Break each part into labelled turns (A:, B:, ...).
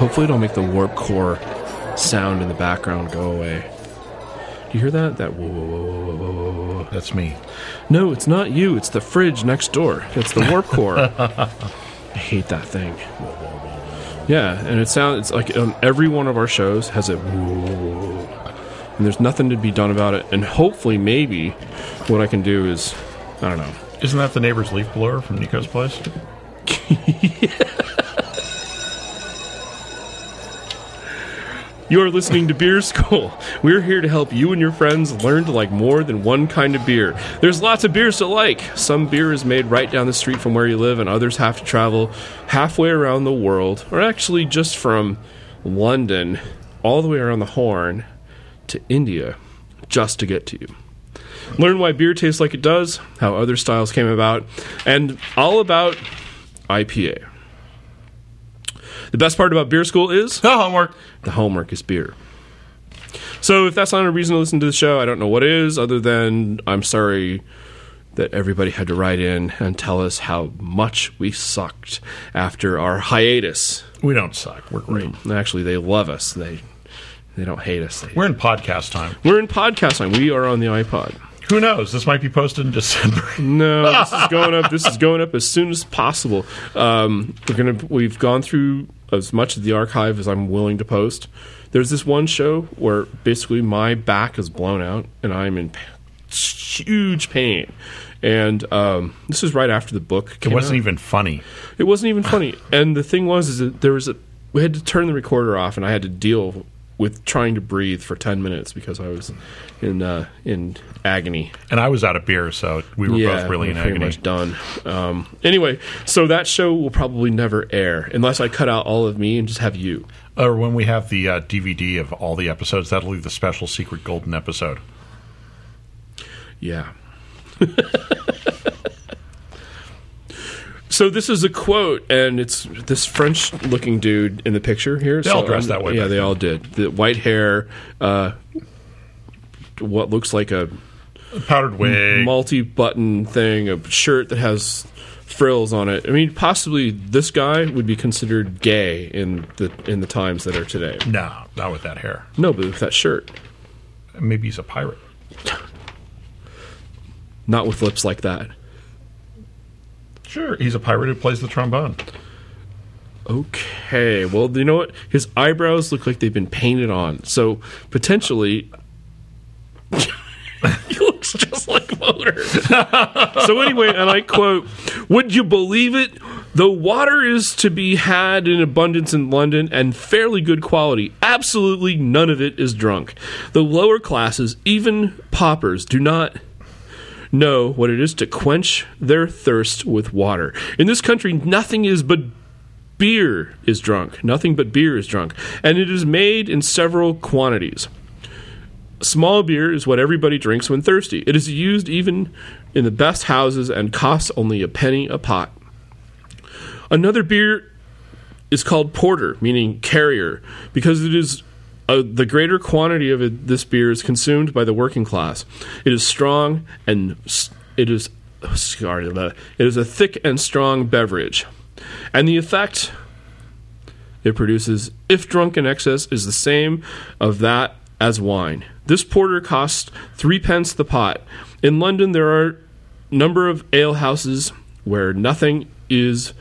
A: Hopefully, it'll make the warp core sound in the background go away. Do you hear that? That whoa, whoa, whoa, whoa, whoa, whoa, whoa, whoa.
B: That's me.
A: No, it's not you. It's the fridge next door. It's the warp core. I hate that thing. Yeah, and it sounds it's like um, every one of our shows has a whoa, and there's nothing to be done about it. And hopefully, maybe what I can do is I don't know.
B: Isn't that the neighbor's leaf blower from Nico's place?
A: You are listening to Beer School. We're here to help you and your friends learn to like more than one kind of beer. There's lots of beers to like. Some beer is made right down the street from where you live, and others have to travel halfway around the world, or actually just from London all the way around the Horn to India just to get to you. Learn why beer tastes like it does, how other styles came about, and all about IPA. The best part about beer school is
B: No homework.
A: the homework is beer. So if that's not a reason to listen to the show, I don't know what is, other than I'm sorry that everybody had to write in and tell us how much we sucked after our hiatus.
B: We don't suck. We're
A: Mm.
B: great.
A: Actually, they love us. They they don't hate us. They,
B: We're in podcast time.
A: we're in podcast line. We are on the iPod.
B: Who knows? This might be posted in December.
A: No, this is going up. This is going up as soon as possible. Um, we're gonna. We've gone through as much of the archive as I'm willing to post. There's this one show where basically my back is blown out and I'm in pa- huge pain. And um, this is right after the book.
B: It
A: Came
B: wasn't
A: out.
B: even funny.
A: It wasn't even funny. And the thing was, is that there was a. We had to turn the recorder off, and I had to deal with trying to breathe for ten minutes because I was in uh, in agony.
B: And I was out of beer, so we were both really
A: we're
B: in
A: pretty
B: agony.
A: much done. Um, anyway, so that show will probably never air unless I cut out all of me and just have you.
B: Or when we have the uh, DVD of all the episodes, that'll be the special secret golden episode.
A: Yeah. so this is a quote, and it's this French-looking dude in the picture here. They
B: all dressed that way
A: Yeah,
B: back
A: they all did. The white hair, uh, what looks like a
B: Powdered wig.
A: multi-button thing, a shirt that has frills on it. I mean, possibly this guy would be considered gay in the in the times that are today.
B: no, not with that hair.
A: No, but with that shirt,
B: Maybe he's a pirate.
A: not with lips like that.
B: Sure, he's a pirate who plays the trombone.
A: Okay, well, you know what? His eyebrows look like they've been painted on, so potentially. he looks just like Motor. so anyway, and I quote, "Would you believe it? The water is to be had in abundance in London and fairly good quality. Absolutely none of it is drunk. The lower classes, even paupers, do not know what it is to quench their thirst with water. In this country, nothing is but beer is drunk. Nothing but beer is drunk, and it is made in several quantities." Small beer is what everybody drinks when thirsty. It is used even in the best houses and costs only a penny a pot. Another beer is called porter, meaning carrier, because it is uh, the greater quantity of it, this beer is consumed by the working class. It is strong and s- it is oh, sorry, the- it is a thick and strong beverage, and the effect it produces, if drunk in excess, is the same of that as wine. This porter costs threepence the pot. In London, there are number of ale houses where nothing is,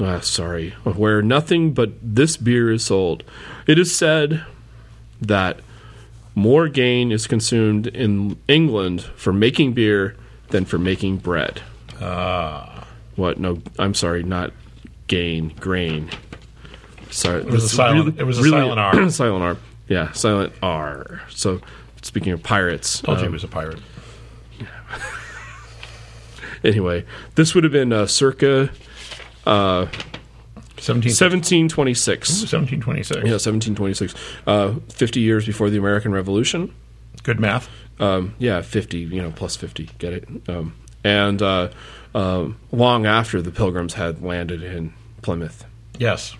A: ah, sorry, where nothing but this beer is sold. It is said that more gain is consumed in England for making beer than for making bread. Ah. What? No, I'm sorry, not gain, grain. Sorry. It
B: was a silent- it was a silent R.
A: silent R. Yeah, silent R. So, speaking of pirates.
B: Told you
A: um,
B: he was a pirate.
A: anyway, this would have been uh, circa
B: 17,
A: 1726.
B: 1726.
A: Yeah, 1726. Uh, 50 years before the American Revolution.
B: Good math.
A: um, yeah, 50, you know, plus 50, get it? Um, and uh, um, long after the pilgrims had landed in Plymouth.
B: Yes.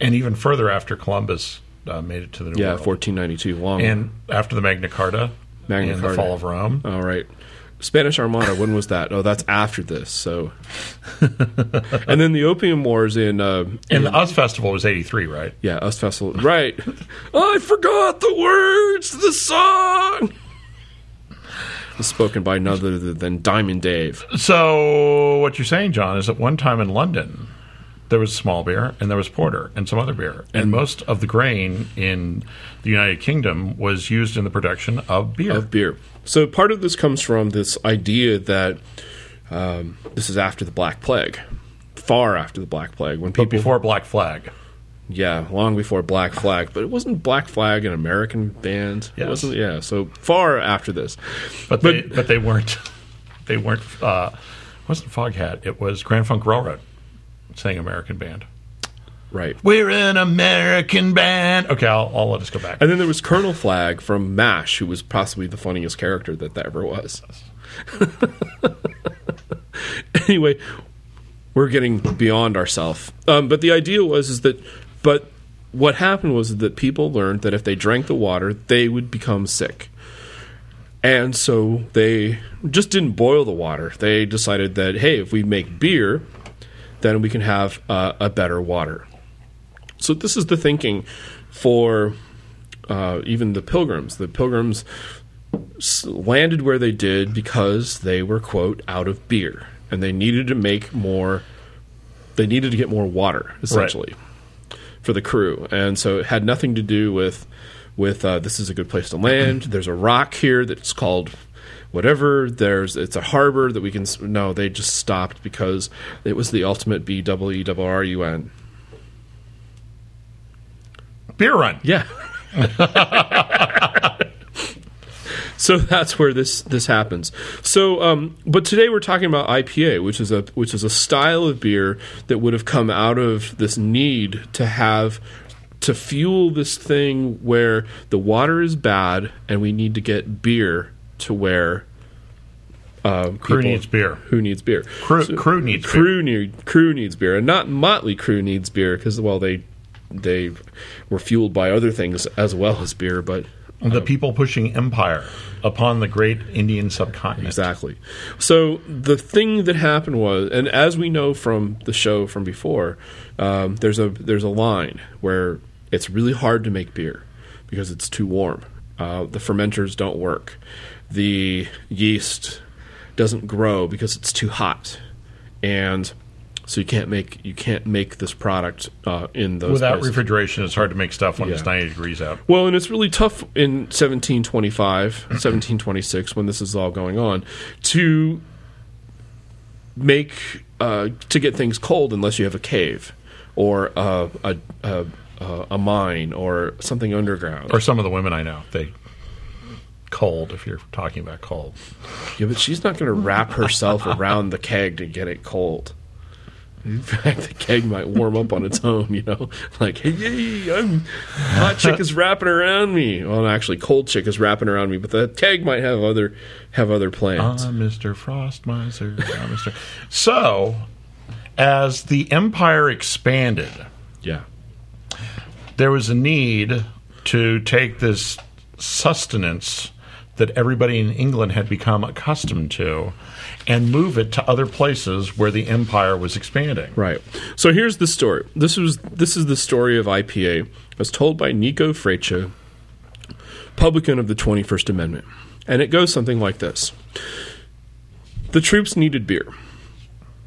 B: And even further after Columbus uh, made it to the New
A: Yeah,
B: World.
A: 1492, long.
B: And after the Magna Carta
A: Magna
B: and
A: Carta.
B: the fall of Rome.
A: All right. Spanish Armada. When was that? Oh, that's after this. So, and then the Opium Wars in uh,
B: And the Oz Festival was 83, right?
A: yeah Us Festival. Right. I forgot the words to the song. It's Spoken by none other than Diamond Dave.
B: So, what you're saying, John, is at one time in London, there was small beer and there was porter and some other beer. And most of the grain in the United Kingdom was used in the production of beer.
A: of beer. So part of this comes from this idea that um, this is after the Black Plague, far after the Black Plague, when people,
B: before Black Flag.
A: yeah, long before Black Flag, but it wasn't Black Flag an American band,
B: Yes.
A: it wasn't, yeah. So far after this,
B: But they, but they weren't. They weren't. Uh, it wasn't Foghat. It was Grand Funk Railroad, saying American band.
A: right?
B: We're an American band. Okay, I'll, I'll let us go back.
A: And then there was Colonel Flag from MASH, who was possibly the funniest character that that ever was. anyway, we're getting beyond ourselves. Um, but the idea was is that, but what happened was that people learned that if they drank the water, they would become sick, and so they just didn't boil the water. They decided that hey, if we make beer, then we can have uh, a better water. So this is the thinking for uh, even the pilgrims. The pilgrims s- landed where they did because they were quote out of beer and they needed to make more. They needed to get more water essentially for the crew, and so it had nothing to do with with uh, this is a good place to land. There's a rock here that's called whatever. There's it's a harbor that we can. s- No, they just stopped because it was the ultimate B double E double R U N.
B: Beer Run.
A: Yeah. so that's where this this happens. So, um, but today we're talking about IPA, which is a which is a style of beer that would have come out of this need to have to fuel this thing where the water is bad and we need to get beer to where um,
B: Crew
A: people-
B: needs beer.
A: Who needs beer?
B: Crew, crew needs beer.
A: crew need crew needs beer, and not Motley Crew needs beer because well they they were fueled by other things as well as beer, but
B: the people pushing empire upon the great Indian subcontinent.
A: exactly. So the thing that happened was, and as we know from the show from before, um, there's a there's a line where it's really hard to make beer because it's too warm. Uh, the fermenters don't work. The yeast doesn't grow because it's too hot, and so you can't make you can't make this product uh, in those
B: Without
A: places.
B: refrigeration, it's hard to make stuff when it's
A: Yeah.
B: 90 degrees out.
A: Well, and it's really tough in 1725, 1726, when this is all going on, to make uh, to get things cold unless you have a cave or uh, a, a a a mine or something underground.
B: Or some of the women I know, they cold. If you're talking about cold,
A: Yeah, but she's not going to wrap herself around the keg to get it cold. In fact, the keg might warm up on its own, you know? Like, hey, yay, I'm, hot chick is wrapping around me. Well, actually, cold chick is wrapping around me, but the keg might have other have other plans.
B: I'm Mr. Frost Miser. I'm Mr. So, as the empire expanded,
A: yeah.
B: there was a need to take this sustenance that everybody in England had become accustomed to and move it to other places where the empire was expanding.
A: Right. So here's the story. This was this is the story of IPA as told by Nico Freccia, publican of the 21st Amendment. And it goes something like this. The troops needed beer.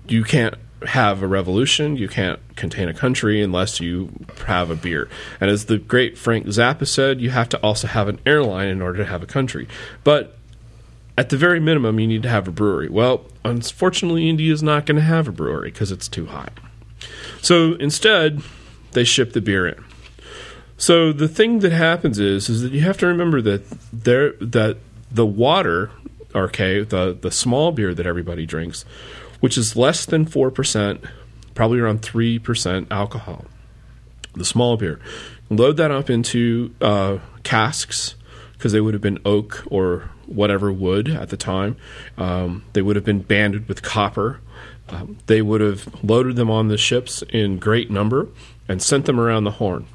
A: You can't have a revolution, you can't contain a country unless you have a beer. And as the great Frank Zappa said, you have to also have an airline in order to have a country. But at the very minimum, you need to have a brewery. Well, unfortunately, India is not going to have a brewery because it's too hot. So instead, they ship the beer in. So the thing that happens is, is that you have to remember that there that the water, okay, the the small beer that everybody drinks, which is less than four percent, probably around three percent alcohol, the small beer. Load that up into uh, casks because they would have been oak or whatever wood at the time. Um, they would have been banded with copper. Um, they would have loaded them on the ships in great number and sent them around the Horn.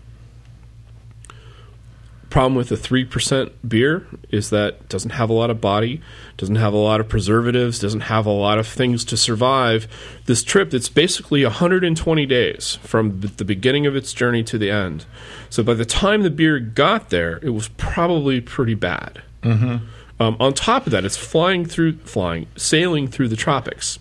A: Problem with a 3% beer is that it doesn't have a lot of body, doesn't have a lot of preservatives, doesn't have a lot of things to survive this trip that's basically 120 days from b- the beginning of its journey to the end. So by the time the beer got there, it was probably pretty bad. Um, on top of that, it's flying through, flying, sailing through the tropics.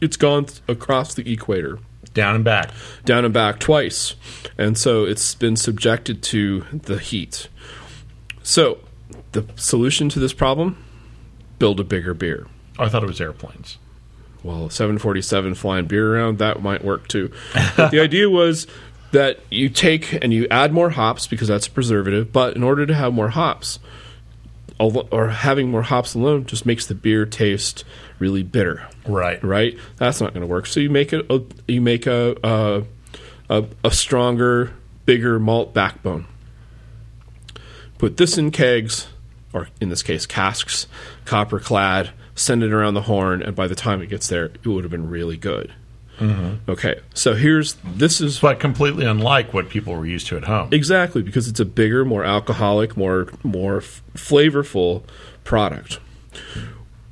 A: It's gone th- across the equator
B: Down and back.
A: down and back twice. And so it's been subjected to the heat. So the solution to this problem build a bigger beer.
B: Oh, I thought it was airplanes.
A: Well, 747 flying beer around, that might work too. But the idea was that you take and you add more hops because that's a preservative, but in order to have more hops, al- or having more hops alone just makes the beer taste really bitter
B: Right.
A: right? That's not going to work. So you make it a, you make a, a a a stronger, bigger malt backbone. Put this in kegs, or in this case casks, copper clad. Send it around the horn, and by the time it gets there, it would have been really good. Okay, so here's this is
B: But completely unlike what people were used to at home.
A: Exactly, because it's a bigger, more alcoholic, more more f- flavorful product.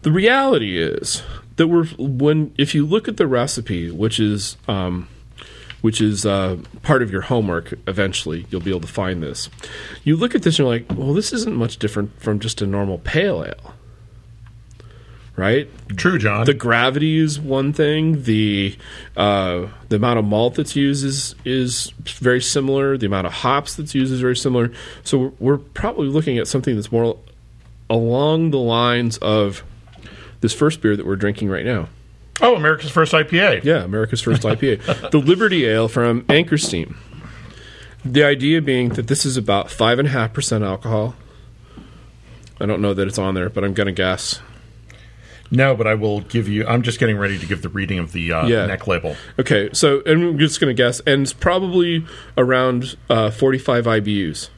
A: The reality is that we're when if you look at the recipe, which is um, which is uh, part of your homework. Eventually, you'll be able to find this. You look at this, and you're like, well, this isn't much different from just a normal pale ale, right?
B: True, John.
A: the gravity is one thing. The uh, the amount of malt that's used is is very similar. The amount of hops that's used is very similar. So we're, we're probably looking at something that's more along the lines of this first beer that we're drinking right now.
B: oh, America's first IPA.
A: Yeah, America's first IPA, the Liberty Ale from Anchor Steam. The idea being that this is about five and a half percent alcohol. I don't know that it's on there, but I'm gonna guess.
B: No, but I will give you. I'm just getting ready to give the reading of the uh,
A: Yeah.
B: neck label.
A: Okay, so and I'm just going to guess, and it's probably around uh, 45 IBUs.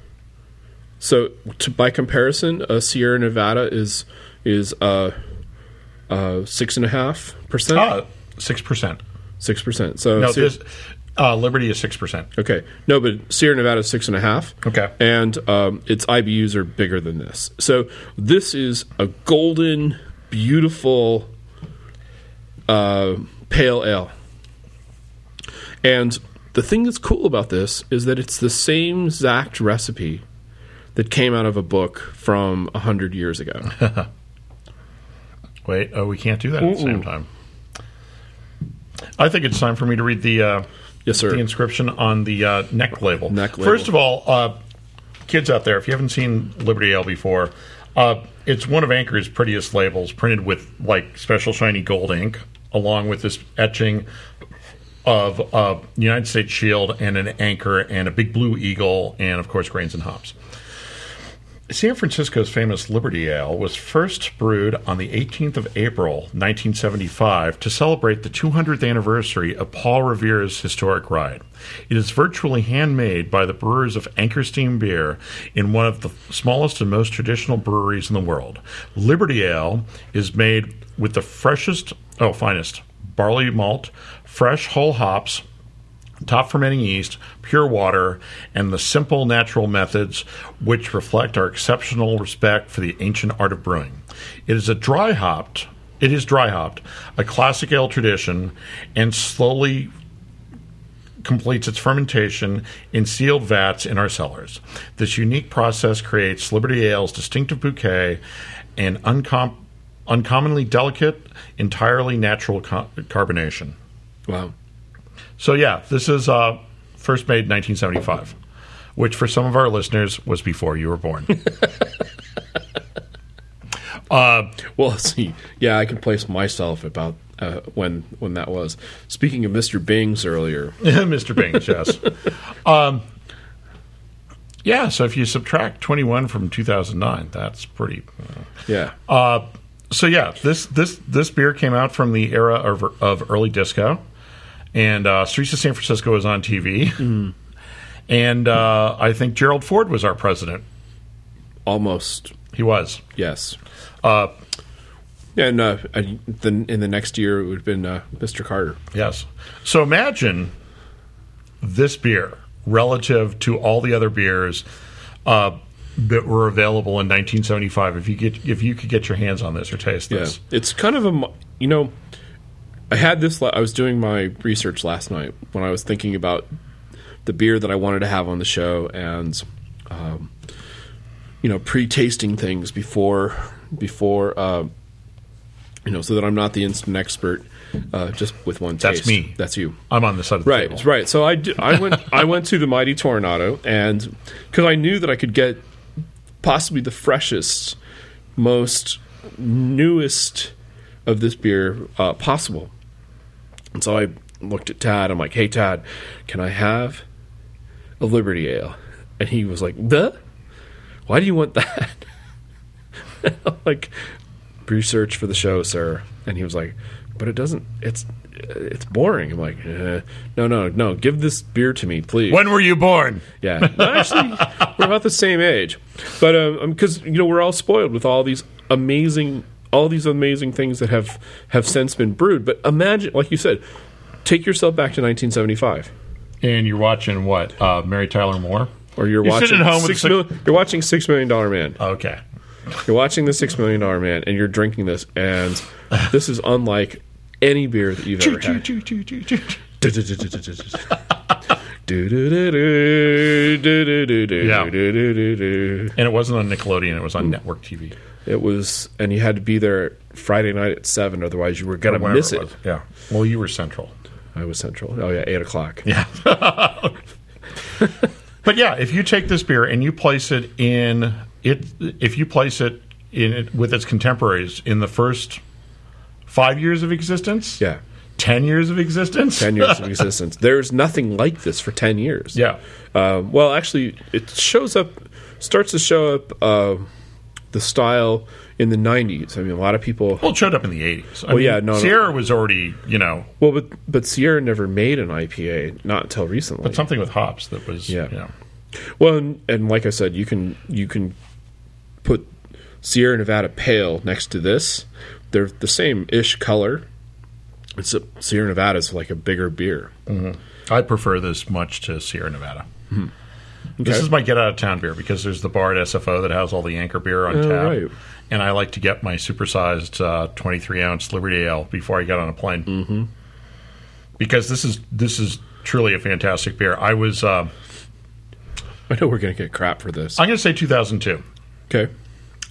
A: So to, by comparison, a Sierra Nevada is is uh, uh, six and a half percent,
B: Six percent.
A: six percent. So
B: Ah. No,
A: Sierra-
B: this uh, Liberty is six percent.
A: okay, no, but Sierra Nevada is six and a half.
B: Okay.
A: and um, its IBUs are bigger than this. So this is a golden, beautiful uh, pale ale. And the thing that's cool about this is that it's the same exact recipe that came out of a book from a hundred years ago.
B: Wait, oh, we can't do that at the same time. I think it's time for me to read the uh,
A: Yes, sir.
B: the inscription on the uh, neck label.
A: Neck label.
B: First of all, uh, kids out there, if you haven't seen Liberty Ale before, uh, it's one of Anchor's prettiest labels, printed with like special shiny gold ink, along with this etching of a United States shield and an anchor and a big blue eagle and of course grains and hops. San Francisco's famous Liberty Ale was first brewed on the 18th of April, 1975, to celebrate the 200th anniversary of Paul Revere's historic ride. It is virtually handmade by the brewers of Anchor Steam Beer in one of the smallest and most traditional breweries in the world. Liberty Ale is made with the freshest, oh, finest barley malt, fresh whole hops, top fermenting yeast, pure water, and the simple natural methods which reflect our exceptional respect for the ancient art of brewing. It is a dry hopped, it is dry hopped, a classic ale tradition, and slowly completes its fermentation in sealed vats in our cellars. This unique process creates Liberty Ale's distinctive bouquet and uncom- uncommonly delicate, entirely natural co- carbonation.
A: wow.
B: So yeah, this is uh, first made 1975, which for some of our listeners was before you were born.
A: Well, see, yeah, I can place myself about uh, when when that was. Speaking of Mr. Bing's earlier,
B: Mr. Bings, yes. Um, yeah, so if you subtract 21 from 2009, that's pretty.
A: yeah,
B: Uh, so yeah, this this this beer came out from the era of, of early disco, and uh, Streets of San Francisco was on TV, and uh, I think Gerald Ford was our president.
A: almost
B: He was.
A: yes.
B: Uh,
A: And uh, I, then in the next year, it would have been uh, Mr. Carter.
B: Yes. So imagine this beer relative to all the other beers uh, that were available in 1975. If you get if you could get your hands on this or taste
A: Yeah.
B: this,
A: It's kind of a, mo- you know, I had this, la- I was doing my research last night when I was thinking about the beer that I wanted to have on the show and, um, you know, pre-tasting things before, before, uh, you know, so that I'm not the instant expert, uh, just with one taste.
B: That's me.
A: That's you.
B: I'm on the side of the
A: Right,
B: table.
A: right. So I, d- I went I went to the Mighty Tornado and because I knew that I could get possibly the freshest, most newest of this beer uh, possible. And so I looked at Tad. I'm like, "Hey, Tad, can I have a Liberty Ale?" And he was like, "The? Why do you want that?" I'm like, "Research for the show, sir." And he was like, "But it doesn't. It's it's boring." I'm like, eh, "No, no, no. Give this beer to me, please."
B: When were you born?
A: Yeah, Well, actually, we're about the same age, but because you know we're all spoiled with all these amazing, all these amazing things that have have since been brewed. But imagine, like you said, take yourself back to 1975,
B: And you're watching what? Uh, Mary Tyler Moore.
A: or you're,
B: You're
A: watching
B: sitting at home with
A: six
B: six-
A: mil- you're watching Six Million Dollar Man.
B: Okay.
A: You're watching the Six Million Dollar Man, and you're drinking this, and this is unlike any beer that you've ever had. Yeah.
B: Yeah. And it wasn't on Nickelodeon; it was on network TV.
A: It was, and you had to be there Friday night at seven, otherwise you were gonna
B: Whatever
A: miss it.
B: was. Yeah. Well, you were central.
A: I was central. Oh yeah, eight o'clock.
B: Yeah. but yeah, if you take this beer and you place it in it, if you place it in it with its contemporaries in the first five years of existence,
A: Yeah.
B: ten years of existence,
A: ten years of existence. There's nothing like this for ten years.
B: yeah,
A: Um, well, actually, it shows up, starts to show up uh, the style in the '90s. I mean, a lot of people.
B: well, it showed up in the eighties.
A: Well, yeah, no, no.
B: Sierra was already, you know,
A: Well, but but Sierra never made an IPA, not until recently.
B: something with hops that was,
A: Yeah.
B: you know.
A: Well, and, and like I said, you can you can put Sierra Nevada Pale next to this. They're the same ish color. It's a, Sierra Nevada is like a bigger beer.
B: I prefer this much to Sierra Nevada. This
A: Hmm. Okay.
B: is my get out of town beer because there's the bar at SFO that has all the Anchor beer on
A: Oh,
B: tap,
A: right.
B: and I like to get my supersized uh, 23 ounce Liberty Ale before I get on a plane mm-hmm. because this is this is truly a fantastic beer. I was uh,
A: I know we're gonna get crap for this.
B: I'm going to say 2002.
A: Okay,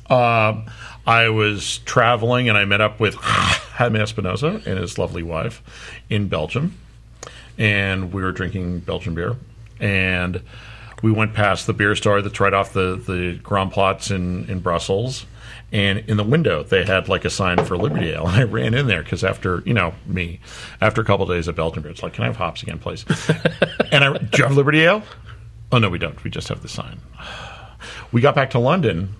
B: Um, I was traveling and I met up with Jaime Espinosa and his lovely wife in Belgium. And we were drinking Belgian beer. And we went past the beer store that's right off the, the Grand Platz in, in Brussels. And in the window, they had like a sign for Liberty Ale. And I ran in there because after, you know, me, after a couple days of Belgian beer, it's like, can I have hops again, please? and I, do you have Liberty Ale? Oh, no, we don't. We just have the sign. We got back to London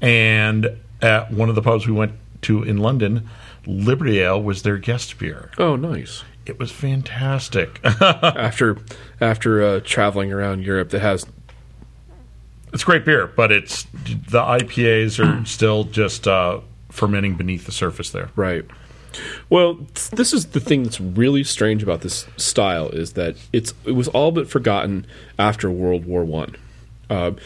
B: and at one of the pubs we went to in London, Liberty Ale was their guest beer.
A: Oh, nice.
B: It was fantastic.
A: after after uh, traveling around Europe, that has
B: it's great beer, but it's the IPAs
A: Hmm.
B: are still just uh, fermenting beneath the surface there.
A: right. Well, th- this is the thing that's really strange about this style is that it's it was all but forgotten after World War One. Um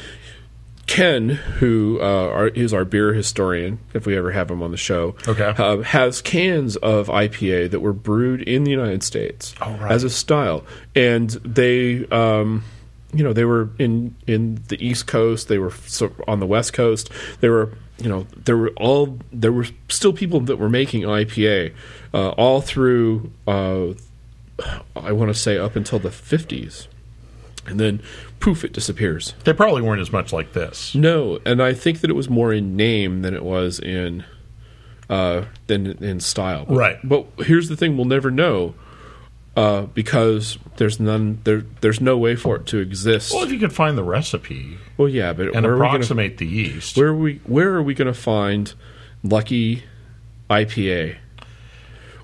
A: Ken, who uh, are, is our beer historian, if we ever have him on the show,
B: Okay.
A: uh, has cans of IPA that were brewed in the United States
B: right.
A: as a style, and they, um, you know, they were in in the East Coast, they were so on the West Coast, they were, you know, there were all there were still people that were making IPA uh, all through, uh, I want to say up until the fifties, and then poof, it disappears.
B: They probably weren't as much like this.
A: No, and I think that it was more in name than it was in uh, than in style. But-
B: Right.
A: But here's the thing: we'll never know uh, because there's none there. There's no way for it to exist.
B: Well,
A: Well,
B: if you could find the recipe
A: yeah, but where are we
B: and
A: gonna,
B: approximate the yeast,
A: where are we where are we going to find lucky IPA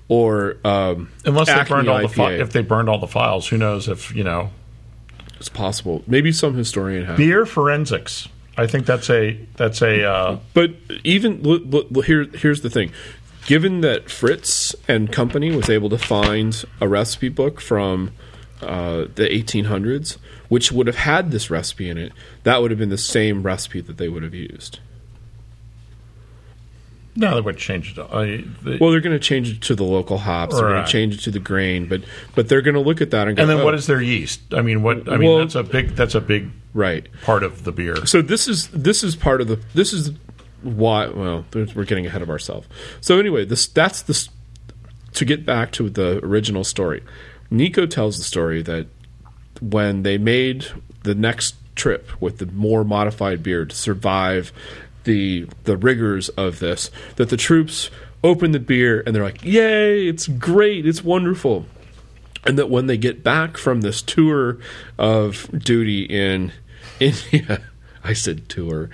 A: or um,
B: unless they
A: Acme
B: burned all the fi-
A: IPA.
B: if they burned all the files, who knows if you know
A: it's possible? Maybe some historian has.
B: beer forensics. I think that's a that's a uh,
A: But even look, look, here, here's the thing: given that Fritz and company was able to find a recipe book from uh, the 1800s, which would have had this recipe in it, that would have been the same recipe that they would have used.
B: No, they would change it. I, the,
A: Well, they're going to change it to the local hops. They're going
B: Right.
A: to change it to the grain, but but they're going to look at that and go.
B: and then
A: "Oh,
B: what is their yeast? I mean, what? I mean,
A: Well-
B: that's a big. That's a big
A: right?
B: part of the beer.
A: So this is this is part of the this is why. Well, there's- we're getting ahead of ourselves. So anyway, this that's the s- to get back to the original story. Nico tells the story that when they made the next trip with the more modified beer to survive the the rigors of this, that the troops open the beer and they're like, "Yay! It's great! It's wonderful!" and that when they get back from this tour of duty in India, I said tour.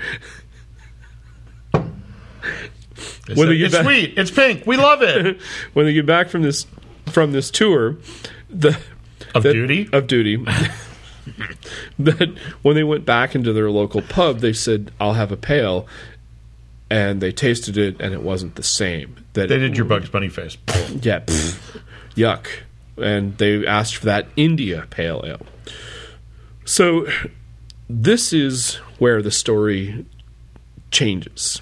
B: They
A: Whether
B: said,
A: you
B: it's
A: bet-
B: sweet. It's pink. We love it.
A: When they get back from this from this tour, the
B: Of
A: that-
B: duty?
A: of duty. that when they went back into their local pub, they said, "I'll have a pail," and they tasted it, and it wasn't the same. That
B: They did your Bugs Bunny face.
A: Yeah, pfft, yuck. And they asked for that India Pale Ale. So this is where the story changes.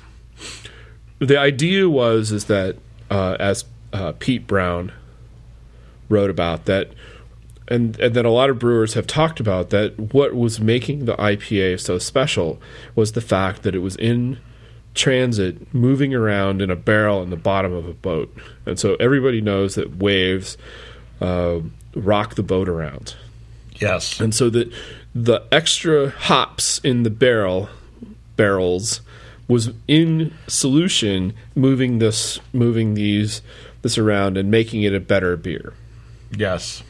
A: The idea was is that uh, as uh, Pete Brown wrote about that, and, and that a lot of brewers have talked about that what was making the IPA so special was the fact that it was in transit, moving around in a barrel in the bottom of a boat, and so everybody knows that waves uh, rock the boat around.
B: Yes.
A: And so the the extra hops in the barrel barrels was in solution moving this moving these this around and making it a better beer.
B: Yes.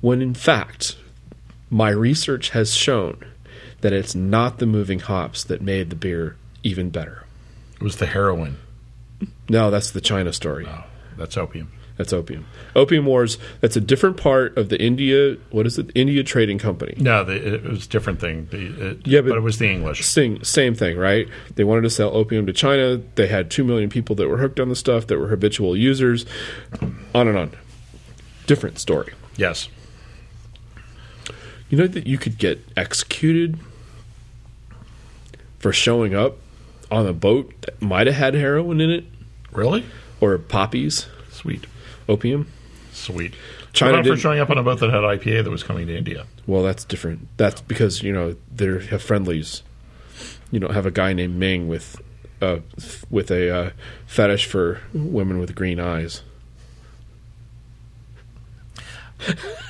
A: When in fact, my research has shown that it's not the moving hops that made the beer even better.
B: It was the heroin.
A: No, that's the China story.
B: Oh, that's opium.
A: That's opium. Opium wars. That's a different part of the India. What is it? India Trading Company.
B: No, the, it was a different thing. The, it,
A: Yeah,
B: but,
A: but-
B: it was the English.
A: Same, same thing, right? They wanted to sell opium to China. They had 2 million people that were hooked on the stuff, that were habitual users, on and on. Different story.
B: Yes.
A: You know that you could get executed for showing up on a boat that might have had heroin in it
B: Really?
A: or poppies,
B: Sweet.
A: opium?
B: Sweet.
A: China
B: What about for
A: didn't-
B: showing up on a boat that had IPA that was coming to India.
A: Well, that's different. That's because, you know, they have friendlies. You don't have a guy named Ming with uh, with a uh, fetish for women with green eyes.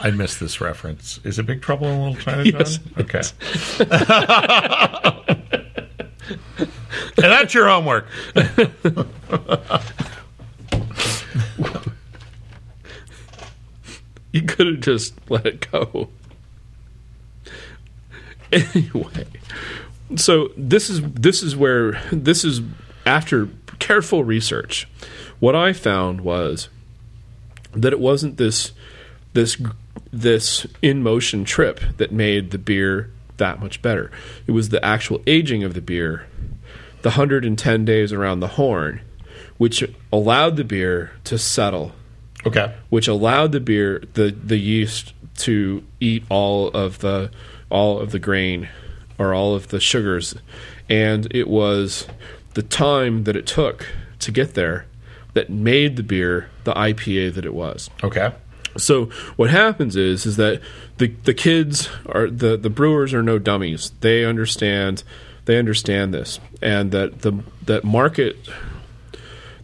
B: I missed this reference. Is it Big Trouble in Little China?
A: Yes.
B: Okay. and that's your homework.
A: You could have just let it go. Anyway, so this is this is where this is after careful research. What I found was that it wasn't this this this in motion trip that made the beer that much better. It was the actual aging of the beer, the 110 days around the horn, which allowed the beer to settle
B: Okay.
A: which allowed the beer the the yeast to eat all of the all of the grain or all of the sugars and it was the time that it took to get there that made the beer the IPA that it was.
B: Okay.
A: So what happens is is that the the kids are the the brewers are no dummies. They understand they understand this and that the that market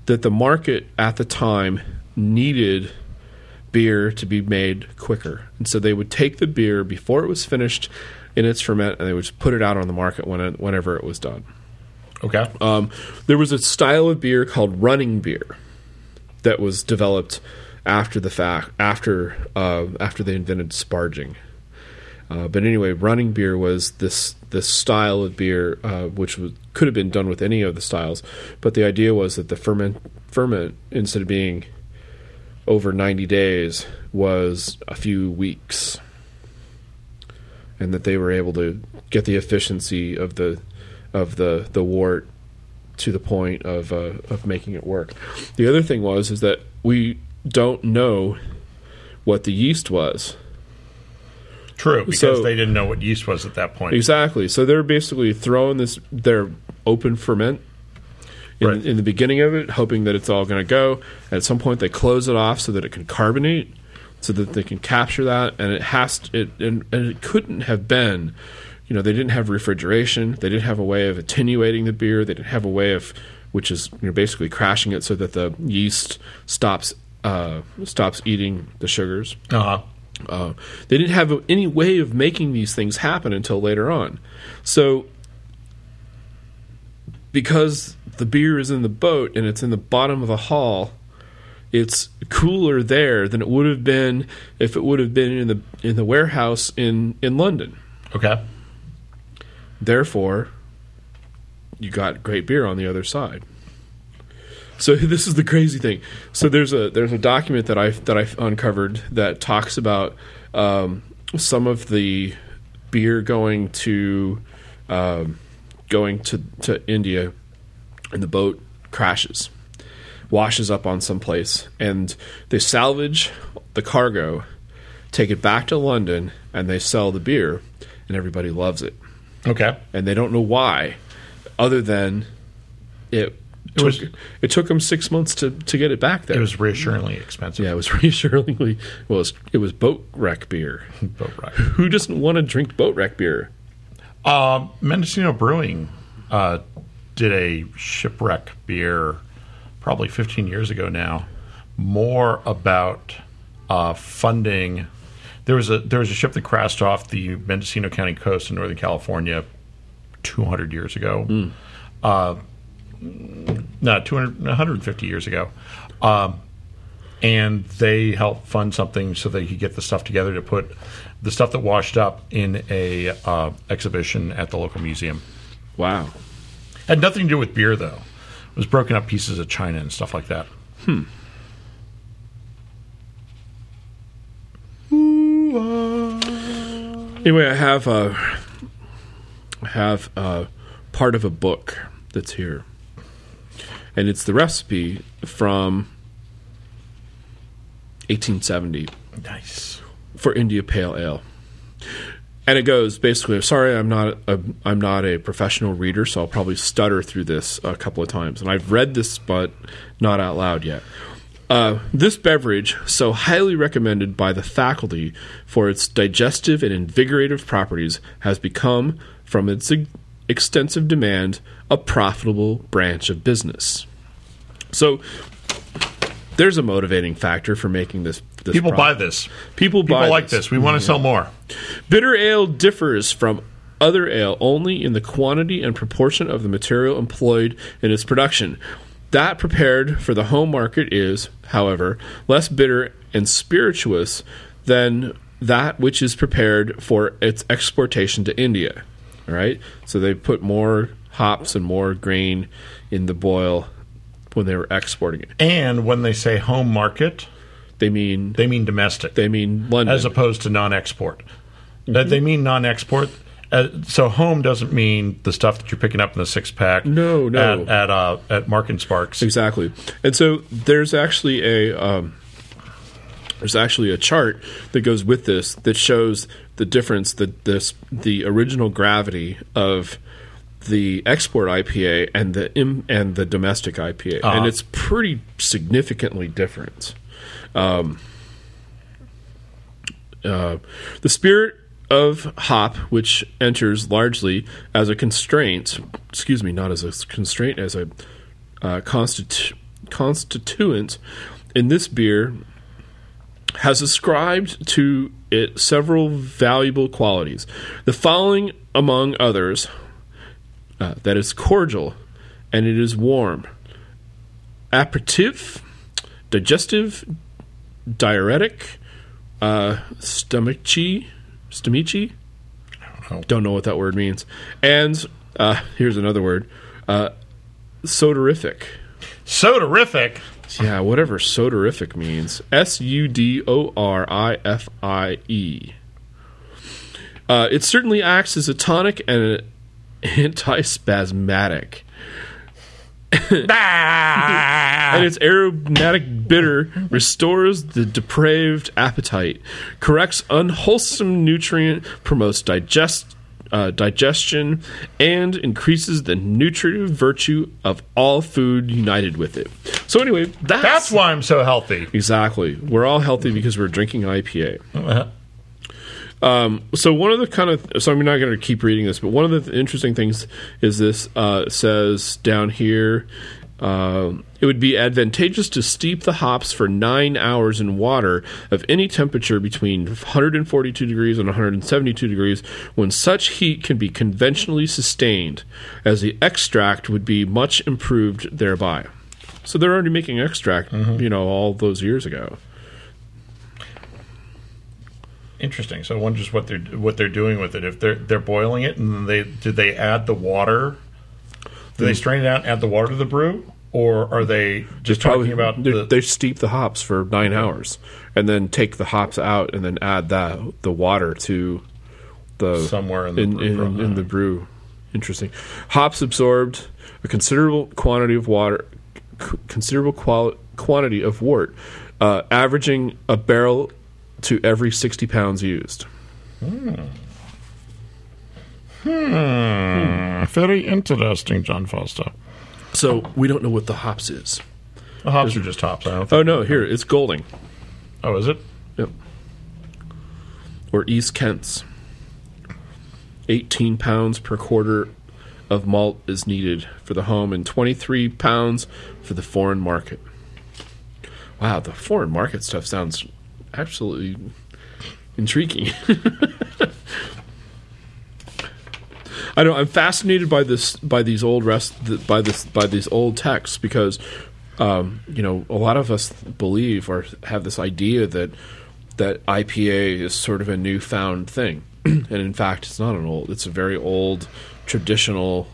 A: that the market at the time needed beer to be made quicker. And so they would take the beer before it was finished in its ferment and they would just put it out on the market when it, whenever it was done.
B: Okay.
A: Um, there was a style of beer called running beer that was developed after the fact, after uh, after they invented sparging. Uh, but anyway, running beer was this this style of beer, uh, which was, could have been done with any of the styles, but the idea was that the ferment ferment instead of being over ninety days was a few weeks, and that they were able to get the efficiency of the of the the wart to the point of uh, of making it work. The other thing was is that we don't know what the yeast was
B: True, because
A: So-
B: they didn't know what yeast was at that point.
A: Exactly. So they're basically throwing this their open ferment in,
B: Right.
A: in the beginning of it, hoping that it's all going to go. At some point, they close it off so that it can carbonate, so that they can capture that. And it has to, it and, and it couldn't have been. You know, they didn't have refrigeration. They didn't have a way of attenuating the beer. They didn't have a way of, which is you know basically crashing it so that the yeast stops uh, stops eating the sugars.
B: Uh-huh.
A: Uh, they didn't have any way of making these things happen until later on. So, because the beer is in the boat and it's in the bottom of the hull, it's cooler there than it would have been if it would have been in the in the warehouse in in London.
B: Okay.
A: Therefore, you got great beer on the other side. So this is the crazy thing. So there's a there's a document that I that I uncovered that talks about um, some of the beer going to um, going to to India, and the boat crashes, washes up on some place, and they salvage the cargo, take it back to London, and they sell the beer, and everybody loves it
B: Okay.
A: and they don't know why, other than it. It,
B: was-
A: took, it took them six months to, to get it back there.
B: It was reassuringly expensive.
A: yeah, it was reassuringly. Well, it was, it was boat wreck beer.
B: Boat ride.
A: Who doesn't want to drink boat wreck beer?
B: Uh, Mendocino Brewing uh, did a shipwreck beer probably 15 years ago now, more about uh, funding. There was a there was a ship that crashed off the Mendocino County coast in Northern California 200 years ago. Uh, no, 200, 150 years ago. Um, and they helped fund something so they could get the stuff together to put the stuff that washed up in a uh, exhibition at the local museum.
A: Wow.
B: Had nothing to do with beer though. It was broken up pieces of china and stuff like that.
A: Anyway, I have uh, I have uh, part of a book that's here, and it's the recipe from 1870.
B: Nice.
A: for India Pale Ale. And it goes basically. Sorry, I'm not a I'm not a professional reader, so I'll probably stutter through this a couple of times. And I've read this, but not out loud yet. Uh, this beverage, so highly recommended by the faculty for its digestive and invigorative properties, has become, from its ex- extensive demand, a profitable branch of business. So, there's a motivating factor for making this. this
B: People
A: product.
B: buy this.
A: People
B: People
A: buy
B: like this. We want to sell more.
A: Bitter ale differs from other ale only in the quantity and proportion of the material employed in its production. That prepared for the home market is, however, less bitter and spirituous than that which is prepared for its exportation to India. All right? So they put more hops and more grain in the boil when they were exporting it.
B: And when they say home market,
A: They mean
B: they mean domestic.
A: they Mm-hmm. mean London.
B: as opposed to non-export. That They mean non-export. Uh, so home doesn't mean the stuff that you're picking up in the six pack.
A: No, no.
B: At at, uh, at Mark and Sparks.
A: Exactly, and so there's actually a um, there's actually a chart that goes with this that shows the difference that this the original gravity of the export IPA and the im- and the domestic IPA, and it's pretty significantly different. Uh, the spirit of hop, which enters largely as a constraint, excuse me, not as a constraint, as a uh, constitu- constituent in this beer, has ascribed to it several valuable qualities. The following, among others, uh, that is cordial and it is warm, aperitif, digestive, diuretic, uh, stomachi, stomachi.
B: know.
A: Don't know what that word means. And uh, here's another word, uh, sodorific.
B: So terrific.
A: Yeah, whatever sodorific means. S U D O R I F I E. Uh, it certainly acts as a tonic and an antispasmodic. and its aromatic bitter restores the depraved appetite, corrects unwholesome nutrient, promotes digest uh, digestion, and increases the nutritive virtue of all food united with it. So anyway, that's,
B: That's why I'm so healthy.
A: exactly we're all healthy because we're drinking IPA. Um, So one of the kind of so I'm not going to keep reading this, but one of the th- interesting things is this uh, says down here. Um, it would be advantageous to steep the hops for nine hours in water of any temperature between 142 degrees and 172 degrees when such heat can be conventionally sustained, as the extract would be much improved thereby. So they're already making extract, you know, all those years ago.
B: Interesting. So I wonder just what they're what they're doing with it. If they're they're boiling it and then they did they add the water? Do they strain it out, and add the water to the brew, or are they just talking about
A: they,
B: the,
A: they steep the hops for nine hours and then take the hops out and then add that the water to the
B: somewhere in the
A: in,
B: brew?
A: in,
B: process?
A: in the brew. Interesting. Hops absorbed a considerable quantity of water, c- considerable qual- quantity of wort, uh, averaging a barrel to every sixty pounds used.
B: Very interesting, John Foster.
A: So we don't know what the hops is.
B: The hops are just hops. I don't
A: Oh
B: think.
A: no, here it's Golding,
B: Oh, is it?
A: yep, or East Kent's. Eighteen pounds per quarter of malt is needed for the home, and twenty-three pounds for the foreign market. Wow, the foreign market stuff sounds absolutely intriguing. I know I'm fascinated by this by these old rest th- by this by these old texts because um, you know a lot of us believe or have this idea that that IPA is sort of a newfound thing, and in fact it's not an old it's a very old traditional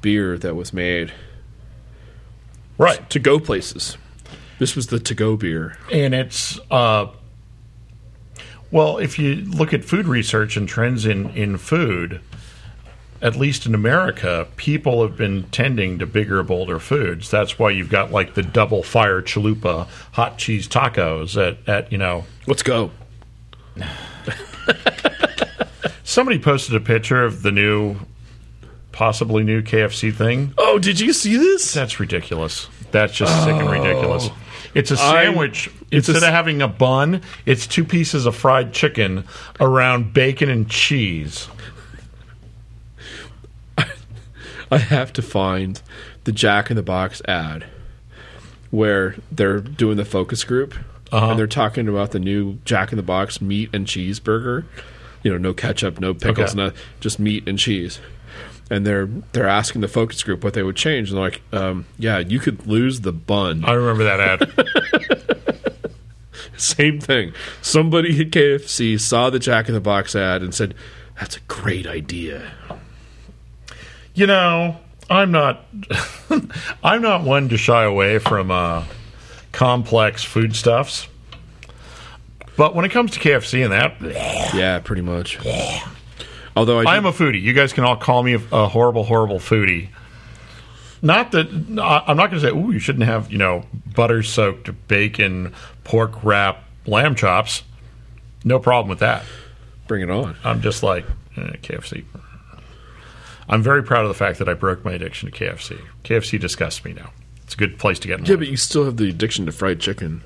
A: beer that was made
B: Right.
A: to go places. This was the to go beer.
B: and it's uh, well if you look at food research and trends in, in food at least in america people have been tending to bigger bolder foods that's why you've got like the double fire chalupa hot cheese tacos at, at you know
A: Let's go.
B: somebody posted a picture of the new possibly new kfc thing
A: Oh, did you see this?
B: That's ridiculous. That's just sick and ridiculous. It's a
A: I'm-
B: sandwich. Instead of having a bun, it's two pieces of fried chicken around bacon and cheese.
A: I have to find the Jack in the Box ad where they're doing the focus group and they're talking about the new Jack in the Box meat and cheese burger. You know, no ketchup, no pickles,
B: Okay.
A: no, just meat and cheese. And they're they're asking the focus group what they would change, and they're like, um, "Yeah, you could lose the bun.
B: I remember that ad.
A: Same thing. Somebody at KFC saw the Jack in the Box ad and said, "That's a great idea."
B: you know, I'm not I'm not one to shy away from uh, complex foodstuffs. But when it comes to KFC and that,
A: Yeah, pretty much. Although I, do-
B: I am a foodie. You guys can all call me a, a horrible, horrible foodie. Not that I- I'm not going to say, "Ooh, you shouldn't have you know butter soaked bacon, pork wrap, lamb chops." No problem with that.
A: bring it on.
B: I'm just like eh, KFC. I'm very proud of the fact that I broke my addiction to KFC. KFC disgusts me now. It's a good place to get. In
A: Yeah, but
B: life.
A: you still have the addiction to fried chicken.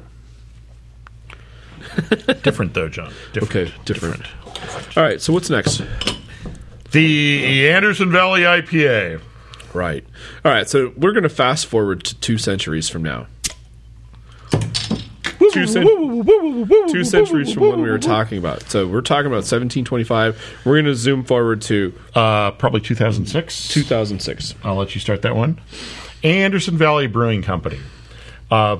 B: different though, John. Different.
A: Okay, different. All right, so what's next?
B: The Anderson Valley IPA.
A: Right. All right, so we're going to fast forward to two centuries from now. Two, cen- two centuries from when we were talking about. So we're talking about 1725. We're going to zoom forward to
B: Uh, probably 2006.
A: 2006.
B: I'll let you start that one. Anderson Valley Brewing Company. Uh,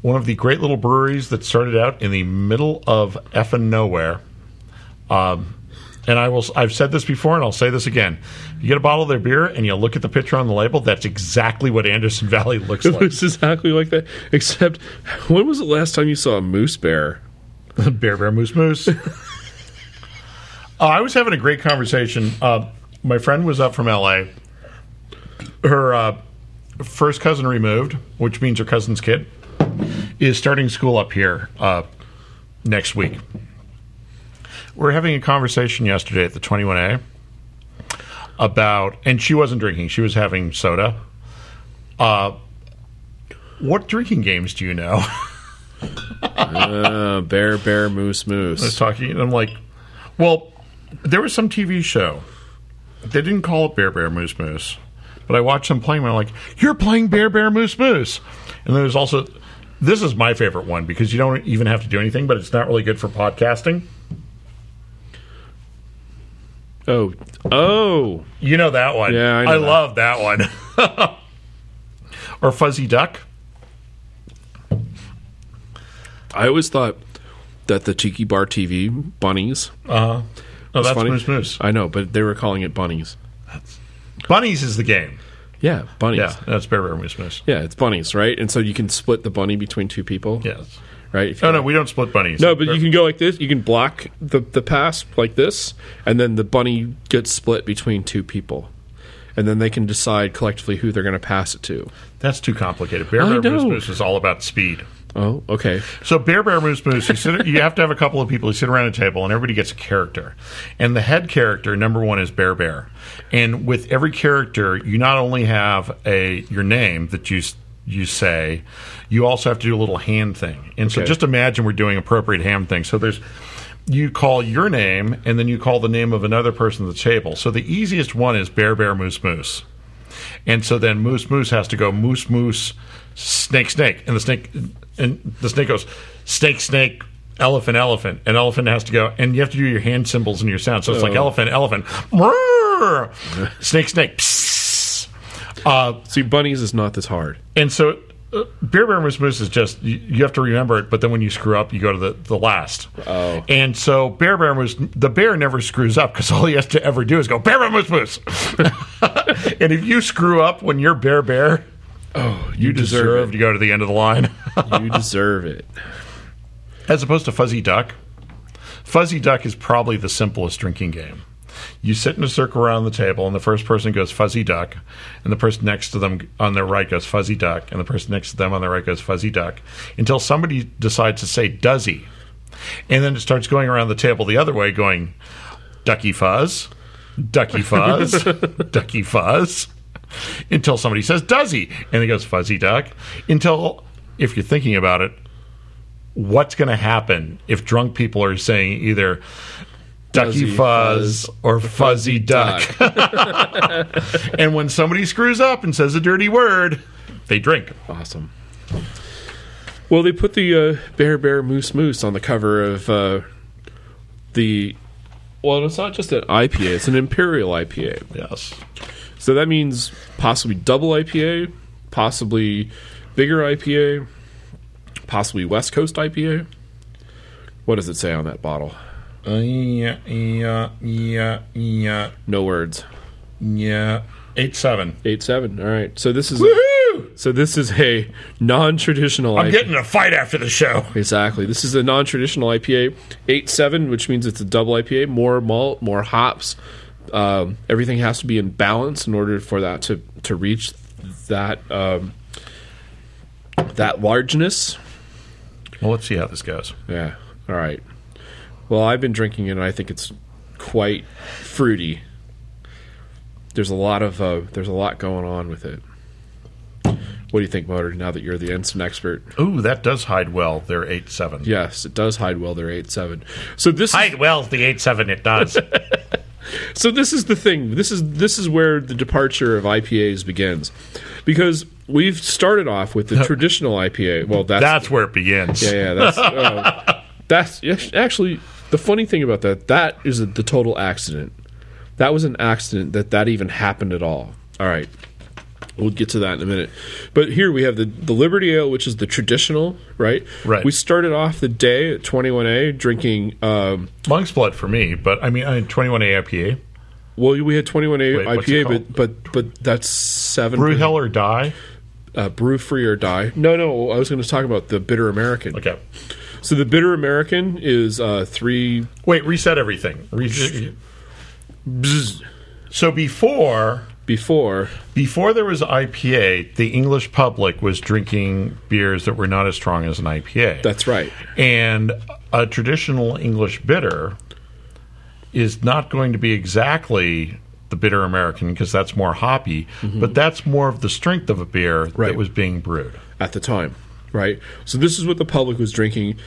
B: one of the great little breweries that started out in the middle of effing nowhere. Um, and I will, I've said this before and I'll say this again. You get a bottle of their beer and you look at the picture on the label, that's exactly what Anderson Valley looks
A: It
B: like.
A: looks exactly like that, except when was the last time you saw a moose bear?
B: bear, bear, moose, moose. uh, I was having a great conversation. Uh, my friend was up from LA. Her uh, first cousin removed, which means her cousin's kid, is starting school up here uh, next week. We We're having a conversation yesterday at the 21A about, and she wasn't drinking, she was having soda. Uh, what drinking games do you know?
A: Uh, bear, bear, moose,
B: was
A: moose.
B: talking, and I'm like, well, there was some TV show. They didn't call it Bear Bear Moose Moose, but I watched them playing. And I'm like, you're playing Bear Bear Moose Moose, and there's also this is my favorite one because you don't even have to do anything, but it's not really good for podcasting.
A: Oh, oh,
B: You know that one?
A: Yeah, I know that.
B: love that one. or Fuzzy Duck.
A: I always thought that the Tiki Bar TV bunnies.
B: Uh huh. No, that's
A: funny.
B: Moose Moose.
A: I know, but they were calling it bunnies.
B: Bunnies is the game.
A: Yeah, bunnies.
B: Yeah,
A: Yeah.
B: that's Bear Bear Moose Moose.
A: it's bunnies, right? And so you can split the bunny between two people.
B: Yes.
A: Right? If you
B: Oh no, we don't split bunnies.
A: No, but you can go like this. You can block the the pass like this, and then the bunny gets split between two people, and then they can decide collectively who they're going to pass it to.
B: that's too complicated. Bear
A: I
B: Bear Moose
A: know.
B: Moose is all about speed.
A: Oh, okay.
B: So Bear Bear Moose Moose, you, sit, you have to have a couple of people. You sit around a table, and everybody gets a character. And the head character, number one, is Bear Bear. And with every character, you not only have a your name that you s- you say, you also have to do a little hand thing. And so
A: Okay.
B: just imagine we're doing appropriate hand thing. So there's you call your name, and then you call the name of another person at the table. So the easiest one is Bear Bear Moose Moose. And so then Moose Moose has to go Moose Moose Snake Snake, and the snake and the snake goes Snake Snake Elephant Elephant, and elephant has to go, and you have to do your hand symbols and your sounds. So it's like elephant elephant, Brrr! snake snake. Psst. Uh,
A: See, bunnies is not this hard.
B: and so. Uh, Beer Bear Moose Moose is just you, you have to remember it, but then when you screw up, you go to the, the last.
A: Oh.
B: and so Bear Bear Moose, the bear never screws up because all he has to ever do is go Bear Bear Moose Moose. and if you screw up when you're Bear Bear,
A: Oh, You, deserve,
B: to go to the end of the line,
A: it. You deserve it.
B: as opposed to Fuzzy Duck. Fuzzy Duck is probably the simplest drinking game. You sit in a circle around the table, and the first person goes Fuzzy Duck, and the person next to them on their right goes Fuzzy Duck, and the person next to them on their right goes Fuzzy Duck, until somebody decides to say Duzzy. And then it starts going around the table the other way, going Ducky Fuzz, Ducky Fuzz, Ducky Fuzz, until somebody says Duzzy, and it goes Fuzzy Duck, until, if you're thinking about it, what's going to happen if drunk people are saying either ducky
A: Fuzzy
B: fuzz, or fuzzy duck. and when somebody screws up and says a dirty word, they drink.
A: Awesome. Well, they put the uh, bear, bear, moose, moose on the cover of uh, the. Well, it's not just an IPA; it's an imperial IPA.
B: Yes.
A: So that means possibly double IPA, possibly bigger IPA, possibly West Coast IPA. What does it say on that bottle?
B: Uh, yeah, yeah, yeah, yeah,
A: No words.
B: yeah. 8 7.
A: Eight seven. All right. So this is
B: Woohoo!
A: so this is a non-traditional.
B: I'm
A: IPA.
B: getting in a fight after the show.
A: Exactly. This is a non-traditional IPA, eight seven, which means it's a double IPA. More malt, more hops. Um, everything has to be in balance in order for that to to reach that um, that largeness.
B: Well, let's see how this goes.
A: Yeah. All right. Well, I've been drinking it, and I think it's quite fruity. There's a lot of uh, there's a lot going on with it. What do you think, Motor? Now that you're the ensign expert,
B: Ooh, that does hide well. They're 8 7.
A: yes, it does hide well. They're eight seven. So this is,
B: Hide well, the 8 7, it does.
A: so this is the thing. This is this is where the departure of IPAs begins, because we've started off with the traditional IPA. Well, that's
B: That's where it begins.
A: Yeah, yeah, that's uh, that's yes, actually the funny thing about that. That is the total accident. That was an accident that that even happened at all. All right, we'll get to that in a minute. But here we have the the Liberty Ale, which is the traditional, right?
B: Right.
A: We started off the day at twenty one A drinking. Um,
B: Monk's blood for me, but I mean, I 21 AIPA.
A: well, we had twenty one A
B: Wait, what's it
A: IPA,
B: called?
A: but but but that's seven.
B: Brew Hell or Die.
A: uh, brew free or die. No, no, I was going to talk about the bitter American.
B: Okay.
A: So the bitter American is uh, three.
B: Wait, reset everything. Reset.
A: Bzz.
B: So before
A: before.
B: Before there was IPA, the English public was drinking beers that were not as strong as an IPA.
A: That's right.
B: and a traditional English bitter is not going to be exactly the bitter American because that's more hoppy, but that's more of the strength of a beer
A: Mm-hmm. Right.
B: that was being brewed.
A: at the time, right? So this is what the public was drinking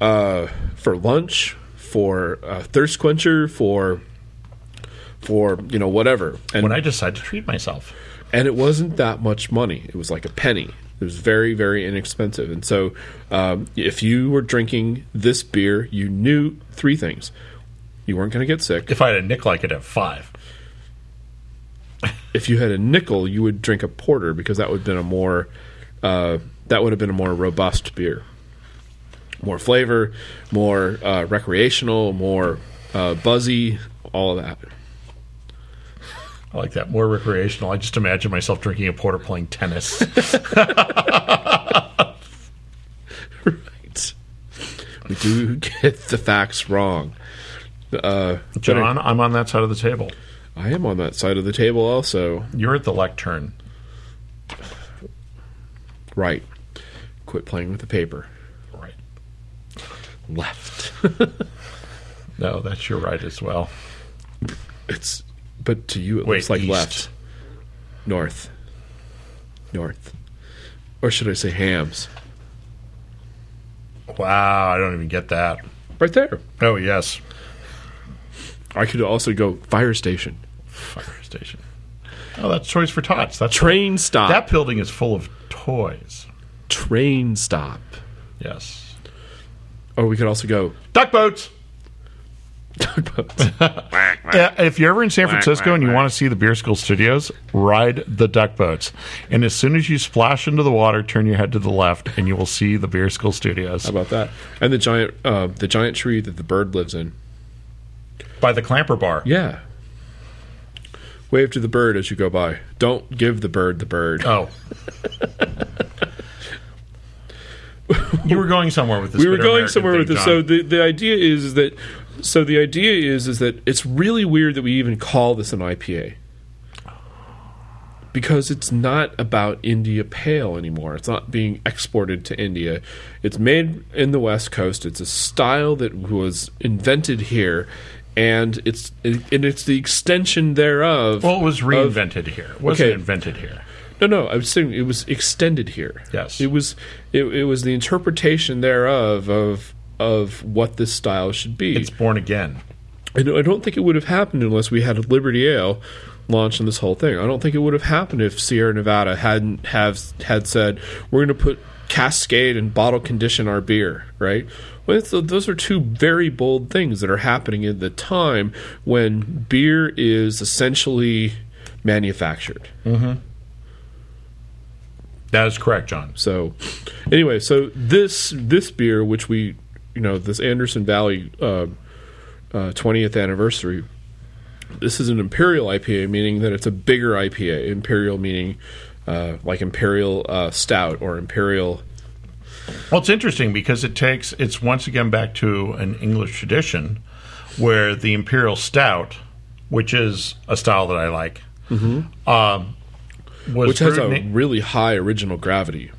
A: uh, for lunch, for uh, thirst quencher, for for you know whatever, and
B: When I decided to treat myself,
A: and it wasn't that much money. It was like a penny. It was very very inexpensive, and so um, if you were drinking this beer, you knew three things: you weren't going to get sick.
B: if I had a nickel, I could have five.
A: If you had a nickel, you would drink a porter because that would have been a more uh, that would have been a more robust beer. more flavor, more uh, recreational, more uh, buzzy, all of that.
B: I like that more recreational. I just imagine myself drinking a porter playing tennis.
A: Right. We do get the facts wrong. Uh, but
B: John, I'm on that side of the table.
A: I am on that side of the table also.
B: You're at the lectern.
A: Right. Quit playing with the paper.
B: Right.
A: Left.
B: No, that's your right as well.
A: It's, but to you it
B: Wait,
A: looks like
B: east.
A: left, north, north, or should I say hams?
B: Wow, I don't even get that.
A: Right there.
B: Oh, yes.
A: I could also go fire station,
B: Fire station. Oh, that's Toys for Tots. That's
A: train stop,
B: That building is full of toys.
A: train stop.
B: Yes.
A: Or we could also go
B: Duck boats.
A: duck boats.
B: Uh, if you're ever in San Francisco and you want to see the Beer School Studios, ride the duck boats. And as soon as you splash into the water, turn your head to the left, and you will see the Beer School Studios.
A: How about that? And the giant, uh, the giant tree that the bird lives in.
B: By the Clamper Bar.
A: Yeah. Wave to the bird as you go by. Don't give the bird the bird.
B: Oh. you were going somewhere with this.
A: we were
B: Bitter
A: going
B: American
A: somewhere
B: thing,
A: with this.
B: John.
A: So the the idea is that. So the idea is is that it's really weird that we even call this an IPA. Because it's not about India Pale anymore. It's not being exported to India. It's made in the West Coast. It's a style that was invented here, and it's and it's the extension thereof.
B: Well, it was
A: of-
B: reinvented here. It wasn't
A: Okay.
B: invented here.
A: no, no. I was saying it was extended here.
B: Yes.
A: it was. It, it was the interpretation thereof of of what this style should be.
B: It's born again.
A: I don't, I don't think it would have happened unless we had Liberty Ale launching this whole thing. I don't think it would have happened if Sierra Nevada hadn't have had said we're going to put Cascade and bottle condition our beer, right? Well, it's, those are two very bold things that are happening at the time when beer is essentially manufactured.
B: That is correct, John.
A: So, anyway, so this this beer, which we you know this Anderson Valley uh, twentieth anniversary, this is an imperial IPA, meaning that it's a bigger IPA. Imperial meaning uh, like imperial uh, stout or imperial.
B: Well, it's interesting because it takes it's once again back to an English tradition where the imperial stout, which is a style that I like, um, was
A: Mm-hmm. Which has a
B: brewed in-
A: really high original gravity,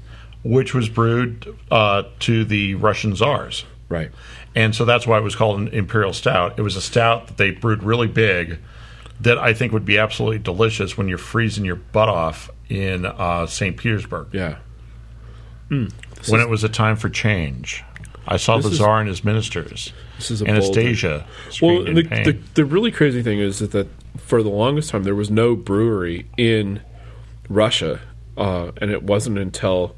B: which was brewed uh, to the Russian czars,
A: right?
B: and so that's why it was called an imperial stout. It was a stout that they brewed really big, that I think would be absolutely delicious when you're freezing your butt off in uh, St. Petersburg.
A: Yeah,
B: when it was a time for change. I saw the
A: is-
B: czar and his ministers.
A: this is a bold-
B: Anastasia.
A: Well,
B: screamed in
A: the,
B: pain.
A: the the really crazy thing is that, that for the longest time there was no brewery in Russia, uh, and it wasn't until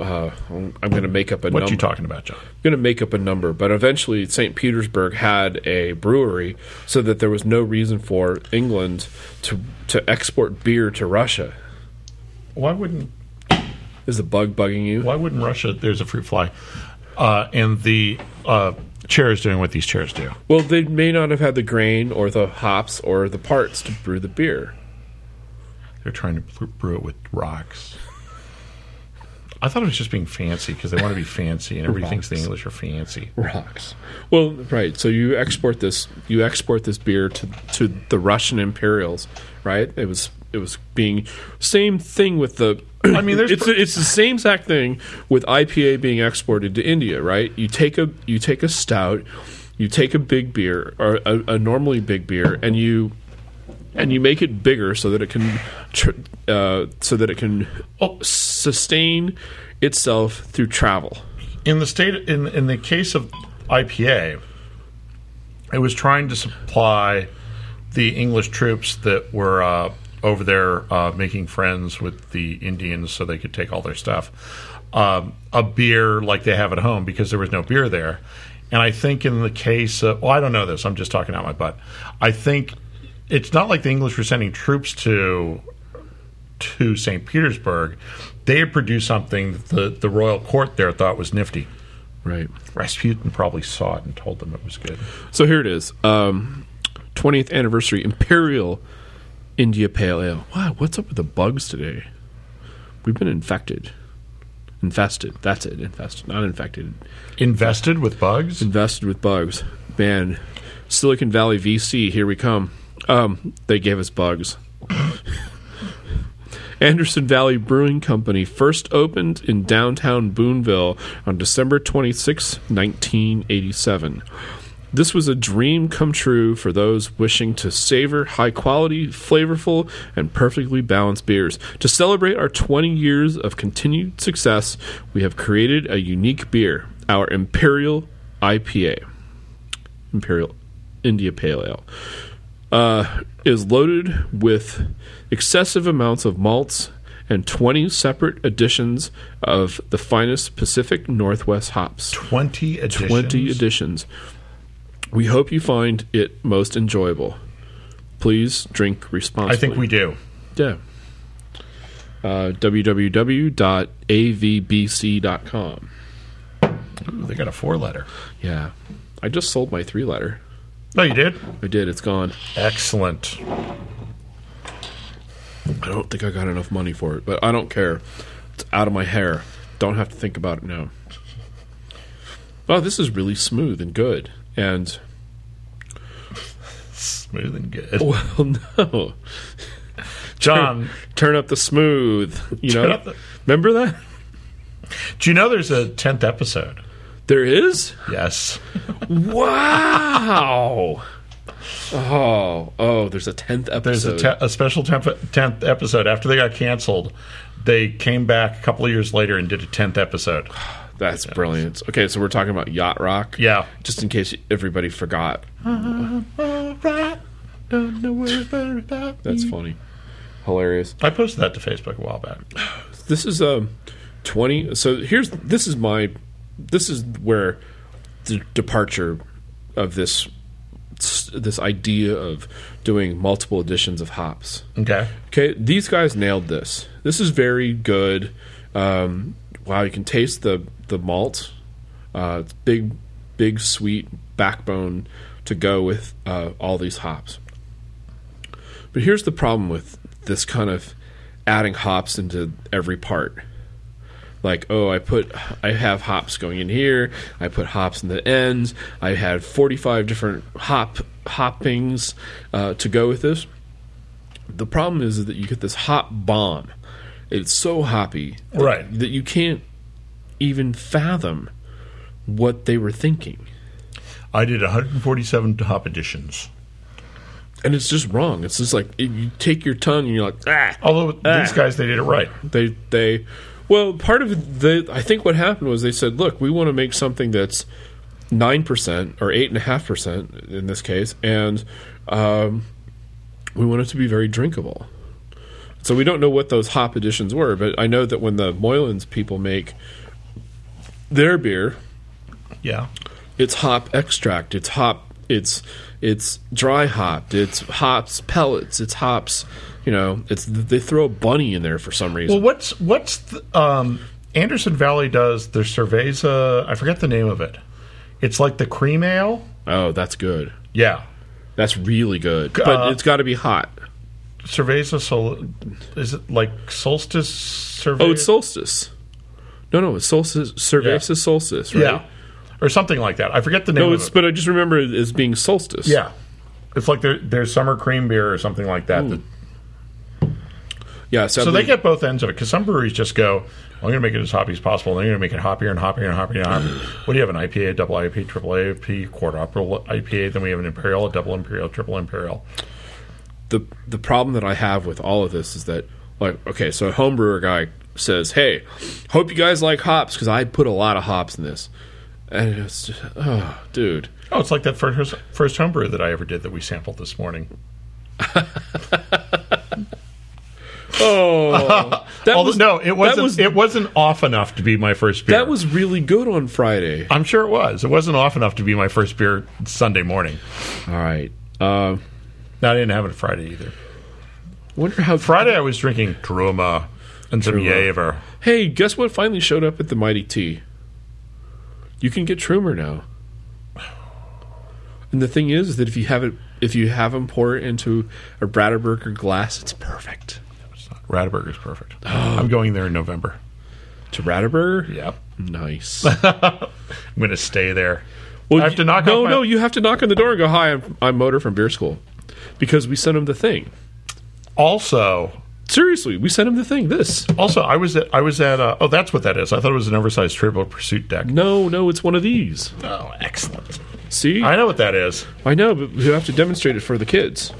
A: uh, I'm going to make up a
B: what
A: number.
B: you talking about, John?
A: I'm going to make up a number, but eventually St. Petersburg had a brewery, so that there was no reason for England to to export beer to Russia.
B: Why wouldn't
A: Is the bug bugging you?
B: Why wouldn't Russia? There's a fruit fly, uh, and the uh, chair is doing what these chairs do.
A: Well, they may not have had the grain or the hops or the parts to brew the beer.
B: They're trying to brew it with rocks. I thought it was just being fancy because they want to be fancy, and everybody thinks the English are fancy.
A: Rocks. Well, right. So you export this. You export this beer to to the Russian Imperials, right? It was it was being same thing with the. I
B: mean, there's
A: it's it's the same exact thing with IPA being exported to India, right? You take a you take a stout, you take a big beer or a, a normally big beer, and you and you make it bigger so that it can tr- uh, so that it can oh, sustain itself through travel.
B: In the state, in in the case of IPA, it was trying to supply the English troops that were uh, over there uh, making friends with the Indians, so they could take all their stuff. Um, a beer like they have at home because there was no beer there. And I think in the case of, well, I don't know this. I'm just talking out my butt. I think it's not like the English were sending troops to to St. Petersburg. They had produced something that the, the royal court there thought was nifty.
A: Right.
B: Rasputin probably saw it and told them it was good.
A: So here it is. Um, 20th anniversary Imperial India Pale Ale. Wow, what's up with the bugs today? We've been infected. Infested. That's it. Infested. Not infected.
B: Invested with bugs?
A: Invested with bugs. Man, Silicon Valley VC, here we come. Um, they gave us bugs. Anderson Valley Brewing Company first opened in downtown Boonville on December 26, 1987. This was a dream come true for those wishing to savor high quality, flavorful, and perfectly balanced beers. To celebrate our 20 years of continued success, we have created a unique beer, our Imperial IPA. Imperial India Pale Ale uh, is loaded with excessive amounts of malts and 20 separate editions of the finest Pacific Northwest hops.
B: 20 editions.
A: 20 editions. We hope you find it most enjoyable. Please drink responsibly.
B: I think we do.
A: Yeah. Uh, www.avbc.com.
B: Ooh, they got a four letter.
A: Yeah. I just sold my three letter.
B: No, you did?
A: I did. It's gone.
B: Excellent.
A: I don't think I got enough money for it, but I don't care. It's out of my hair. Don't have to think about it now. Oh, this is really smooth and good. And
B: Smooth and good.
A: well, no,
B: John,
A: turn up the smooth. You
B: Turn
A: know,
B: up the-
A: remember that
B: do you know there's a 10th episode?
A: there is.
B: Yes.
A: Wow. Oh, oh, there's a tenth episode.
B: There's a, te- a special 10th temp- episode. After they got canceled, they came back a couple of years later and did a 10th episode.
A: That's brilliant. Okay, so we're talking about yacht rock.
B: Yeah.
A: Just in case everybody forgot. That's funny. Hilarious.
B: I posted that to Facebook a while back.
A: This is um, 20 so here's this is my this is where the departure of this this idea of doing multiple editions of hops.
B: Okay.
A: Okay, these guys nailed this. This is very good. Um, wow, you can taste the the malt. Uh, it's big, big sweet backbone to go with uh, all these hops. But here's the problem with this kind of adding hops into every part. Like, oh, I put, I have hops going in here. I put hops in the ends. I had 45 different hop hoppings uh, to go with this. The problem is that you get this hop bomb. It's so hoppy that,
B: Right.
A: that you can't even fathom what they were thinking.
B: I did 147 hop editions.
A: And it's just wrong. It's just like it- you take your tongue and you're like, ah.
B: Although
A: Ah.
B: these guys, they did it right.
A: They they well, part of the I think what happened was they said, look, we want to make something that's nine percent or eight and a half percent in this case, and um, we want it to be very drinkable. So we don't know what those hop additions were, but I know that when the Moylan's people make their beer,
B: Yeah.
A: it's hop extract it's hop it's it's dry hopped it's hops pellets it's hops you know it's they throw a bunny in there for some
B: Well,
A: reason
B: what's what's the, um, Anderson Valley does their cerveza? I forget the name of it. It's like the cream ale.
A: oh that's good
B: Yeah,
A: that's really good but
B: Uh,
A: it's got to be hot
B: cerveza. Sol- is it like solstice cerveza?
A: oh it's Oh, solstice No, no, it's solstice. Cervasis
B: Yeah.
A: solstice, right?
B: Yeah. Or something like that. I forget the name
A: No,
B: of
A: it's
B: it.
A: but I just remember it as being solstice.
B: Yeah. It's like their their summer cream beer or something like that. that
A: yeah. So, I
B: so they
A: believe-
B: get both ends of it because some breweries just go, "I'm going to make it as hoppy as possible." and They're going to make it hoppier and hoppier and hoppier and hoppier. what do you have? An IPA, a double IPA, triple IPA, quadruple IPA. Then we have an imperial, a double imperial, triple imperial.
A: the the problem that I have with all of this is that like okay, so a homebrewer guy says, "Hey, hope you guys like hops because I put a lot of hops in this," and it's just, oh, dude.
B: Oh, it's like that first first homebrew that I ever did that we sampled this morning.
A: Oh, that
B: Although, no, it wasn't.
A: That was,
B: it wasn't off enough to be my first beer.
A: that was really good on Friday.
B: I'm sure it was. It wasn't off enough to be my first beer Sunday morning.
A: All right. Uh,
B: No, I didn't have it Friday either.
A: wonder how.
B: Friday I was drinking Druma and some Jaeger.
A: hey, guess what? Finally showed up at the Mighty T. You can get Trumer now. And the thing is that if you have it, if you have them pour it into a Bratterburger glass, it's perfect.
B: Radaburger's perfect.
A: Oh.
B: I'm going there in November.
A: To Bratterburger,
B: Yep.
A: Nice.
B: I'm going to stay there.
A: Well,
B: I have to knock
A: No,
B: off my-
A: no, you have to knock on the door and go, "Hi, I'm, I'm Motor from Beer School," because we sent him the thing.
B: Also,
A: Seriously, we sent him the thing. This.
B: also I was at I was at uh, oh that's what that is. I thought it was an oversized Turbo Pursuit deck.
A: No, no, it's one of these.
B: Oh, excellent.
A: See, I,
B: I know what that is.
A: know, but you have to demonstrate it for the kids.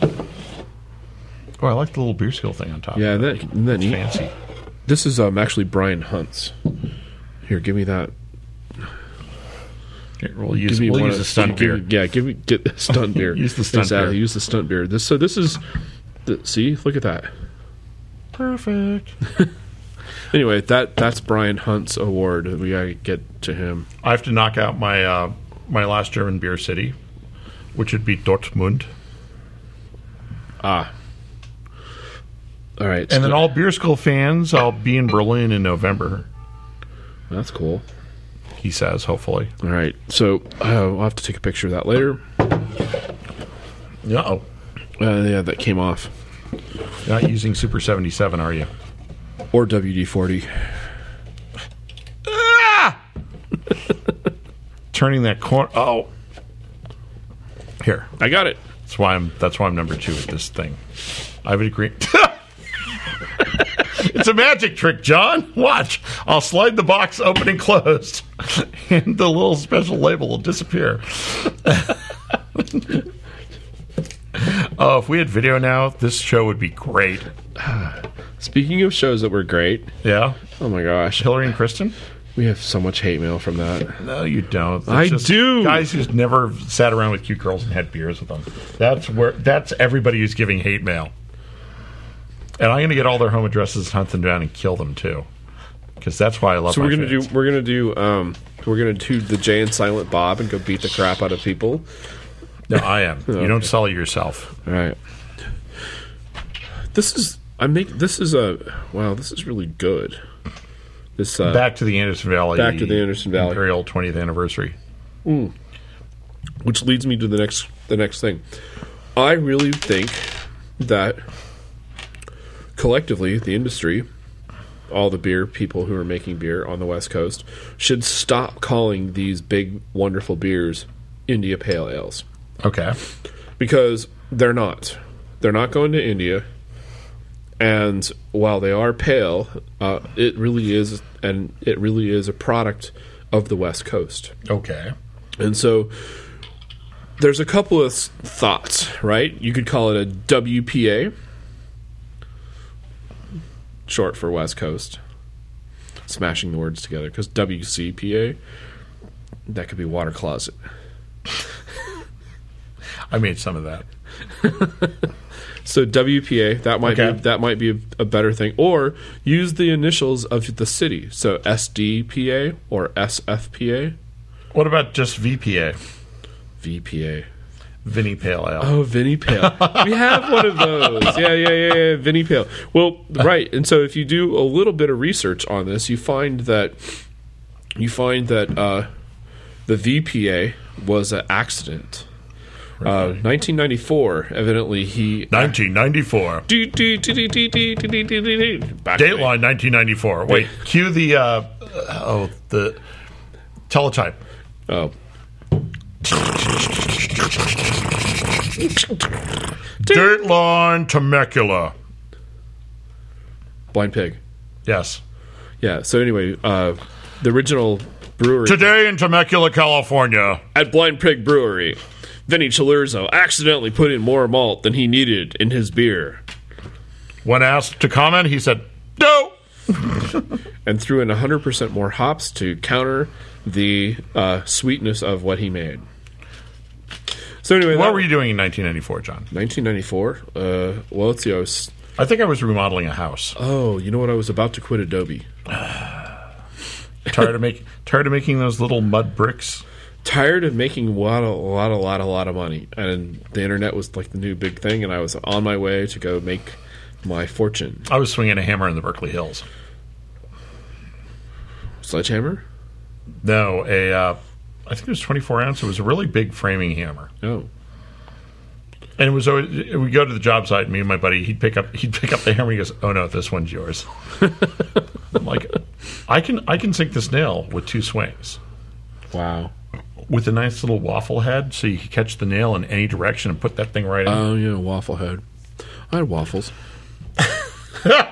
B: Oh, I like the little beer skill thing on top.
A: Yeah, that, isn't that neat.
B: Fancy.
A: This is um, actually Brian Hunt's. Here, give me that.
B: Okay, we'll use,
A: Give me
B: we'll
A: one
B: use
A: of-
B: a stunt
A: give me-
B: beer.
A: yeah, give me get the stunt beer.
B: Use the stunt
A: exactly,
B: beer.
A: Use the stunt beer. This so this is. The, see, look at that.
B: Perfect.
A: Anyway, that that's Brian Hunt's award. We gotta get to him.
B: I have to knock out my uh, my last German beer city, which would be Dortmund.
A: All right,
B: And then all beer school fans, I'll be in Berlin in November.
A: that's cool.
B: He says, hopefully.
A: All right, so uh, we'll have to take a picture of that later.
B: Uh oh.
A: Uh, yeah, that came off.
B: Not using Super 77, are you?
A: Or WD forty.
B: Turning that corner. Oh. Here.
A: I got it.
B: That's why I'm that's why I'm number 2 at this thing. I would agree. it's a magic trick, John. Watch. I'll slide the box open and closed and the little special label will disappear. oh, if we had video now, this show would be great.
A: Speaking of shows that were great,
B: Yeah.
A: oh my gosh,
B: Hillary and Kristen?
A: we have so much hate mail from that.
B: No, you don't. It's
A: I do.
B: Guys who's never sat around with cute girls and had beers with them. That's where. That's everybody who's giving hate mail. And I'm going to get all their home addresses, hunt them down, and kill them too. Because that's why I love.
A: So we're gonna
B: fans.
A: do we're gonna do um we're gonna do the Jay and Silent Bob and go beat the crap out of people.
B: No, I am. You don't sell yourself.
A: All right. This is I make this is a wow. This is really good. This uh,
B: Back to the Anderson Valley.
A: Back to the Anderson Valley.
B: Imperial 20th anniversary.
A: which leads me to the next the next thing. I really think that collectively the industry, all the beer people who are making beer on the West Coast, should stop calling these big wonderful beers India Pale Ales.
B: Okay.
A: because they're not. They're not going to India. And while they are pale, uh, it really is, and it really is a product of the West Coast.
B: Okay.
A: And so, there's a couple of s- thoughts, right? You could call it a WPA, short for West Coast. Smashing the words together because WCPA, that could be water closet.
B: I made some of that.
A: So WPA that might
B: Okay.
A: be that might be a, a better thing, or use the initials of the city, so SDPA or SFPA,
B: What about just VPA?
A: VPA.
B: Vinny Pale Ale.
A: Oh, Vinny Pale. we have one of those. Yeah, yeah, yeah, yeah. Vinny Pale. Well, right. And so if you do a little bit of research on this, you find that you find that uh, the VPA was an accident. Uh, 1994, evidently he.
B: 1994.
A: Back in the-
B: Dateline 1994. Wait, cue the uh, oh the teletype.
A: Oh.
B: Dateline Temecula.
A: Blind Pig.
B: Yes.
A: Yeah, so anyway, uh, the original brewery.
B: Today in Temecula, California.
A: At Blind Pig Brewery, Vinny Chalurzo accidentally put in more malt than he needed in his beer
B: When asked to comment, he said, "No."
A: and threw in 100% more hops to counter the uh, sweetness of what he made. So anyway,
B: What
A: that-
B: were you doing in 1994, John?
A: 1994? Uh, well, let's see. I was.
B: I think I was remodeling a house.
A: Oh, you know what? I was about to quit Adobe.
B: Tired of make tired of making those little mud bricks.
A: tired of making a lot, a lot, a lot, a lot of money, and the internet was like the new big thing, and I was on my way to go make my fortune.
B: I was swinging a hammer in the Berkeley Hills.
A: Sledgehammer?
B: No, a uh, I think it was 24 ounce. It was a really big framing hammer.
A: No.
B: And it was always we go to the job site. Me and my buddy, he'd pick up he'd pick up the hammer. He goes, "Oh no, this one's yours." I'm like, I can I can sink this nail with two swings
A: Wow.
B: with a nice little waffle head, so you can catch the nail in any direction and put that thing right in.
A: Oh yeah, waffle head. I had waffles.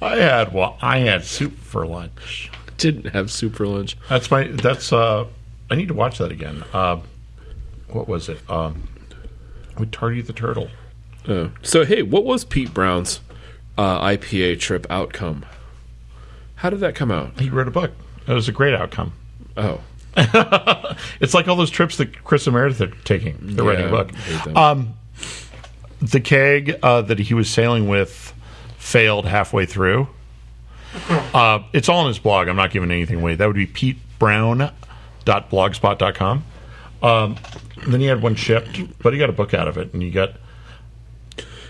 B: I had well, I had soup for lunch.
A: Didn't have soup for lunch.
B: That's my that's uh, I need to watch that again. Uh, what was it? Um, with Tardy the Turtle.
A: Oh. So hey, what was Pete Brown's uh, IPA trip outcome? How did that come out?
B: He wrote a book. It was a great outcome.
A: Oh,
B: It's like all those trips that Chris and Meredith are taking. They're writing a
A: Yeah,
B: book.
A: I hate them.
B: Um, the keg uh, that he was sailing with failed halfway through. Uh, it's all on his blog. I'm not giving anything away. That would be petebrown.blogspot.com. Um, then he had one shipped, but he got a book out of it, and he got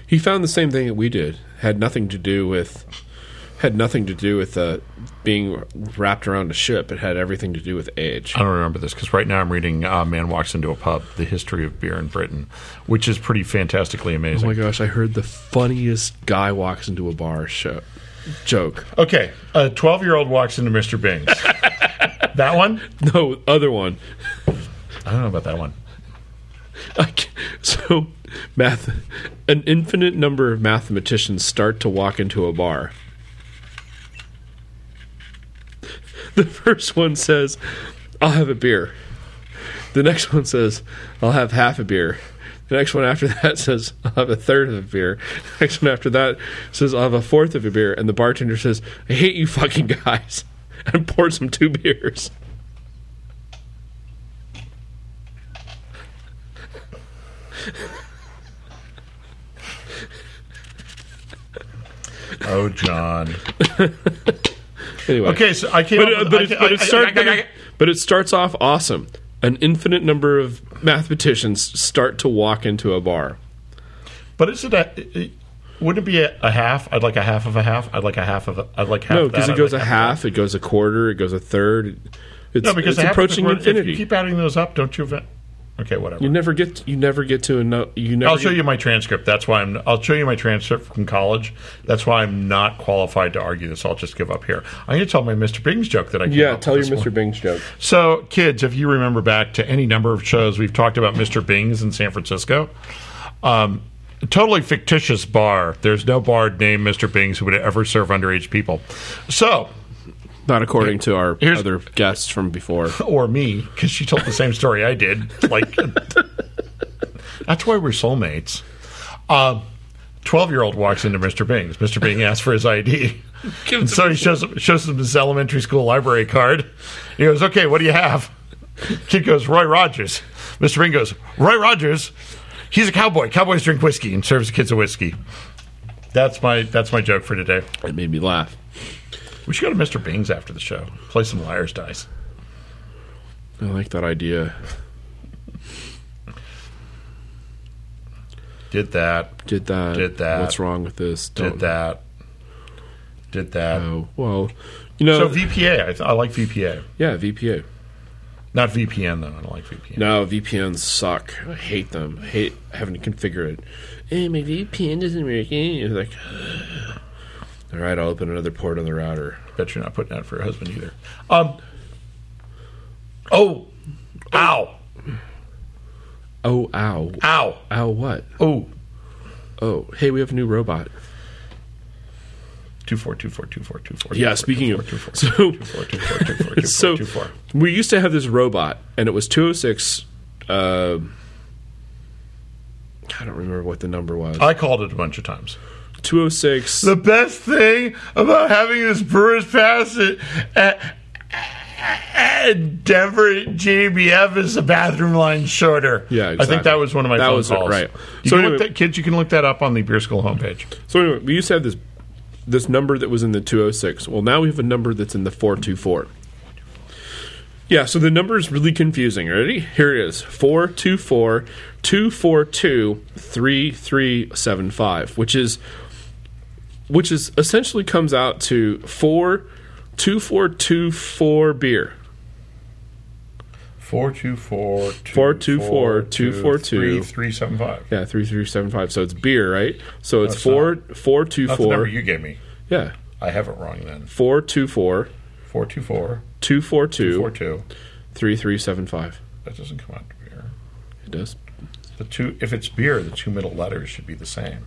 A: he found the same thing that we did. Had nothing to do with. Had nothing to do with uh, being wrapped around a ship. It had everything to do with age.
B: I don't remember this because right now I'm reading uh, "Man Walks into a Pub: The History of Beer in Britain," which is pretty fantastically
A: Oh
B: amazing.
A: my gosh, I heard the funniest guy walks into a bar show joke.
B: okay, a 12 year old walks into Mr. Bing's. that one?
A: No, other one.
B: I don't know about that one.
A: I can't- so, math, an infinite number of mathematicians start to walk into a bar. The first one says, I'll have a beer. The next one says, I'll have half a beer. The next one after that says, I'll have a third of a beer. The next one after that says, I'll have a fourth of a beer. And the bartender says, I hate you fucking guys. And pours him two beers.
B: Oh, John.
A: Anyway.
B: Okay, so I came.
A: but,
B: up
A: uh,
B: with-
A: but,
B: I
A: it,
B: ca-
A: but,
B: I-
A: it start,
B: I-
A: but,
B: I-
A: it, but it starts off awesome. An infinite number of mathematicians start to walk into a bar.
B: But is it a? it- Wouldn't it be a, a half? I'd like a half of a half. I'd like a half of. A, I'd like half.
A: No,
B: of
A: because
B: that,
A: Oh, it
B: I'd
A: goes
B: like
A: a half, it goes a quarter, it goes a third. It's,
B: No,
A: it's
B: because half of the
A: approaching
B: word- If
A: infinity.
B: you
A: You,
B: keep adding those up, don't you? ev- Okay, whatever.
A: never get you never get to enough. You never.
B: I'll show
A: get-
B: you my transcript. That's why I'm. I'll show you my transcript from college. That's why I'm not qualified to argue this. I'll just give up here. I'm going to tell my Mr. Bing's joke that I. Came
A: Yeah,
B: up with
A: tell your
B: this morning.
A: Mr. Bing's joke.
B: So, kids, if you remember back to any number of shows, we've talked about Mr. Bing's in San Francisco. Um, a totally fictitious bar. There's no bar named Mr. Bing's who would ever serve underage people. So,
A: Not according to our
B: Here's-
A: other guests from before.
B: or me, because she told the same story I did. Like, that's why we're soulmates. Uh, Twelve-year-old walks into Mr. Bing's. Mr. Bing asks for his ID, and so he shows him, shows him his elementary school library card. He goes, "Okay, what do you have?" Kid goes, "Roy Rogers." Mr. Bing goes, "Roy Rogers." He's a cowboy. Cowboys drink whiskey and serves the kids a whiskey. That's my that's my joke for today.
A: It made me laugh.
B: We should go to Mr. Bing's after the show. Play some liar's dice.
A: I like that idea.
B: Did that.
A: Did that?
B: Did that.
A: What's wrong with this? Don't
B: Did that. Did that.
A: know. Well, you know.
B: So VPA, I, th- I like VPA.
A: yeah, VPA.
B: Not VPN though. I don't like VPN.
A: No, VPNs suck. I hate them. I hate having to configure it. Hey, my VPN doesn't work. eh? It's like, all right, I'll open another port on the router.
B: Bet you're not putting that for your husband either. Um. Oh, ow,
A: Oh, ow.
B: ow,
A: Ow, what?
B: oh.
A: Oh, hey, we have a new robot.
B: Two four two four two four two four.
A: Yeah,
B: two, four,
A: speaking
B: two,
A: of-
B: four, two, four,
A: so-
B: two, four, two, four, two, four, two,
A: so
B: four, two, four.
A: we used to have this robot, and it was 206. Uh, I don't remember what the number was.
B: I called it a bunch of times.
A: 206.
B: The best thing about having this Brewers Pass at, at, at Denver JBF is the bathroom line shorter.
A: Yeah,
B: I think
A: exactly.
B: that was one of my
A: That
B: phone
A: was it,
B: calls.
A: right.
B: You
A: So
B: can look
A: anyway-
B: that, kids, you can look that up on the Beer School homepage.
A: So anyway, we used to have this this number that was in the 206. Well, now we have a number that's in the 424. Yeah, so the number is really confusing. Ready? Here it is. 424 242 3375, which is which is essentially comes out to 4 2424 beer.
B: Four two four two
A: Four, two, four, two, four, two.
B: three three seven five.
A: Yeah, 3375. So it's beer, right? So it's
B: That's
A: 4
B: That's the
A: 424
B: number you gave me.
A: Yeah.
B: I have it wrong then.
A: 424
B: Four two four
A: 242
B: four two.
A: 3375.
B: That doesn't come out to beer.
A: It does.
B: The two, if it's beer, the two middle letters should be the same.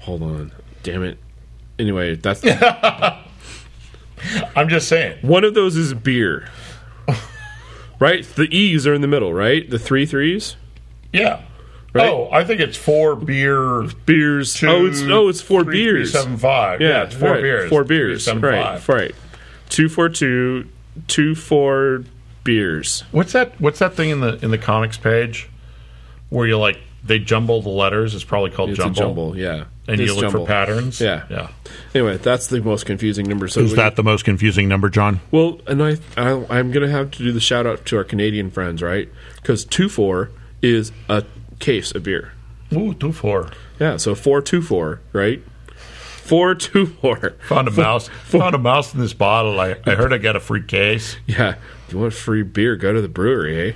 A: Hold on. Damn it. Anyway, that's
B: I'm just saying.
A: one of those is beer. Right? The E's are in the middle, right? The three threes?
B: Yeah.
A: Right?
B: Oh, I think it's four beer.
A: Beers.
B: Two,
A: oh, it's oh, it's four
B: three, three,
A: beers.
B: seven, five.
A: yeah,
B: Yeah, it's four
A: right.
B: beers.
A: Four
B: Three,
A: beers.
B: seven,
A: right.
B: five.
A: Right. Two four two two four beers.
B: What's that? What's that thing in the in the comics page where you like they jumble the letters? It's probably called
A: It's
B: jumble.
A: a jumble, yeah.
B: And
A: It's
B: you look
A: jumble.
B: for patterns.
A: Yeah.
B: yeah.
A: Anyway, that's the most confusing number. So
B: Is
A: we-
B: that the most confusing number, John?
A: Well, and I, I I'm gonna have to do the shout out to our Canadian friends, right? Because two four is a case of beer.
B: Ooh, two four.
A: Yeah, so four two four, right? Four two four.
B: Found a mouse. Found a mouse in this bottle. I, I heard I got a free case.
A: Yeah. If you want free beer, go to the brewery, eh?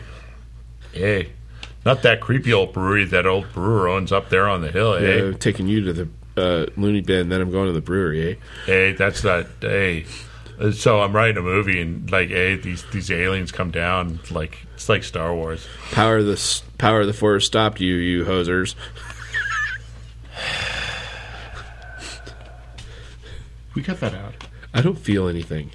B: Hey, not that creepy old brewery that old brewer owns up there on the hill. eh? Hey,
A: Uh, taking you to the uh, loony bin, then I'm going to the brewery, eh?
B: hey, that's not hey. Uh, So I'm writing a movie and like, hey, these these aliens come down like it's like Star Wars.
A: Power the s- power of the forest stopped you, you hosers.
B: We cut that out.
A: I don't feel anything.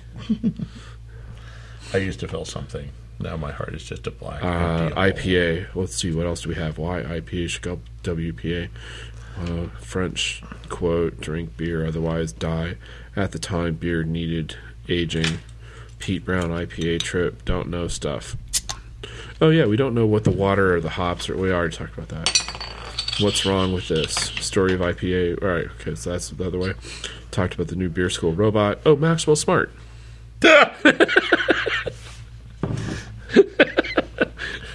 B: I used to feel something. Now my heart is just a black.
A: Uh,
B: empty hole.
A: IPA. Let's see what else do we have. Why IPA should go WPA. Uh, French quote: "Drink beer, otherwise die." At the time, beer needed aging. Pete Brown IPA trip. Don't know stuff. Oh yeah, we don't know what the water or the hops are. We already talked about that. What's wrong with this story of IPA? All right, okay, so that's the other way. Talked about the new beer school robot. Oh, Maxwell Smart.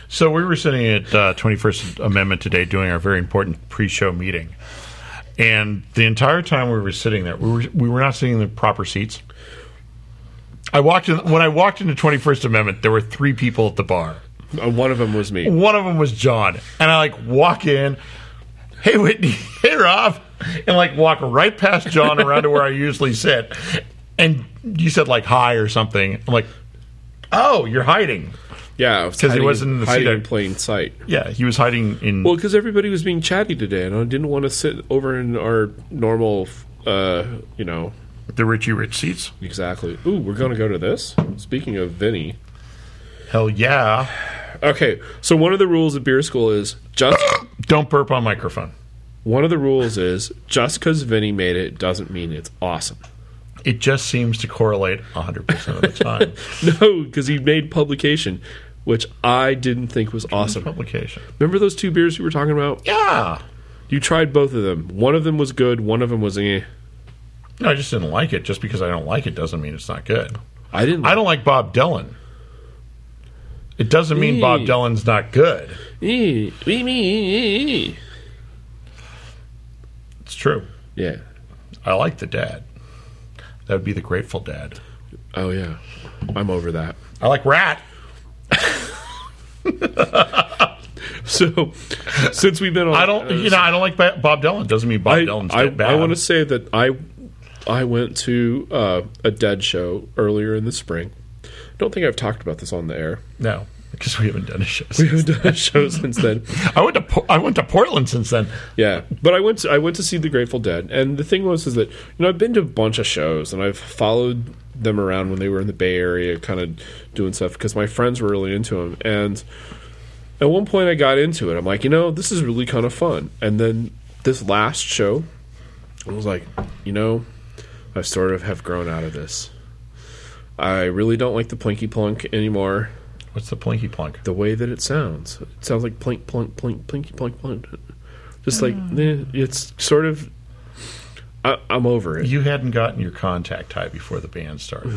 B: So we were sitting at uh, 21st Amendment today doing our very important pre-show meeting. And the entire time we were sitting there, we were, we were not sitting in the proper seats. I walked in when I walked into 21st Amendment, there were three people at the bar.
A: Uh, one of them was me.
B: One of them was John, and I like walk in, "Hey Whitney, hey Rob," and like walk right past John around to where I usually sit. And you said like hi or something. I'm like, "Oh, you're hiding."
A: Yeah, because
B: he wasn't in the seat
A: hiding in
B: I-
A: plain sight.
B: Yeah, he was hiding in
A: Well, because everybody was being chatty today, and I didn't want to sit over in our normal, uh, you know,
B: the Richie Rich seats.
A: exactly. Ooh, we're going to go to this. Speaking of Vinny.
B: Hell yeah.
A: Okay, so one of the rules of beer school is just.
B: Don't burp on microphone.
A: one of the rules is just because Vinny made it doesn't mean it's awesome.
B: It just seems to correlate 100% of the time.
A: No, because he made publication, which I didn't think was awesome.
B: Publication.
A: Remember those two beers you were talking about?
B: Yeah.
A: You tried both of them. One of them was good. One of them was. Eh.
B: No, I just didn't like it. Just because I don't like it doesn't mean it's not good.
A: I didn't.
B: I don't like Bob Dylan. It doesn't mean
A: Mm.
B: Bob Dylan's not good.
A: Eh, eh, eh, eh, eh.
B: It's true.
A: Yeah.
B: I like the dad. That would be the Grateful Dad.
A: Oh yeah, I'm over that.
B: I like rat.
A: So since we've been on,
B: I don't, you know, I don't like Ba- Bob Dylan. Doesn't mean Bob
A: I,
B: Dylan's
A: I,
B: bad.
A: want to say that I I went to uh, a Dead show earlier in the spring. Don't think I've talked about this on the air.
B: no because we haven't done a show.
A: We haven't done a show since then.
B: I went to Po- I went to Portland since then.
A: Yeah, but I went to, I went to see the Grateful Dead, and the thing was is that you know I've been to a bunch of shows and I've followed them around when they were in the Bay Area, kind of doing stuff because my friends were really into them. And at one point, I got into it. I'm like, you know, this is really kind of fun. And then this last show, I was like, you know, I sort of have grown out of this. I really don't like the plinky plunk anymore.
B: What's the plinky plunk?
A: The way that it sounds, it sounds like plink plink plink plinky plunk plunk. Just like eh, it's sort of. I, I'm over it.
B: You hadn't gotten your contact high before the band started.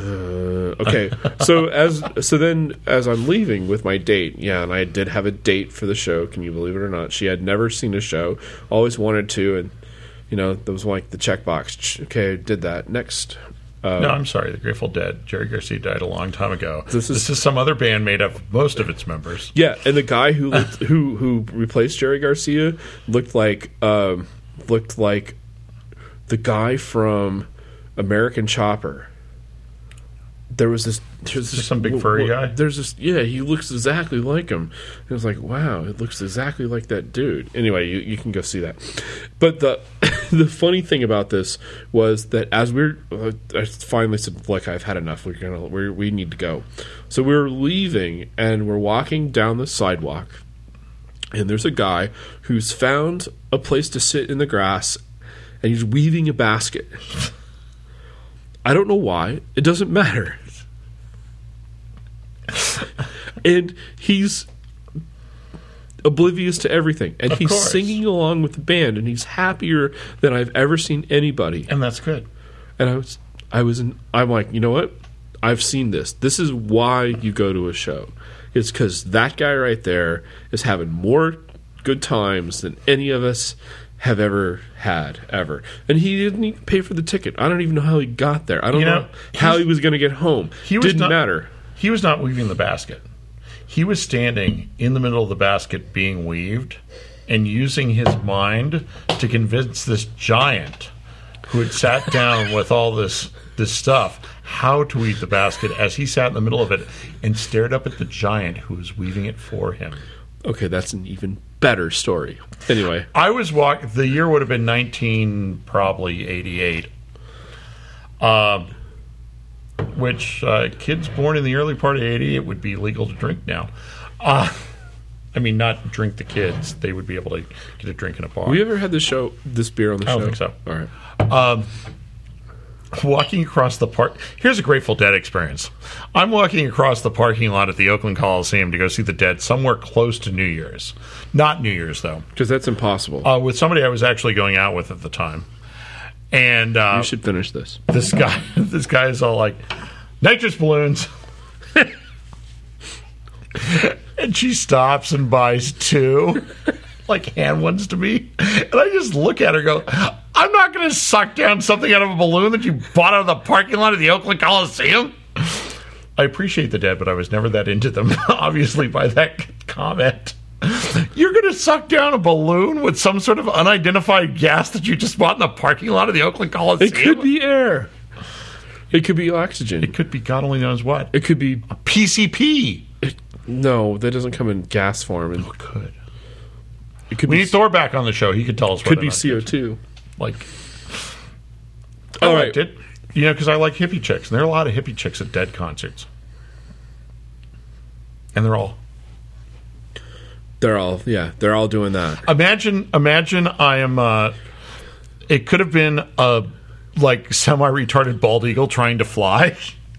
A: Okay, so as so then as I'm leaving with my date, yeah, and I did have a date for the show. Can you believe it or not? She had never seen a show, always wanted to, and you know that was like the checkbox. Ch- Okay, did that next.
B: no, I'm sorry. The Grateful Dead. Jerry Garcia died a long time ago.
A: This
B: This
A: is-
B: is, some other band made up of most of its members.
A: Yeah, and the guy who looked, who who replaced Jerry Garcia looked like um, looked like the guy from American Chopper. There was this. There's this
B: some big furry guy?
A: There's this. Yeah, he looks exactly like him. It was like, wow, it looks exactly like that dude. Anyway, you, you can go see that. But the the funny thing about this was that as we're, uh, I finally said, look, I've had enough. We're gonna, we're, we need to go. So we were leaving and we're walking down the sidewalk and there's a guy who's found a place to sit in the grass and he's weaving a basket. I don't know why. It doesn't matter. and he's oblivious to everything. And he's
B: course.
A: singing along with the band and he's happier than I've ever seen anybody.
B: And that's good.
A: And I was, I was, in, I'm like, you know what? I've seen this. This is why you go to a show. It's because that guy right there is having more good times than any of us have ever had ever. And he didn't even pay for the ticket. I don't even know how he got there. I don't
B: You
A: know,
B: know,
A: how he was going to get home.
B: he was
A: didn't
B: not-
A: matter.
B: He was not weaving the basket. He was standing in the middle of the basket being weaved and using his mind to convince this giant who had sat down with all this this stuff how to weave the basket as he sat in the middle of it and stared up at the giant who was weaving it for him.
A: Okay, that's an even better story. Anyway,
B: I was walk. The year would have been nineteen, probably eighty-eight. Um, which uh, kids born in the early part of '88 would be legal to drink now. Uh, I mean, not drink the kids; they would be able to get a drink in a bar.
A: have you ever had this show, this beer on the show?
B: don't think so.
A: All right.
B: walking across the park. Here's a Grateful Dead experience. I'm walking across the parking lot at the Oakland Coliseum to go see the Dead somewhere close to New Year's, not New Year's though.
A: Because that's impossible.
B: Uh, with somebody I was actually going out with at the time, and uh,
A: you should finish this.
B: this guy this guy is all like nitrous balloons and she stops and buys two like hand ones to me and i just look at her and go i'm not going to suck down something out of a balloon that you bought out of the parking lot of the oakland coliseum i appreciate the dead but i was never that into them obviously by that comment you're going to suck down a balloon with some sort of unidentified gas that you just bought in the parking lot of the Oakland Coliseum?
A: It could be air. It could be oxygen.
B: It could be God only knows what.
A: It could be
B: PCP.
A: no. That doesn't come in gas form. And
B: Could.
A: it could
B: We
A: be
B: need Thor back on the show. He could tell us.
A: could
B: whether
A: be
B: or not-
A: CO two.
B: Like,
A: All
B: I
A: right.
B: liked it. You know, because I like hippie chicks, and there are a lot of hippie chicks at dead concerts, and they're all.
A: They're all yeah. They're all doing that.
B: Imagine, imagine I am. Uh, it could have been a like semi-retarded bald eagle trying to fly,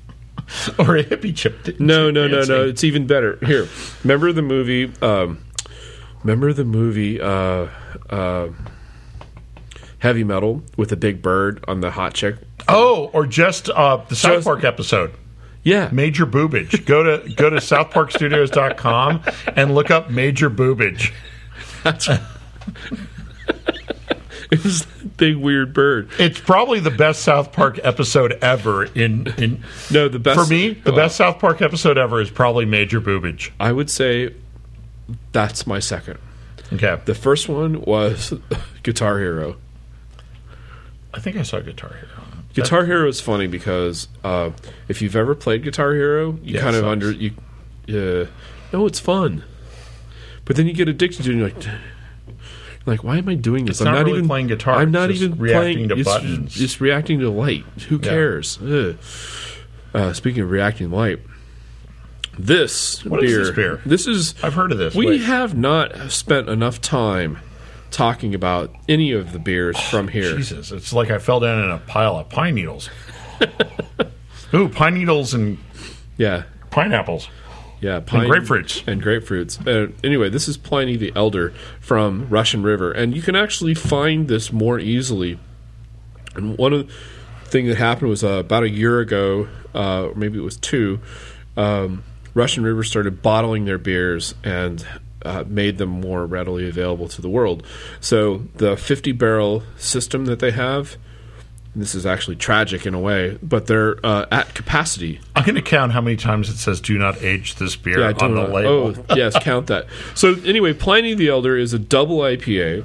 B: or a hippie chip.
A: No, no, no,
B: dancing.
A: no. It's even better. Here, remember the movie. Um, remember the movie. Uh, uh, Heavy metal with a big bird on the hot chick.
B: Oh, or just uh, the
A: Just-
B: South Park episode.
A: Yeah,
B: Major Boobage. Go to go to southparkstudios.com and look up Major Boobage.
A: It was that big weird bird.
B: It's probably the best South Park episode ever. In in
A: No, the best
B: for me, the best South Park episode ever is probably Major Boobage.
A: I would say that's my second.
B: Okay,
A: The first one was Guitar Hero.
B: I think I saw Guitar Hero.
A: Guitar Hero is funny because uh, if you've ever played Guitar Hero, you
B: Yeah,
A: kind
B: it
A: of
B: sucks.
A: under you. Uh, no, it's fun, but then you get addicted to it. And you're like, like why am I doing this?
B: It's not really playing guitar,
A: I'm
B: it's
A: not
B: just
A: even
B: reacting
A: playing,
B: to
A: it's,
B: buttons.
A: It's reacting to light. Who cares? Ugh. Uh, speaking of reacting to light, this
B: What is
A: beer,
B: this beer?
A: This is
B: I've heard of this.
A: we
B: Wait.
A: have not spent enough time talking about any of the beers from here.
B: Oh, Jesus, it's like I fell down in a pile of pine needles. Ooh, pine needles and
A: Yeah,
B: pineapples.
A: Yeah, pine,
B: grapefruits.
A: and grapefruits. Uh, anyway, this is Pliny the Elder from Russian River, and you can actually find this more easily. And one of the thing that happened was uh, about a year ago, uh, or maybe it was two. Um, Russian River started bottling their beers and uh, made them more readily available to the world. So the 50 barrel system that they have. and This is actually tragic in a way, but they're uh, at capacity
B: I'm going to count how many times it says "Do not age this beer"
A: yeah, I
B: on
A: don't
B: the
A: know.
B: label.
A: Oh, yes, count that. So anyway, Pliny the Elder is a double IPA.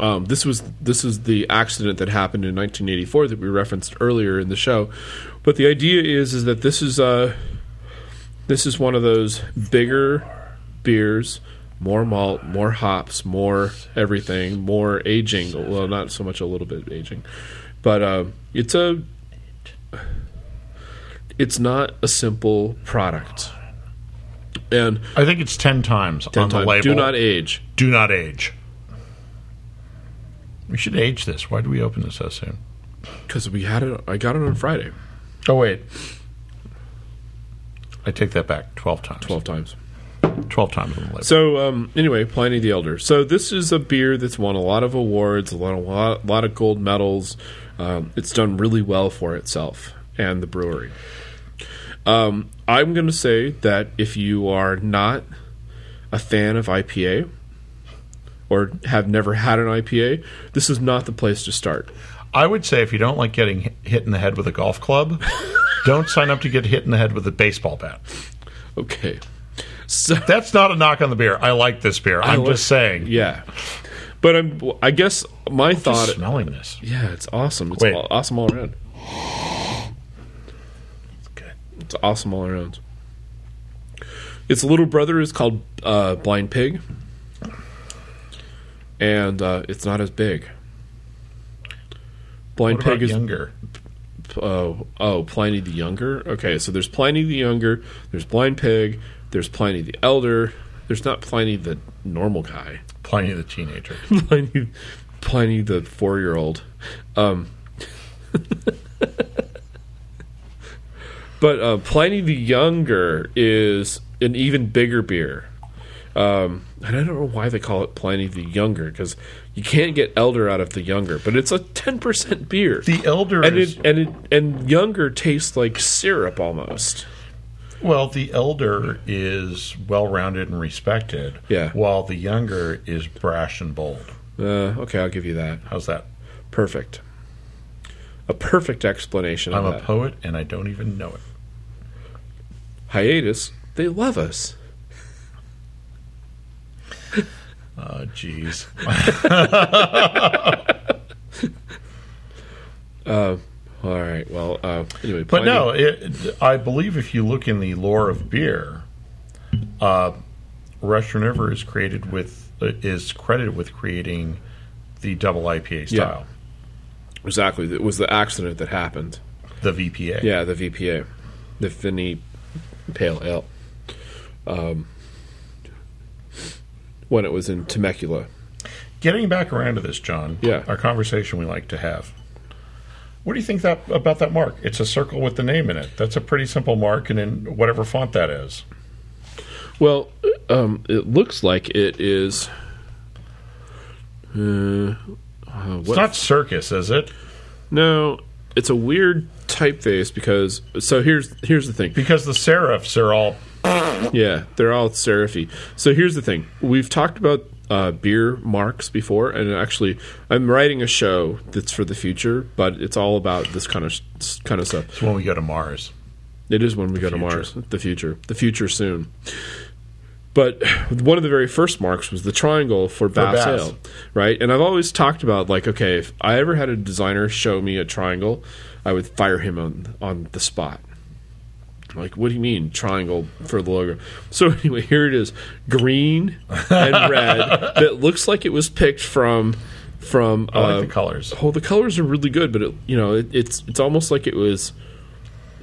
A: Um, this was this is the accident that happened in 1984 that we referenced earlier in the show. But the idea is is that this is uh, this is one of those bigger beers, more malt, more hops, more everything, more aging. Well, not so much a little bit aging, but uh, it's a it's not a simple product. And
B: I think it's ten times on the
A: time,
B: label.
A: do not age.
B: Do not age. We should age this. Why do we open this so soon?
A: Because we had it. I got it on Friday,
B: Oh wait. I take that back. Twelve times.
A: twelve times.
B: Twelve times on the label.
A: So um, anyway, Pliny the Elder. So this is a beer that's won a lot of awards, a lot, a lot, lot of gold medals. Um, it's done really well for itself and the brewery. Um, I'm going to say that if you are not a fan of IPA or have never had an IPA, this is not the place to start.
B: I would say if you don't like getting hit- hit in the head with a golf club, don't sign up to get hit in the head with a baseball bat.
A: Okay. So
B: That's not a knock on the beer. I like this beer. I'm
A: like-
B: just saying.
A: yeah, but I'm. I guess my thought.
B: Just smelling this.
A: Yeah, it's awesome. It's
B: Wait.
A: aw- awesome all around.
B: good.
A: It's awesome all around. Its little brother is called uh, Blind Pig, and uh, it's not as big. Blind
B: What about
A: Pig is
B: younger?
A: oh oh Pliny the Younger. Okay, so there's Pliny the Younger, there's Blind Pig, there's Pliny the Elder. There's not Pliny the normal guy.
B: Pliny the teenager.
A: Pliny, Pliny the four year old. Um, but uh, Pliny the Younger is an even bigger beer. Um, and I don't know why they call it Pliny the Younger because you can't get elder out of the younger, but it's a 10% beer.
B: The elder
A: and
B: is
A: it, and it and younger tastes like syrup almost.
B: well. The elder is well-rounded and respected.
A: Yeah.
B: While the younger is brash and bold.
A: Uh, okay, I'll give you that.
B: How's that?
A: Perfect. A perfect explanation
B: I'm
A: of
B: a
A: that.
B: poet and I don't even know it.
A: hiatus, they love us.
B: Oh, jeez.
A: All right. Well, uh, anyway,
B: But
A: Pliny-
B: no, it, I believe if you look in the lore of beer, uh, Russian River is created with uh, is credited with creating the double IPA style,
A: exactly. It was the accident that happened.
B: the VPA.
A: Yeah, the VPA, the Finny Pale Ale. Um, when it was in Temecula.
B: Getting back around to this, John.
A: Yeah.
B: Our conversation we like to have. What do you think that about that mark? It's a circle with the name in it. That's a pretty simple mark, and in whatever font that is.
A: Well, um, it looks like it is. Uh, uh,
B: It's
A: what
B: not circus, is it?
A: No, it's a weird typeface because so here's here's the thing.
B: Because the serifs are all
A: Yeah, they're all serify. So here's the thing. We've talked about uh, beer marks before, and actually, I'm writing a show that's for the future, but it's all about this kind of s- kind of stuff.
B: It's when we go to Mars.
A: It is when we go to Mars. The future. The future soon. But one of the very first marks was the triangle for Bass,
B: Bass.
A: Ale, right? And I've always talked about like, okay, if I ever had a designer show me a triangle, I would fire him on on the spot. Like, what do you mean triangle for the logo? So anyway, here it is, green and red that looks like it was picked from from
B: I like
A: uh,
B: the colors.
A: Oh, the colors are really good, but it, you know, it, it's it's almost like it was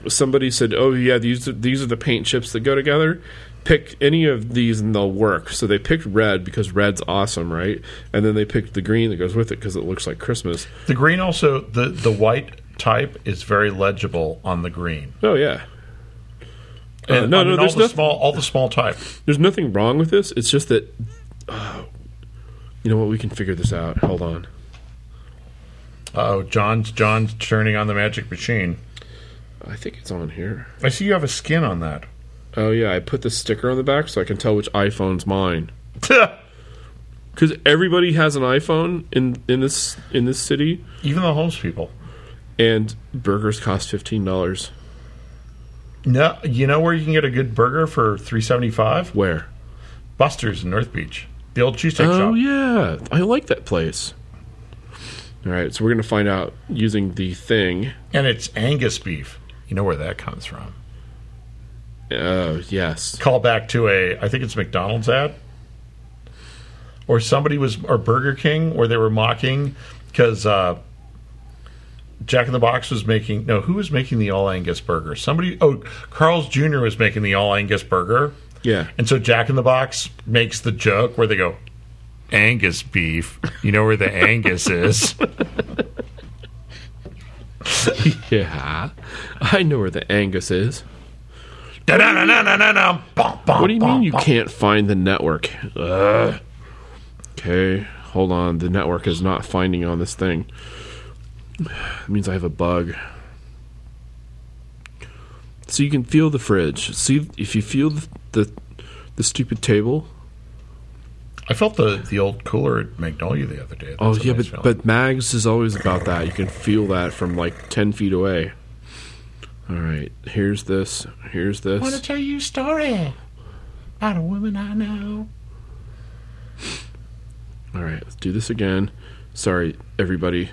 A: somebody said, "Oh yeah, these are, these are the paint chips that go together. Pick any of these and they'll work." So they picked red because red's awesome, right? And then they picked the green that goes with it because it looks like Christmas.
B: The green also the the white type is very legible on the green.
A: Oh yeah, Uh,
B: And
A: no,
B: I
A: no,
B: mean, all
A: there's
B: the
A: nothing-
B: small all the small type.
A: there's nothing wrong with this. It's just that, oh, you know what? We can figure this out. Hold on.
B: Oh, John's John's turning on the magic machine.
A: I think it's on here.
B: I see you have a skin on that.
A: Oh yeah, I put the sticker on the back so I can tell which iPhone's mine. because everybody has an iPhone in in this in this city,
B: Even the homeless people.
A: and burgers cost fifteen dollars.
B: No, you know where you can get a good burger for three seventy five?
A: Where?
B: Buster's in North Beach, the old cheesesteak
A: Oh
B: shop.
A: yeah, I like that place. All right, so we're gonna find out using the thing.
B: And it's Angus beef. You know where that comes from?
A: Oh yes,
B: Call back to a I think it's McDonald's ad, or somebody was or Burger King where they were mocking because uh, Jack in the Box was making no who was making the all Angus burger? Somebody oh Carl's Jr. was making the all Angus burger.
A: yeah.
B: And so Jack in the Box makes the joke where they go, Angus beef. You know where the Angus is.
A: Yeah, I know where the Angus is.
B: Da-da-da-da-da-da-da. Bum, bum,
A: What do you
B: bum,
A: mean you
B: bum.
A: can't find the network? Ugh. Okay, hold on. The network is not finding on this thing. It means I have a bug. So you can feel the fridge. See if you feel the the, the stupid table.
B: I felt the, the old cooler at Magnolia the other day. That's
A: Oh
B: a
A: yeah,
B: nice
A: but
B: feeling.
A: but Mags is always about that. You can feel that from like ten feet away. All right, here's this. Here's this.
B: I want to tell you a story about a woman I know.
A: All right, let's do this again. Sorry, everybody.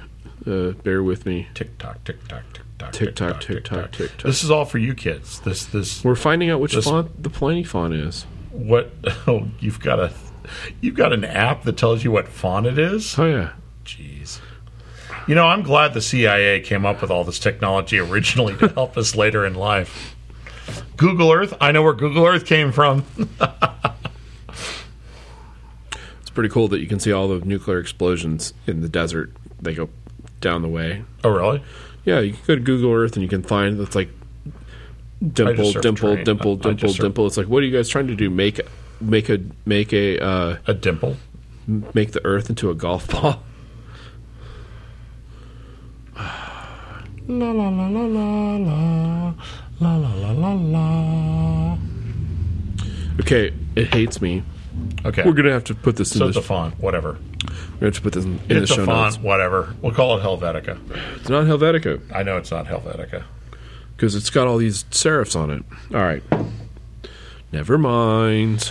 A: Uh, bear with me.
B: Tick tock, tick tock, tick tock,
A: Tick tock, tick tock, tick tock.
B: This is all for you kids. This this
A: We're finding out which
B: This-
A: font the Pliny font is.
B: what oh you've got a you've got an app that tells you what font it is.
A: Oh yeah,
B: Jeez. You know, I'm glad the CIA came up with all this technology originally to help us later in life. Google Earth, I know where Google Earth came from.
A: it's pretty cool that you can see all the nuclear explosions in the desert. They go down the way.
B: Oh, really?
A: Yeah, you can go to Google Earth and you can find that's like dimple,
B: surfed
A: dimple,
B: terrain. I- I
A: dimple,
B: just
A: dimple,
B: surfed-
A: dimple. It's like, what are you guys trying to do? Make make a make a uh,
B: A dimple.
A: make the Earth into a golf ball?
B: La la la la la la la la la la la.
A: Okay, it hates me.
B: Okay.
A: We're gonna have to put this in
B: so
A: the,
B: it's a font, whatever.
A: we're gonna have to put this in, in the
B: It's
A: show
B: a font,
A: notes.
B: whatever. We'll call it Helvetica.
A: It's not Helvetica.
B: I know it's not Helvetica.
A: because it's got all these serifs on it. All right. Never mind.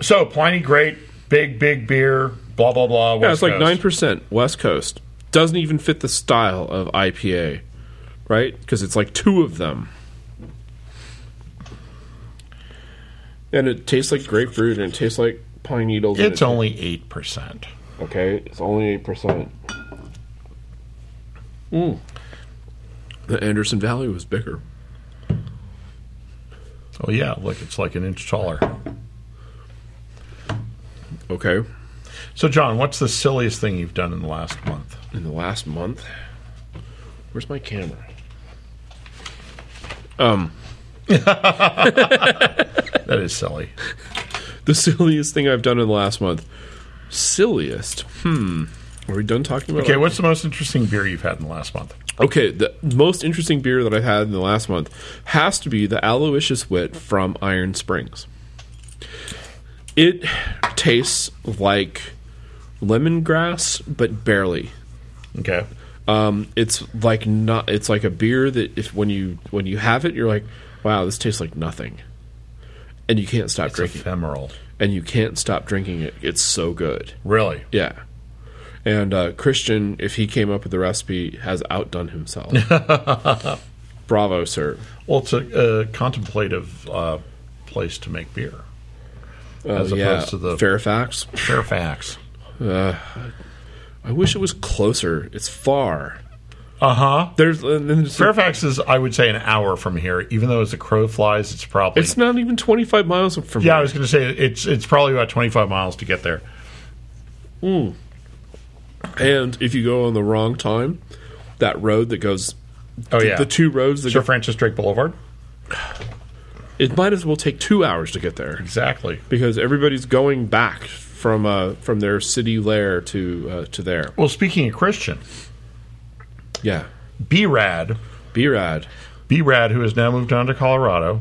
B: So Pliny Great, big, big beer, blah blah blah.
A: Yeah,
B: West
A: it's like
B: Coast.
A: nine percent West Coast. Doesn't even fit the style of IPA, right? Because it's like two of them, and it tastes like grapefruit, and it tastes like pine needles. and
B: It's
A: it-
B: only eight percent.
A: okay. It's only eight percent. Hmm. The Anderson Valley was bigger.
B: Oh yeah, look, it's like an inch taller.
A: Okay.
B: So, John, what's the silliest thing you've done in the last month?
A: in the last month. Where's my camera? Um,
B: That is silly.
A: the silliest thing I've done in the last month. Silliest. Hmm. Are we done talking about?
B: Okay, what's the most interesting beer you've had in the last month?
A: Okay, The most interesting beer that I've had in the last month has to be the Aloysius Wit from Iron Springs. It tastes like lemongrass, but barely.
B: Okay.
A: Um, it's like not. It's like a beer that if when you when you have it, you're like, wow, this tastes like nothing, and you can't stop
B: It's
A: drinking.
B: ephemeral.
A: and you can't stop drinking it. It's so good.
B: Really?
A: Yeah. And uh, Christian, if he came up with the recipe, has outdone himself. Bravo, sir.
B: Well, it's a, a contemplative uh, place to make beer, as
A: Oh, yeah,
B: opposed to the
A: Fairfax.
B: Fairfax.
A: I wish it was closer. It's far.
B: Uh huh.
A: There's and then it's,
B: Fairfax is, I would say, an hour from here. Even though as the crow flies, it's probably
A: it's not even 25 miles from
B: yeah. I
A: here.
B: was going to say it's it's probably about twenty five miles to get there.
A: And if you go on the wrong time, that road that goes
B: Oh yeah,
A: the two roads that
B: Sir
A: go,
B: Francis Drake Boulevard.
A: it might as well take 2 hours to get there
B: Exactly.
A: because everybody's going back from uh from their city lair to uh, to there.
B: Well, speaking of Christian,
A: Yeah.
B: B-Rad,
A: Be rad.
B: B-Rad, who has now moved on to Colorado,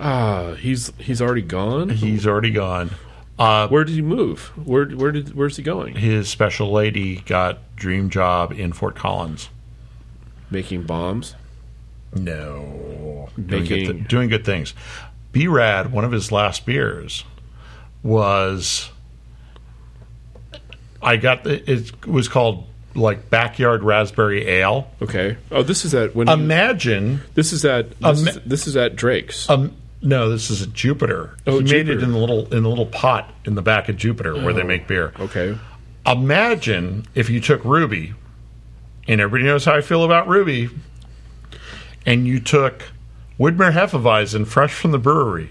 A: Ah, he's he's already gone.
B: he's already gone. Uh,
A: Where did he move? Where where did where's he going?
B: his special lady got dream job in Fort Collins.
A: Making bombs.
B: No, doing good,
A: Making-
B: th- doing good things. B-Rad, one of his last beers was I got the, it was called like backyard raspberry ale.
A: Okay. Oh, this is at when
B: Um,
A: he,
B: Imagine
A: this is at this,
B: ama-
A: is, this is at Drake's.
B: Um, no, this is at Jupiter.
A: Oh,
B: he made
A: Jupiter. Oh.
B: it in the little in the little pot in the back of Jupiter where they make beer.
A: Okay.
B: Imagine if you took Ruby, and everybody knows how I feel about Ruby, and you took Woodmere Hefeweizen fresh from the brewery,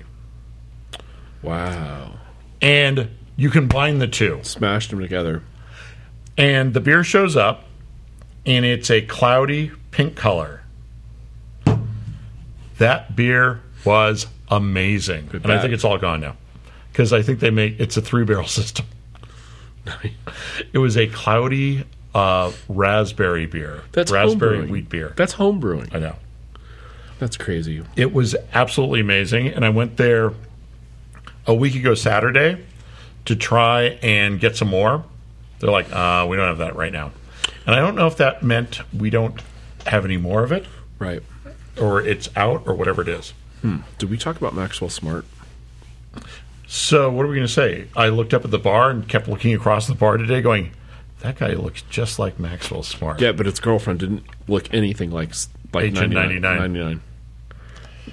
A: Wow.
B: and you combine the two,
A: Smashed them together.
B: and the beer shows up, and it's a cloudy pink color. That beer was amazing, and I
A: bet.
B: think it's all gone now because I think they make it's a three barrel system. It was a cloudy uh, raspberry beer.
A: That's
B: raspberry
A: homebrewing.
B: wheat beer.
A: That's home brewing.
B: I know.
A: That's crazy.
B: It was absolutely amazing, and I went there a week ago Saturday to try and get some more. They're like, uh, we don't have that right now, and I don't know if that meant we don't have any more of it,
A: Right.
B: or it's out, or whatever it is.
A: Did we talk about Maxwell Smart?
B: So what are we going to say? I looked up at the bar and kept looking across the bar today, going, "That guy looks just like Maxwell Smart."
A: Yeah, but its girlfriend didn't look anything like s- like 99.
B: 1899.
A: 99.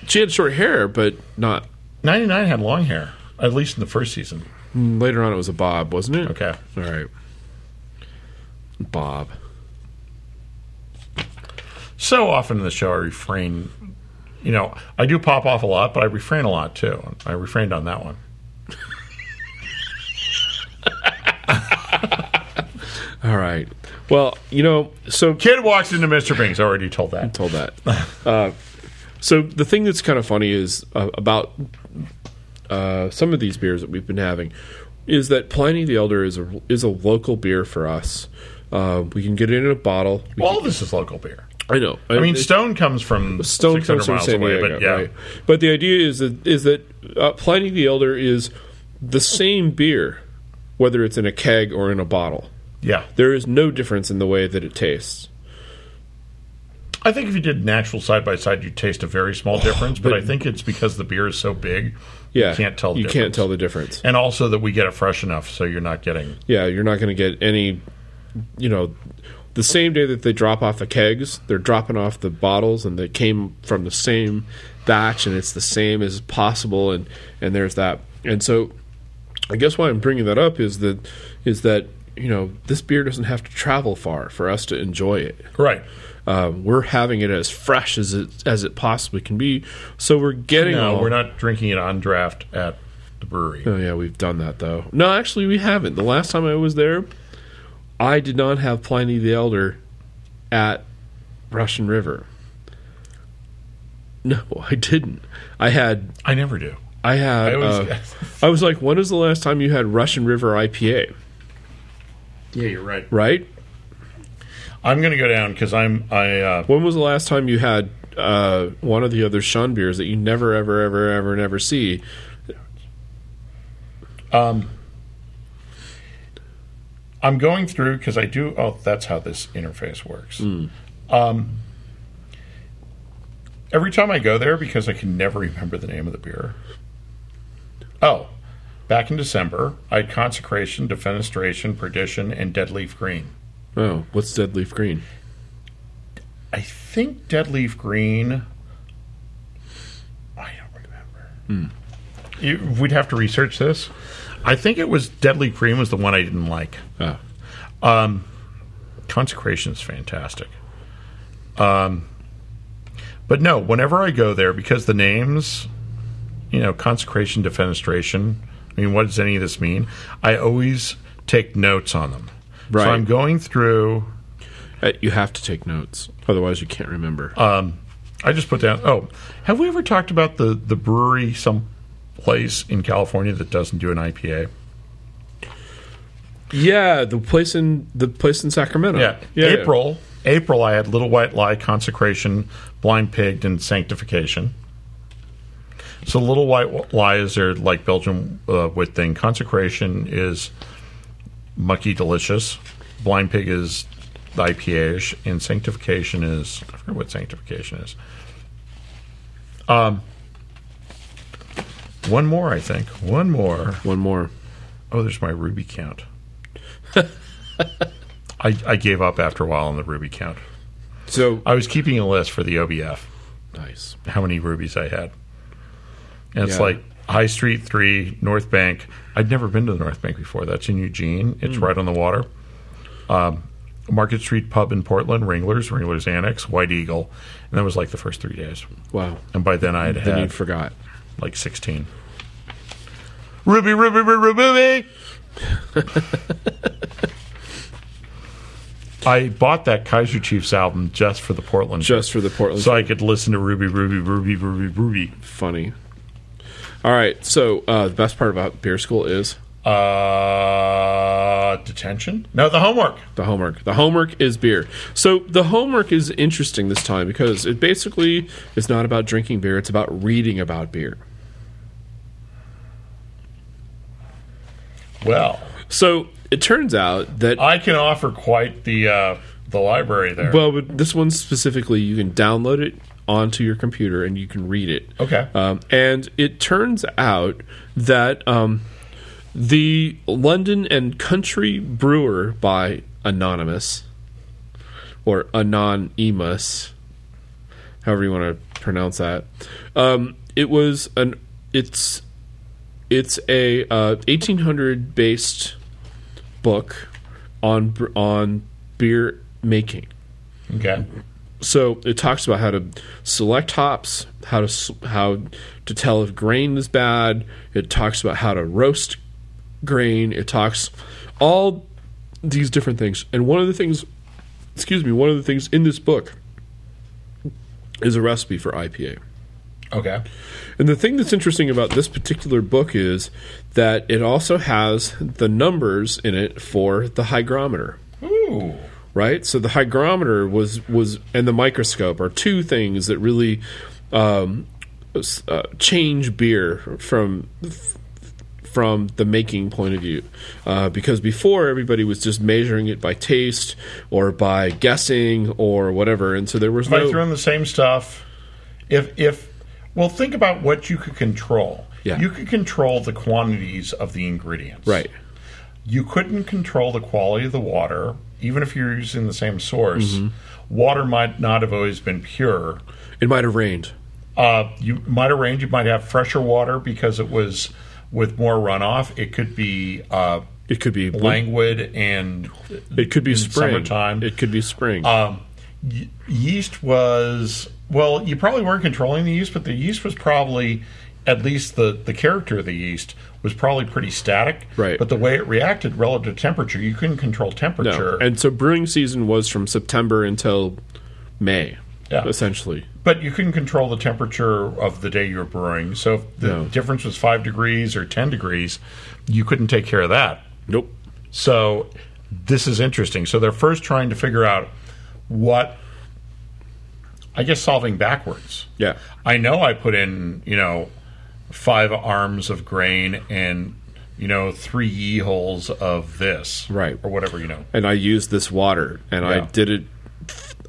A: She had short hair, but not.
B: 99 had long hair, at least in the first season.
A: Later on, it was a bob, wasn't it?
B: Okay.
A: All right. Bob.
B: So often in the show, I refrain. You know, I do pop off a lot, but I refrain a lot too. I refrained on that one.
A: All right. Well, you know, so
B: Kid walks into Mr. Bing's. I already told that.
A: told that. Uh, so the thing that's kind of funny is uh, about uh, some of these beers that we've been having is that Pliny the Elder is a is a local beer for us. Uh, we can get it in a bottle. We-
B: All this is local beer.
A: I know.
B: I mean,
A: it-
B: Stone comes from
A: Stone
B: 600
A: comes from
B: miles
A: San
B: away,
A: Diego,
B: but yeah,
A: right? But the idea is that is that uh, Pliny the Elder is the same beer, whether it's in a keg or in a bottle.
B: yeah.
A: There is no difference in the way that it tastes.
B: I think if you did natural side by side, you'd taste a very small difference. But, I think it's because the beer is so big,
A: Oh, Yeah,
B: you can't tell. The
A: You
B: difference.
A: can't tell the difference.
B: and also that we get it fresh enough, so you're not getting.
A: yeah, you're not going to get any, you know, the same day that they drop off the kegs, they're dropping off the bottles, and they came from the same batch, and it's the same as possible, and and there's that, and so I guess why I'm bringing that up is that is that you know this beer doesn't have to travel far for us to enjoy it.
B: Right.
A: Um, we're having it as fresh as it as it possibly can be, so we're getting.
B: No,
A: all-
B: we're not drinking it on draft at the brewery.
A: Oh yeah, we've done that though. No, actually, we haven't. The last time I was there, I did not have Pliny the Elder at Russian River. No, I didn't. I had.
B: I never do.
A: I had.
B: I
A: I,
B: always-
A: I was like, when was the last time you had Russian River IPA?
B: Yeah, you're right.
A: Right.
B: I'm going to go down because I'm I uh,
A: When was the last time you had uh, one of the other Sean beers that you never, ever, ever, ever, never see?
B: I'm going through because I do. Oh, that's how this interface works. Um, every time I go there, because I can never remember the name of the beer. Oh, back in December, I had consecration, defenestration, perdition, and dead leaf green.
A: Oh, what's dead leaf green?
B: I think Dead Leaf Green. I don't remember. You- we'd have to research this. I think it was Dead Leaf Green was the one I didn't like.
A: Ah.
B: Consecration is fantastic. Um, but no, whenever I go there, because the names, you know, consecration, defenestration. I mean, what does any of this mean? I always take notes on them.
A: Right.
B: So I'm going through
A: Uh, You have to take notes, otherwise you can't remember.
B: I just put down. Oh, have we ever talked about the the brewery some place in California that doesn't do an IPA?
A: yeah, the place in the place in Sacramento.
B: April. April. I had Little White Lie, Consecration, Blind Pig, and Sanctification. So Little White Lie is their like Belgian uh, wit thing. Consecration is mucky delicious. Blind Pig is IPA ish, and Sanctification is I forget what Sanctification is. Um, one more, I think. One more.
A: One more.
B: Oh, there's my Ruby count. I, I gave up after a while on the Ruby count.
A: So
B: I was keeping a list for the OBF,
A: nice.
B: how many rubies I had. And it's
A: Yeah.
B: like High Street 3, North Bank. I'd never been to the North Bank before. That's in Eugene, it's right on the water. Um, Market Street Pub in Portland, Wranglers, Wranglers Annex, White Eagle. And that was like the first three days.
A: Wow.
B: And by then I had
A: Then you
B: had
A: forgot.
B: like 16. Ruby, Ruby, Ruby, Ruby! I bought that Kaiser Chiefs album just for the Portland trip,
A: Just for the Portland.
B: so I could listen to Ruby, Ruby, Ruby, Ruby, Ruby.
A: funny. All right. So uh, the best part about beer school is
B: Uh, detention? No, the homework.
A: the homework. The homework is beer. So the homework is interesting this time because it basically is not about drinking beer. It's about reading about beer.
B: Well,
A: So it turns out that
B: I can offer quite the uh, the library there.
A: well, but this one specifically, you can download it onto your computer and you can read it.
B: okay.
A: Um, and it turns out that um, the London and Country Brewer by Anonymous or Anonymous, however you want to pronounce that, um, it was an it's it's a uh, 1800 based book on br- on beer making.
B: okay.
A: So it talks about how to select hops, how to s- how to tell if grain is bad. It talks about how to roast grain. It talks all these different things. And one of the things, excuse me, one of the things in this book is a recipe for IPA.
B: Okay.
A: And the thing that's interesting about this particular book is that it also has the numbers in it for the hygrometer
B: Ooh.
A: right? So the hygrometer was was and the microscope are two things that really um, s- uh, change beer from from the making point of view, uh, because before everybody was just measuring it by taste or by guessing or whatever, and so there was
B: by
A: no
B: throwing the same stuff if if well think about what you could control
A: Yeah.
B: you could control the quantities of the ingredients
A: right,
B: you couldn't control the quality of the water even if you're using the same source
A: Mm-hmm.
B: water might not have always been pure
A: it might have rained,
B: uh, you might arrange you might have fresher water because it was with more runoff it could be uh,
A: it could be
B: languid and
A: it could be spring,
B: summertime. Ah,
A: it could be spring,
B: Ye- yeast was well you probably weren't controlling the yeast but the yeast was probably at least the the character of the yeast was probably pretty static
A: Right.
B: but the way it reacted relative to temperature you couldn't control
A: no.
B: temperature
A: and so brewing season was from September until May,
B: Yeah.
A: essentially.
B: but you couldn't control the temperature of the day you were brewing so if the
A: No.
B: difference was five degrees or ten degrees you couldn't take care of that
A: Nope.
B: So this is interesting. So they're first trying to figure out what I guess solving backwards.
A: Yeah.
B: I know I put in, you know, five arms of grain and you know, three ye holes of this,
A: Right.
B: or whatever, you know.
A: and I used this water, and I
B: Yeah.
A: did it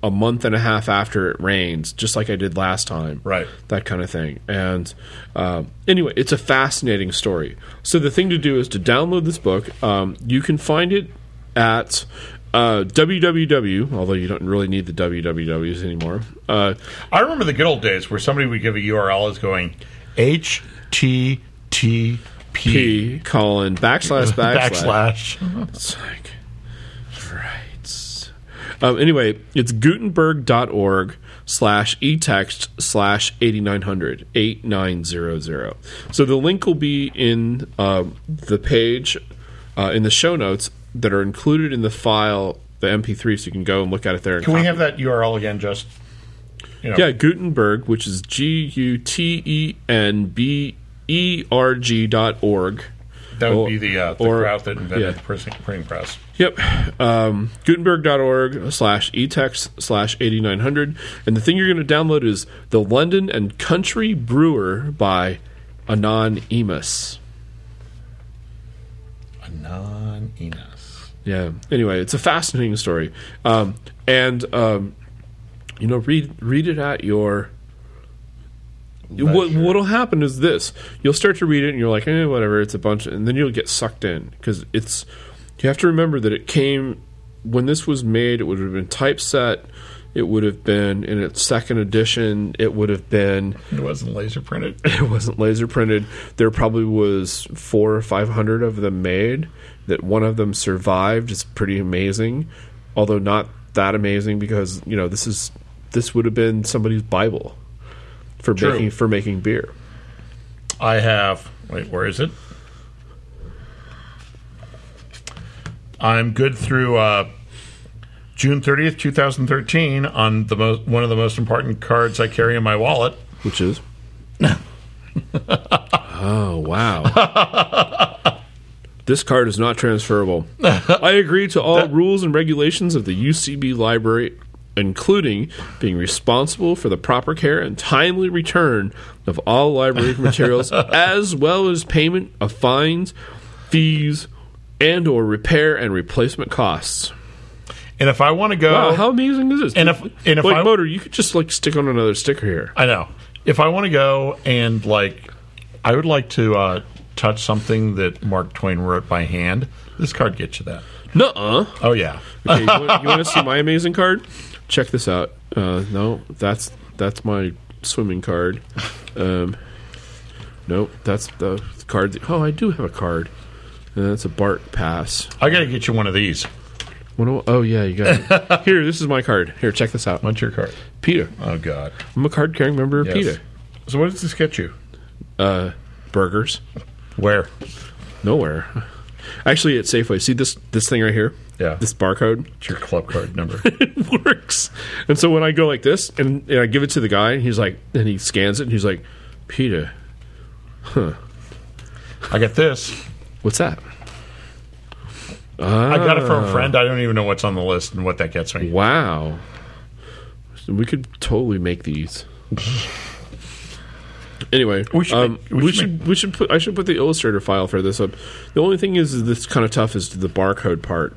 A: a month and a half after it rains, just like I did last time.
B: Right.
A: That kind of thing. And um, anyway, it's a fascinating story. So the thing to do is to download this book. Um, you can find it at uh, www. Although you don't really need the wwws anymore. Uh,
B: I remember the good old days where somebody would give a URL as going HTTP
A: P colon backslash backslash.
B: backslash.
A: It's like, right. Um, anyway, it's gutenberg.org slash etext slash 8900, 8900. So the link will be in um, the page, uh, in the show notes that are included in the file, the MP3, so you can go and look at it there. and
B: Can we
A: copy
B: have that URL again, just? You know,
A: yeah, Gutenberg, which is G U T E N B E R G dot org.
B: That would
A: Or-
B: be the, uh, the
A: or-
B: crowd that invented
A: yeah.
B: the pressing- printing press.
A: Yep. Um, Gutenberg.org slash etext slash 8900. And the thing you're going to download is The London and Country Brewer by Anon Emus.
B: Anon Enos.
A: Yeah. Anyway, it's a fascinating story. Um, and, um, you know, read, read it at your. What
B: Leisure.
A: what'll happen is this: you'll start to read it, and you're like, eh, whatever. It's a bunch, and then you'll get sucked in because it's. You have to remember that it came when this was made. It would have been typeset. It would have been in its second edition. It would have been.
B: It wasn't laser printed.
A: It wasn't laser printed. There probably was four or five hundred of them made. That one of them survived is pretty amazing, although not that amazing because you know this is this would have been somebody's bible for
B: True.
A: making for making beer.
B: I have. Wait, where is it? I'm good through uh, June 30th, 2013, on the most, one of the most important cards I carry in my wallet.
A: Which is? oh, wow. this card is not transferable. I agree to all rules and regulations of the UCB library, including being responsible for the proper care and timely return of all library materials, as well as payment of fines, fees, and or repair and replacement costs.
B: And if I want to go,
A: Wow, how amazing is this?
B: And if- and if
A: like
B: I-
A: motor, you could just like stick on another sticker here.
B: I know. If I want to go and like, I would like to uh, touch something that Mark Twain wrote by hand. This card gets you that.
A: Nuh-uh.
B: Oh yeah.
A: Okay, you, want, you want to see my amazing card? Check this out. Uh, no, that's that's my swimming card. Um, no, that's the card. That, oh, I do have a card. And that's a Bart pass.
B: I got to get you one of these.
A: What do I- oh yeah, you got it. Here, this is my card. Here, check this out.
B: What's your card?
A: Peter.
B: Oh God.
A: I'm a card carrying member of
B: Yes.
A: Peter.
B: So what does this get you?
A: Uh, burgers.
B: Where?
A: Nowhere. Actually, at Safeway. See this this thing right here.
B: Yeah.
A: This barcode.
B: It's your club card number.
A: works. And so when I go like this and, and I give it to the guy, and he's like, and he scans it, and he's like, Peter,
B: I got this.
A: what's that?
B: I got it from
A: Ah.
B: a friend. I don't even know what's on the list and what that gets me.
A: Wow. So we could totally make these. Anyway,
B: We should
A: um,
B: make- we
A: we
B: should
A: should we should put I should put the illustrator file for this up. The only thing is, is this kind of tough is the barcode part.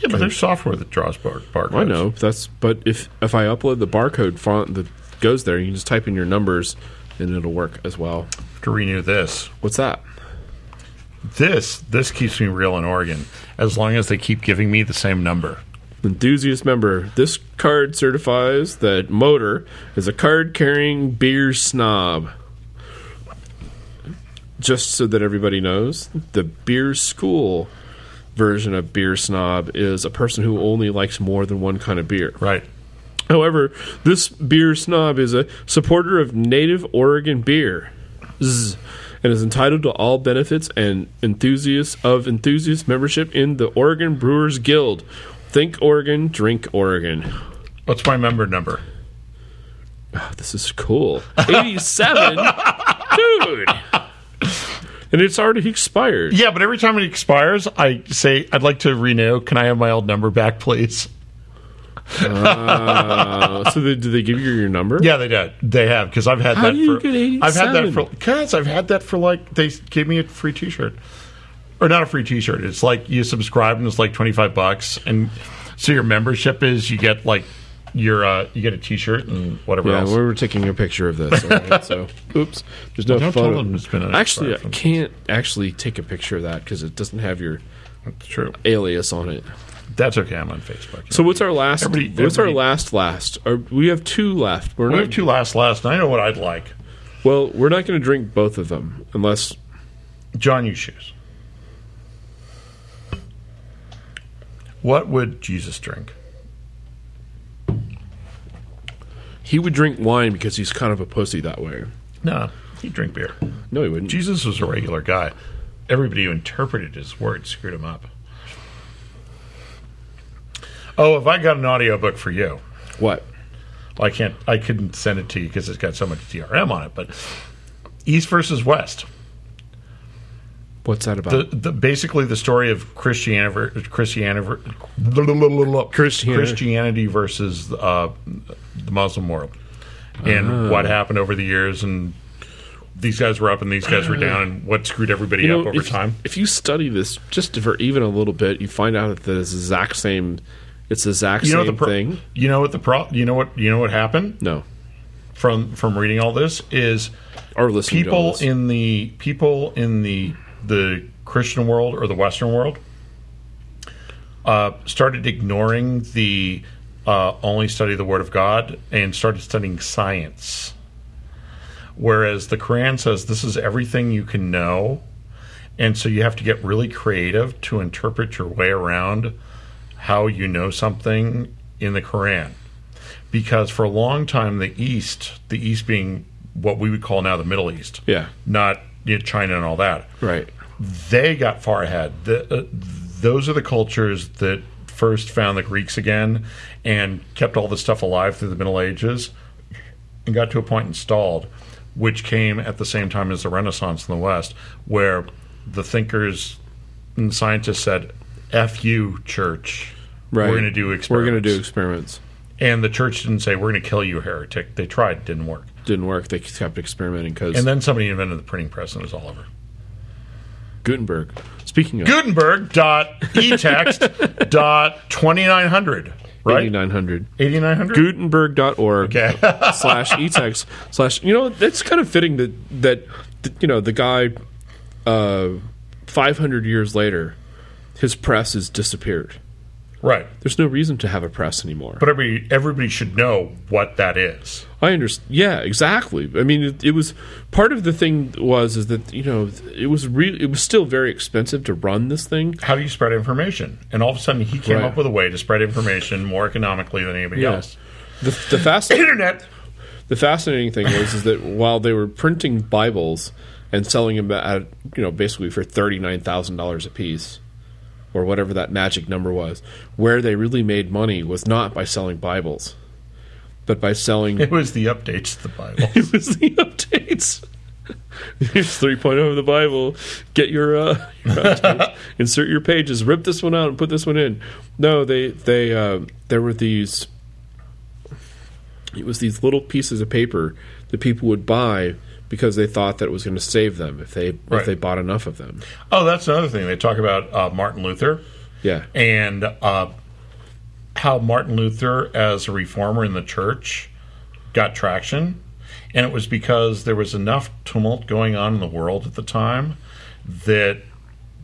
B: Yeah, but there's software that draws bar- barcodes.
A: I know that's but if if I upload the barcode font that goes there, you can just type in your numbers and it'll work as well.
B: Have to renew this.
A: What's that?
B: This this keeps me real in Oregon as long as they keep giving me the same number.
A: Enthusiast member, this card certifies that Motor is a card carrying beer snob. Just so that everybody knows, the beer school version of beer snob is a person who only likes more than one kind of beer.
B: Right.
A: However, this beer snob is a supporter of native Oregon beer Zzz. and is entitled to all benefits and enthusiasts of enthusiast membership in the Oregon Brewers Guild. Think Oregon, drink Oregon.
B: What's my member number?
A: Oh, this is cool. 87? Dude! And it's already expired.
B: Yeah, but every time it expires, I say I'd like to renew. Can I have my old number back, please?
A: Uh, so they, did they give you your number?
B: Yeah, they did. They have because I've had
A: How
B: that.
A: do you
B: for,
A: get
B: I've had that
A: 87?
B: for because I've had that for like they gave me a free T-shirt, or not a free T-shirt. It's like you subscribe and it's like twenty five bucks, and so your membership is you get like your uh, you get a T-shirt and whatever
C: Yeah,
B: else.
C: we were taking a picture of this. all right, so, oops, there's no
B: Don't tell
C: photo.
B: them it's been an
C: actually, I
B: expired from-
C: can't actually take a picture of that because it doesn't have your
B: That's true.
C: alias on it.
B: That's okay. I'm on Facebook.
A: So what's our last?
B: Everybody-
A: what's our
B: everybody-
A: last? Last? Or we have two left. We're
B: we
A: not,
B: have two last last, and I know what I'd like.
A: Well, we're not going to drink both of them unless
B: John, you choose. What would Jesus drink?
A: he would drink wine because he's kind of a pussy that way.
B: No, he'd drink beer.
A: No, he wouldn't.
B: Jesus was a regular guy. Everybody who interpreted his words screwed him up. Oh, if I got an audiobook for you,
A: What?
B: I can't. I couldn't send it to you because it's got so much DRM on it. But East versus West,
A: What's that about?
B: the, the basically the story of Christianity, Christianity, Christianity, versus uh, the Muslim world, and
A: Ah.
B: what happened over the years, and these guys were up and these guys were down, and what screwed everybody
A: You know,
B: up over
A: if,
B: time.
A: If you study this just for even a little bit, you find out that the exact same. It's the exact
B: you know
A: same
B: what the pro-
A: thing.
B: You know what the pro- You know what you know what happened
A: No,
B: from from reading all this is
A: or listening to all
B: people
A: this.
B: in the people in the the Christian world or the Western world uh, started ignoring the uh, only study the Word of God and started studying science. Whereas the Quran says this is everything you can know, and so you have to get really creative to interpret your way around how you know something in the Quran. Because for a long time, the East, the East being what we would call now the Middle East,
A: Yeah.
B: not you know, China and all that,
A: right.
B: they got far ahead. The, uh, those are the cultures that first found the Greeks again and kept all this stuff alive through the Middle Ages and got to a point and stalled, which came at the same time as the Renaissance in the West, where the thinkers and scientists said, F you, church.
A: Right.
B: We're going to do experiments.
A: We're going to do experiments.
B: And the church didn't say, we're going to kill you, heretic. They tried, didn't work.
A: Didn't work. They kept experimenting because
B: And then somebody invented the printing press and it was all over.
A: Gutenberg. Speaking of
B: Gutenberg dot etext dot twenty nine hundred. Right,
A: 8900.
B: eighty nine hundred.
A: Gutenberg.org
B: Okay.
A: slash etext slash. You know, that's kind of fitting that, that you know, the guy uh, 500 years later, his press has disappeared.
B: right,
A: There's no reason to have a press anymore.
B: but everybody everybody should know what that is.
A: I understand. Yeah, exactly. I mean, it, it was part of the thing was is that you know it was re- it was still very expensive to run this thing.
B: How do you spread information? And all of a sudden, he came
A: Right.
B: up with a way to spread information more economically than anybody else.
A: The, the fast
B: Internet.
A: the fascinating thing was is that while they were printing Bibles and selling them at you know basically for thirty nine thousand dollars a piece or whatever that magic number was, where they really made money was not by selling Bibles, but by selling
B: It was the updates to the Bible.
A: it was the updates. Here's 3.0 of oh the Bible. Get your, uh, your updates. insert your pages. Rip this one out and put this one in. No, they they uh, there were these. It was these little pieces of paper that people would buy because they thought that it was going to save them if they
B: Right.
A: if they bought enough of them.
B: oh, that's another thing they talk about uh, Martin Luther
A: Yeah,
B: and uh, how Martin Luther, as a reformer in the church, got traction. And it was because there was enough tumult going on in the world at the time that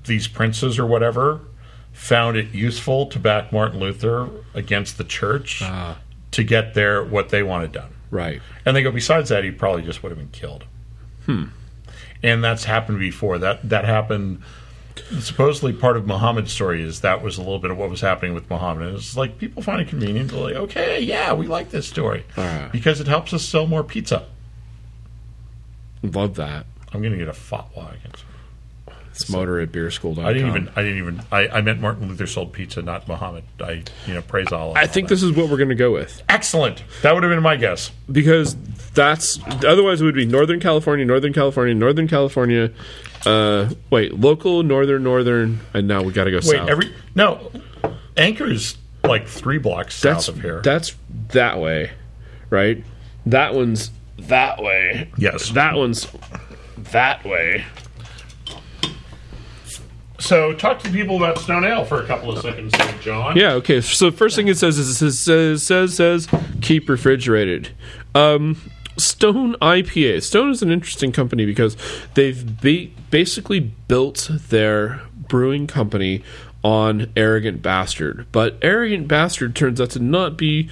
B: these princes or whatever found it useful to back Martin Luther against the church to get their what they wanted done.
A: right.
B: And they go, besides that, he probably just would have been killed. Hmm. And that's happened before. That that happened. Supposedly, part of Muhammad's story is that was a little bit of what was happening with Muhammad. And it's like people find it convenient. They're like, okay, yeah, we like this story
A: Ah.
B: because it helps us sell more pizza.
A: Love that.
B: I'm going to get a fatwa against. him.
A: It's motor at beerschool.com.
B: I didn't even. I didn't even. I, I meant Martin Luther sold pizza, not Muhammad. I, you know, praise Allah. and
A: I
B: all
A: think
B: that.
A: this is what we're going to go with.
B: excellent. That would have been my guess.
A: because that's otherwise it would be Northern California, Northern California, Northern California. Uh, wait, local, northern, northern, and now we got to go
B: Wait,
A: south.
B: every no, Anchor's like three blocks
A: That's
B: south of here.
A: that's that way, right? That one's that way.
B: Yes.
A: That one's that way.
B: so talk to the people about Stone Ale for a couple of seconds, John.
A: Yeah. Okay. So first thing it says is it says says, says keep refrigerated. Um, Stone IPA. Stone is an interesting company because they've ba- basically built their brewing company on Arrogant Bastard, but Arrogant Bastard turns out to not be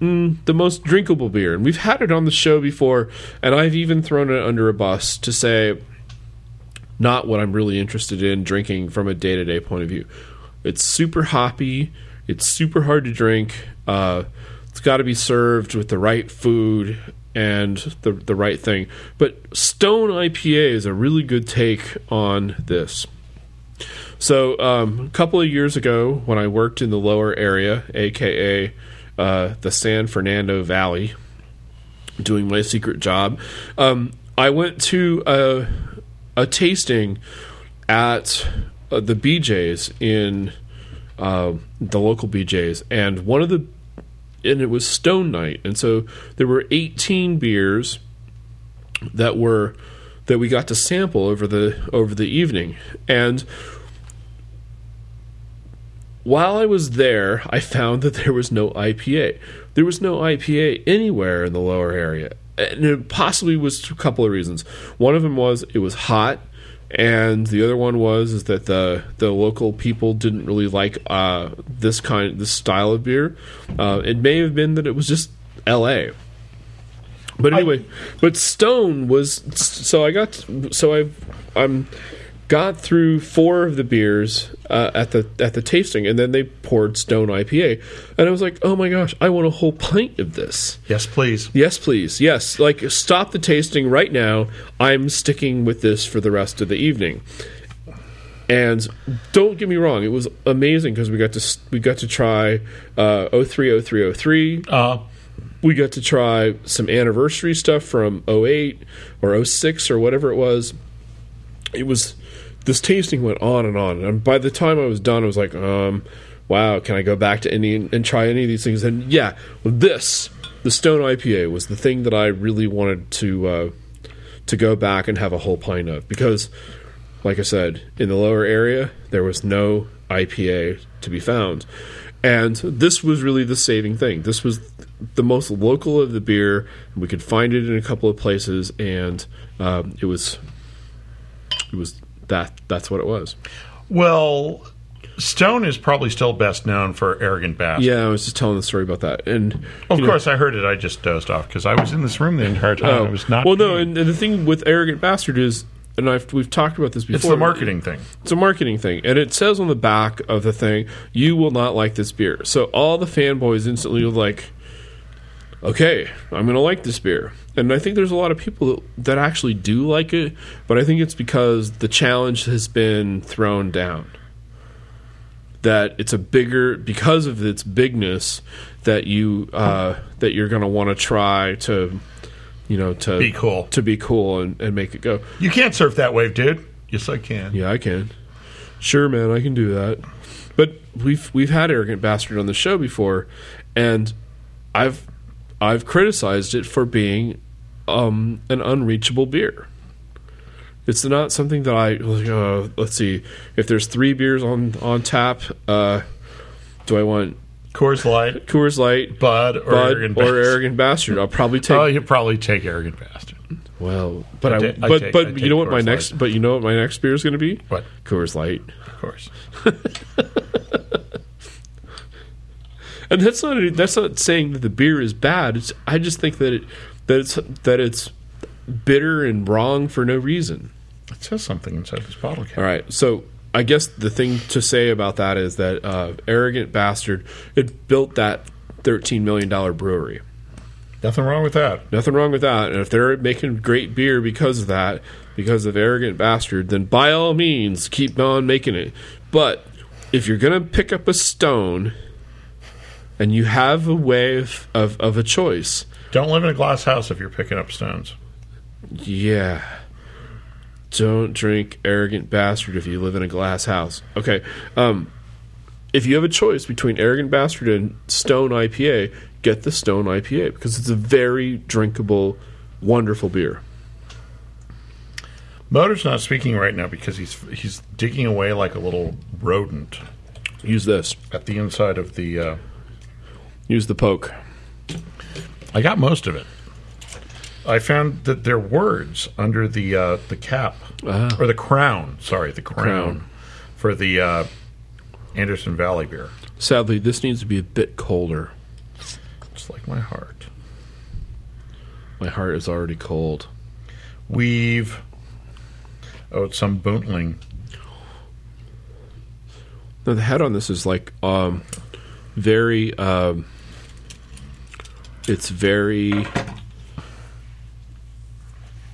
A: mm, the most drinkable beer. And we've had it on the show before, and I've even thrown it under a bus to say not what I'm really interested in drinking from a day to day point of view. It's super hoppy, it's super hard to drink, uh, it's got to be served with the right food and the, the right thing. But Stone IPA is a really good take on this. So, um, a couple of years ago, when I worked in the lower area, aka uh, the San Fernando Valley, doing my secret job, um, I went to a, a tasting at uh, the BJ's in um the local BJ's, and one of the and it was Stone Night, and so there were 18 beers that were that we got to sample over the over the evening and while I was there, I found that there was no IPA. There was no IPA anywhere in the lower area. And it possibly was a couple of reasons. One of them was it was hot, and the other one was is that the the local people didn't really like uh, this kind this style of beer. Uh, it may have been that it was just L.A. But anyway, but Stone was so I got so I I'm got through four of the beers uh, at the at the tasting, and then they poured Stone IPA, and I was like, oh my gosh, I want a whole pint of this.
B: Yes, please.
A: Yes, please. Yes, like stop the tasting right now. I'm sticking with this for the rest of the evening. And don't get me wrong, it was amazing because we got to s- we got to try uh, 030303
B: Uh,
A: we got to try some anniversary stuff from 08 or 06 or whatever it was. It was this tasting went on and on, and by the time I was done, I was like, um, "Wow, can I go back to any and try any of these things?" And yeah, this the Stone IPA was the thing that I really wanted to uh, to go back and have a whole pint of because, like I said, in the lower area there was no IPA to be found, and this was really the saving thing. This was the most local of the beer. We could find it in a couple of places, and um, it was it was that that's what it was.
B: well, Stone is probably still best known for Arrogant Bastard.
A: Yeah, I was just telling the story about that, and
B: Of course, I heard it. I just dozed off because I was in this room the entire time. I was not.
A: Oh. well, no,
B: paying.
A: and, and the thing with arrogant bastard is, and I've we've talked about this before.
B: it's the marketing thing.
A: It's a marketing thing, and it says on the back of the thing, "You will not like this beer." So all the fanboys instantly were like, "Okay, I'm going to like this beer." And I think there's a lot of people that, that actually do like it, but I think it's because the challenge has been thrown down. That it's a bigger because of its bigness that you uh, that you're going to want to try to, you know, to
B: Be cool.
A: to be cool and, and make it go.
B: You can't surf that wave, dude. Yes, I can.
A: Yeah, I can. Sure, man, I can do that. But we've we've had arrogant bastard on the show before, and I've I've criticized it for being um, an unreachable beer. It's not something that I like, uh, let's see if there's three beers on on tap. Uh, do I want
B: Coors Light,
A: Coors Light,
B: Bud, or
A: Bud,
B: Arrogant
A: or
B: Bastard.
A: Arrogant Bastard? I'll probably take
B: Oh, you probably take Arrogant Bastard.
A: well, but I,
B: I ta- I
A: but
B: take-
A: but
B: I
A: you
B: take
A: know what my
B: Coors Light.
A: next but you know what my next beer is going to be
B: What?
A: Coors Light.
B: Of course.
A: and that's not that's not saying that the beer is bad. It's I just think that it that it's that it's bitter and wrong for no reason.
B: It says something inside this bottle cap.
A: All right, so I guess the thing to say about that is that uh, arrogant bastard it built that thirteen million dollar brewery.
B: Nothing wrong with that.
A: Nothing wrong with that. And if they're making great beer because of that, because of arrogant bastard, then by all means keep on making it. But if you're gonna pick up a stone and you have a way of, of, of a choice,
B: Don't live in a glass house if you're picking up stones.
A: yeah. Don't drink arrogant bastard if you live in a glass house. Okay. Um if you have a choice between Arrogant Bastard and Stone IPA, get the Stone IPA because it's a very drinkable, wonderful beer.
B: Motor's not speaking right now because he's he's digging away like a little rodent
A: Use this.
B: at the inside of the. Uh,
A: Use the poke.
B: I got most of it. I found that there are words under the uh, the cap or the crown. Sorry, the Uh-huh. crown,
A: Crown.
B: for the uh, Anderson Valley beer.
A: Sadly, this needs to be a bit colder.
B: It's like my heart.
A: My heart is already cold.
B: We've oh, it's some bootling.
A: No, the head on this is like um, very. Um, it's very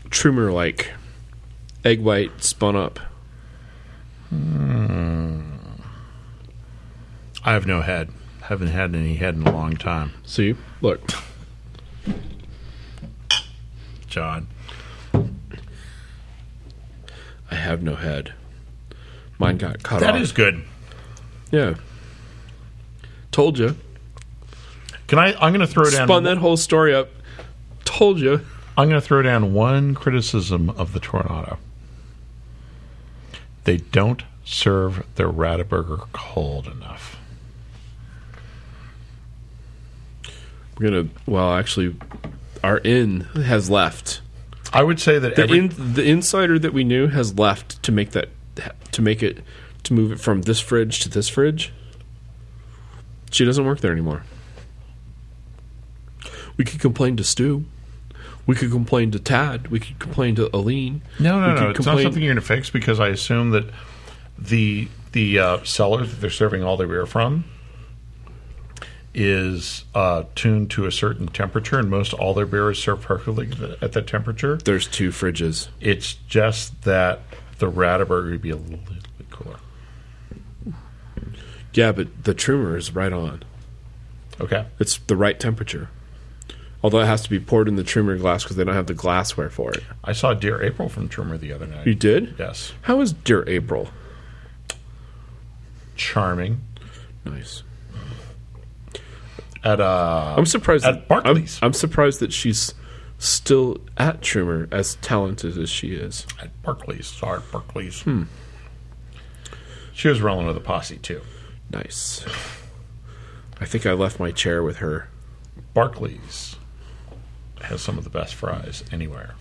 A: Trumer like, egg white spun up.
B: I have no head. Haven't had any head in a long time,
A: See, look,
B: John.
A: I have no head. Mine got cut
B: That
A: off.
B: is good.
A: yeah. Told you.
B: Can I? I'm going to throw down.
A: Spun that whole story up. Told you.
B: I'm going to throw down one criticism of the Tornado. They don't serve their Rataburger cold enough.
A: We're gonna. Well, actually, our inn has left.
B: I would say that
A: The
B: every,
A: in, the insider that we knew has left to make that to make it to move it from this fridge to this fridge. She doesn't work there anymore. We could complain to Stu. We could complain to Tad. We could complain to Aline.
B: no,
A: we could
B: no, no. It's not
A: complain-
B: something you're going to fix because I assume that the the uh, seller that they're serving all their beer from is uh, tuned to a certain temperature, and most all their beer is served perfectly at that temperature.
A: There's two fridges.
B: It's just that the Rataburger would be a little bit cooler.
A: Yeah, but the Trumer is right on.
B: Okay.
A: It's the right temperature. Although it has to be poured in the Trumer glass because they don't have the glassware for it.
B: I saw Dear April from Trimmer the other night.
A: You did?
B: Yes.
A: How is Dear April?
B: Charming.
A: Nice.
B: At uh
A: I'm surprised
B: At
A: that,
B: Barclays.
A: I'm, I'm surprised that she's still at Trumer as talented as she is.
B: at Barclays. Sorry, Barclays.
A: Hmm.
B: She was rolling with a posse too.
A: Nice. I think I left my chair with her.
B: Barclays has some of the best fries anywhere.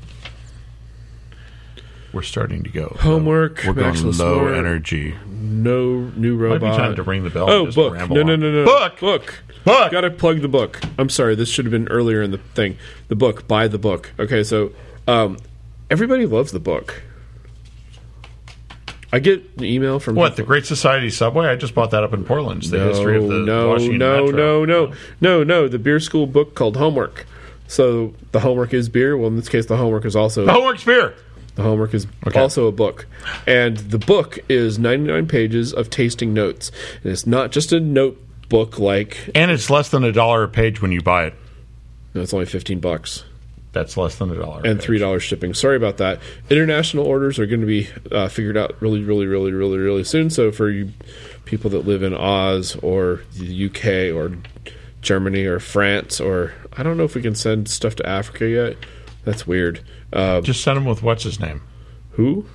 B: We're starting to go.
A: Homework,
B: We're going
A: Maximus
B: low
A: Lord.
B: energy.
A: No new
B: Might
A: robot.
B: be time to ring the bell. and
A: oh,
B: just
A: book.
B: Ramble
A: No,
B: on.
A: no, no, no.
B: Book.
A: Book.
B: Book.
A: Got to plug the book. I'm sorry. This should have been earlier in the thing. The book. Buy the book. Okay, so um, everybody loves the book. I get an email from
B: What the Great Society subway? I just bought that up in Portland. It's the history of the
A: no,
B: Washington
A: no, no,
B: Metro.
A: no, no, no. The beer school book called Homework. So the homework is beer. Well, in this case, the homework is also
B: Homework's beer.
A: the homework is also a book, and the book is ninety nine pages of tasting notes. And it's not just a notebook like
B: And it's less than a dollar a page when you buy it.
A: no, it's only fifteen bucks
B: That's less than a dollar. a
A: and
B: page.
A: three dollars shipping. Sorry about that. International orders are going to be uh, figured out really, really, really, really, really soon. So for you people that live in Oz or the UK or Germany or France or I don't know if we can send stuff to Africa yet. That's weird. Uh,
B: Just send him with what's his name.
A: who?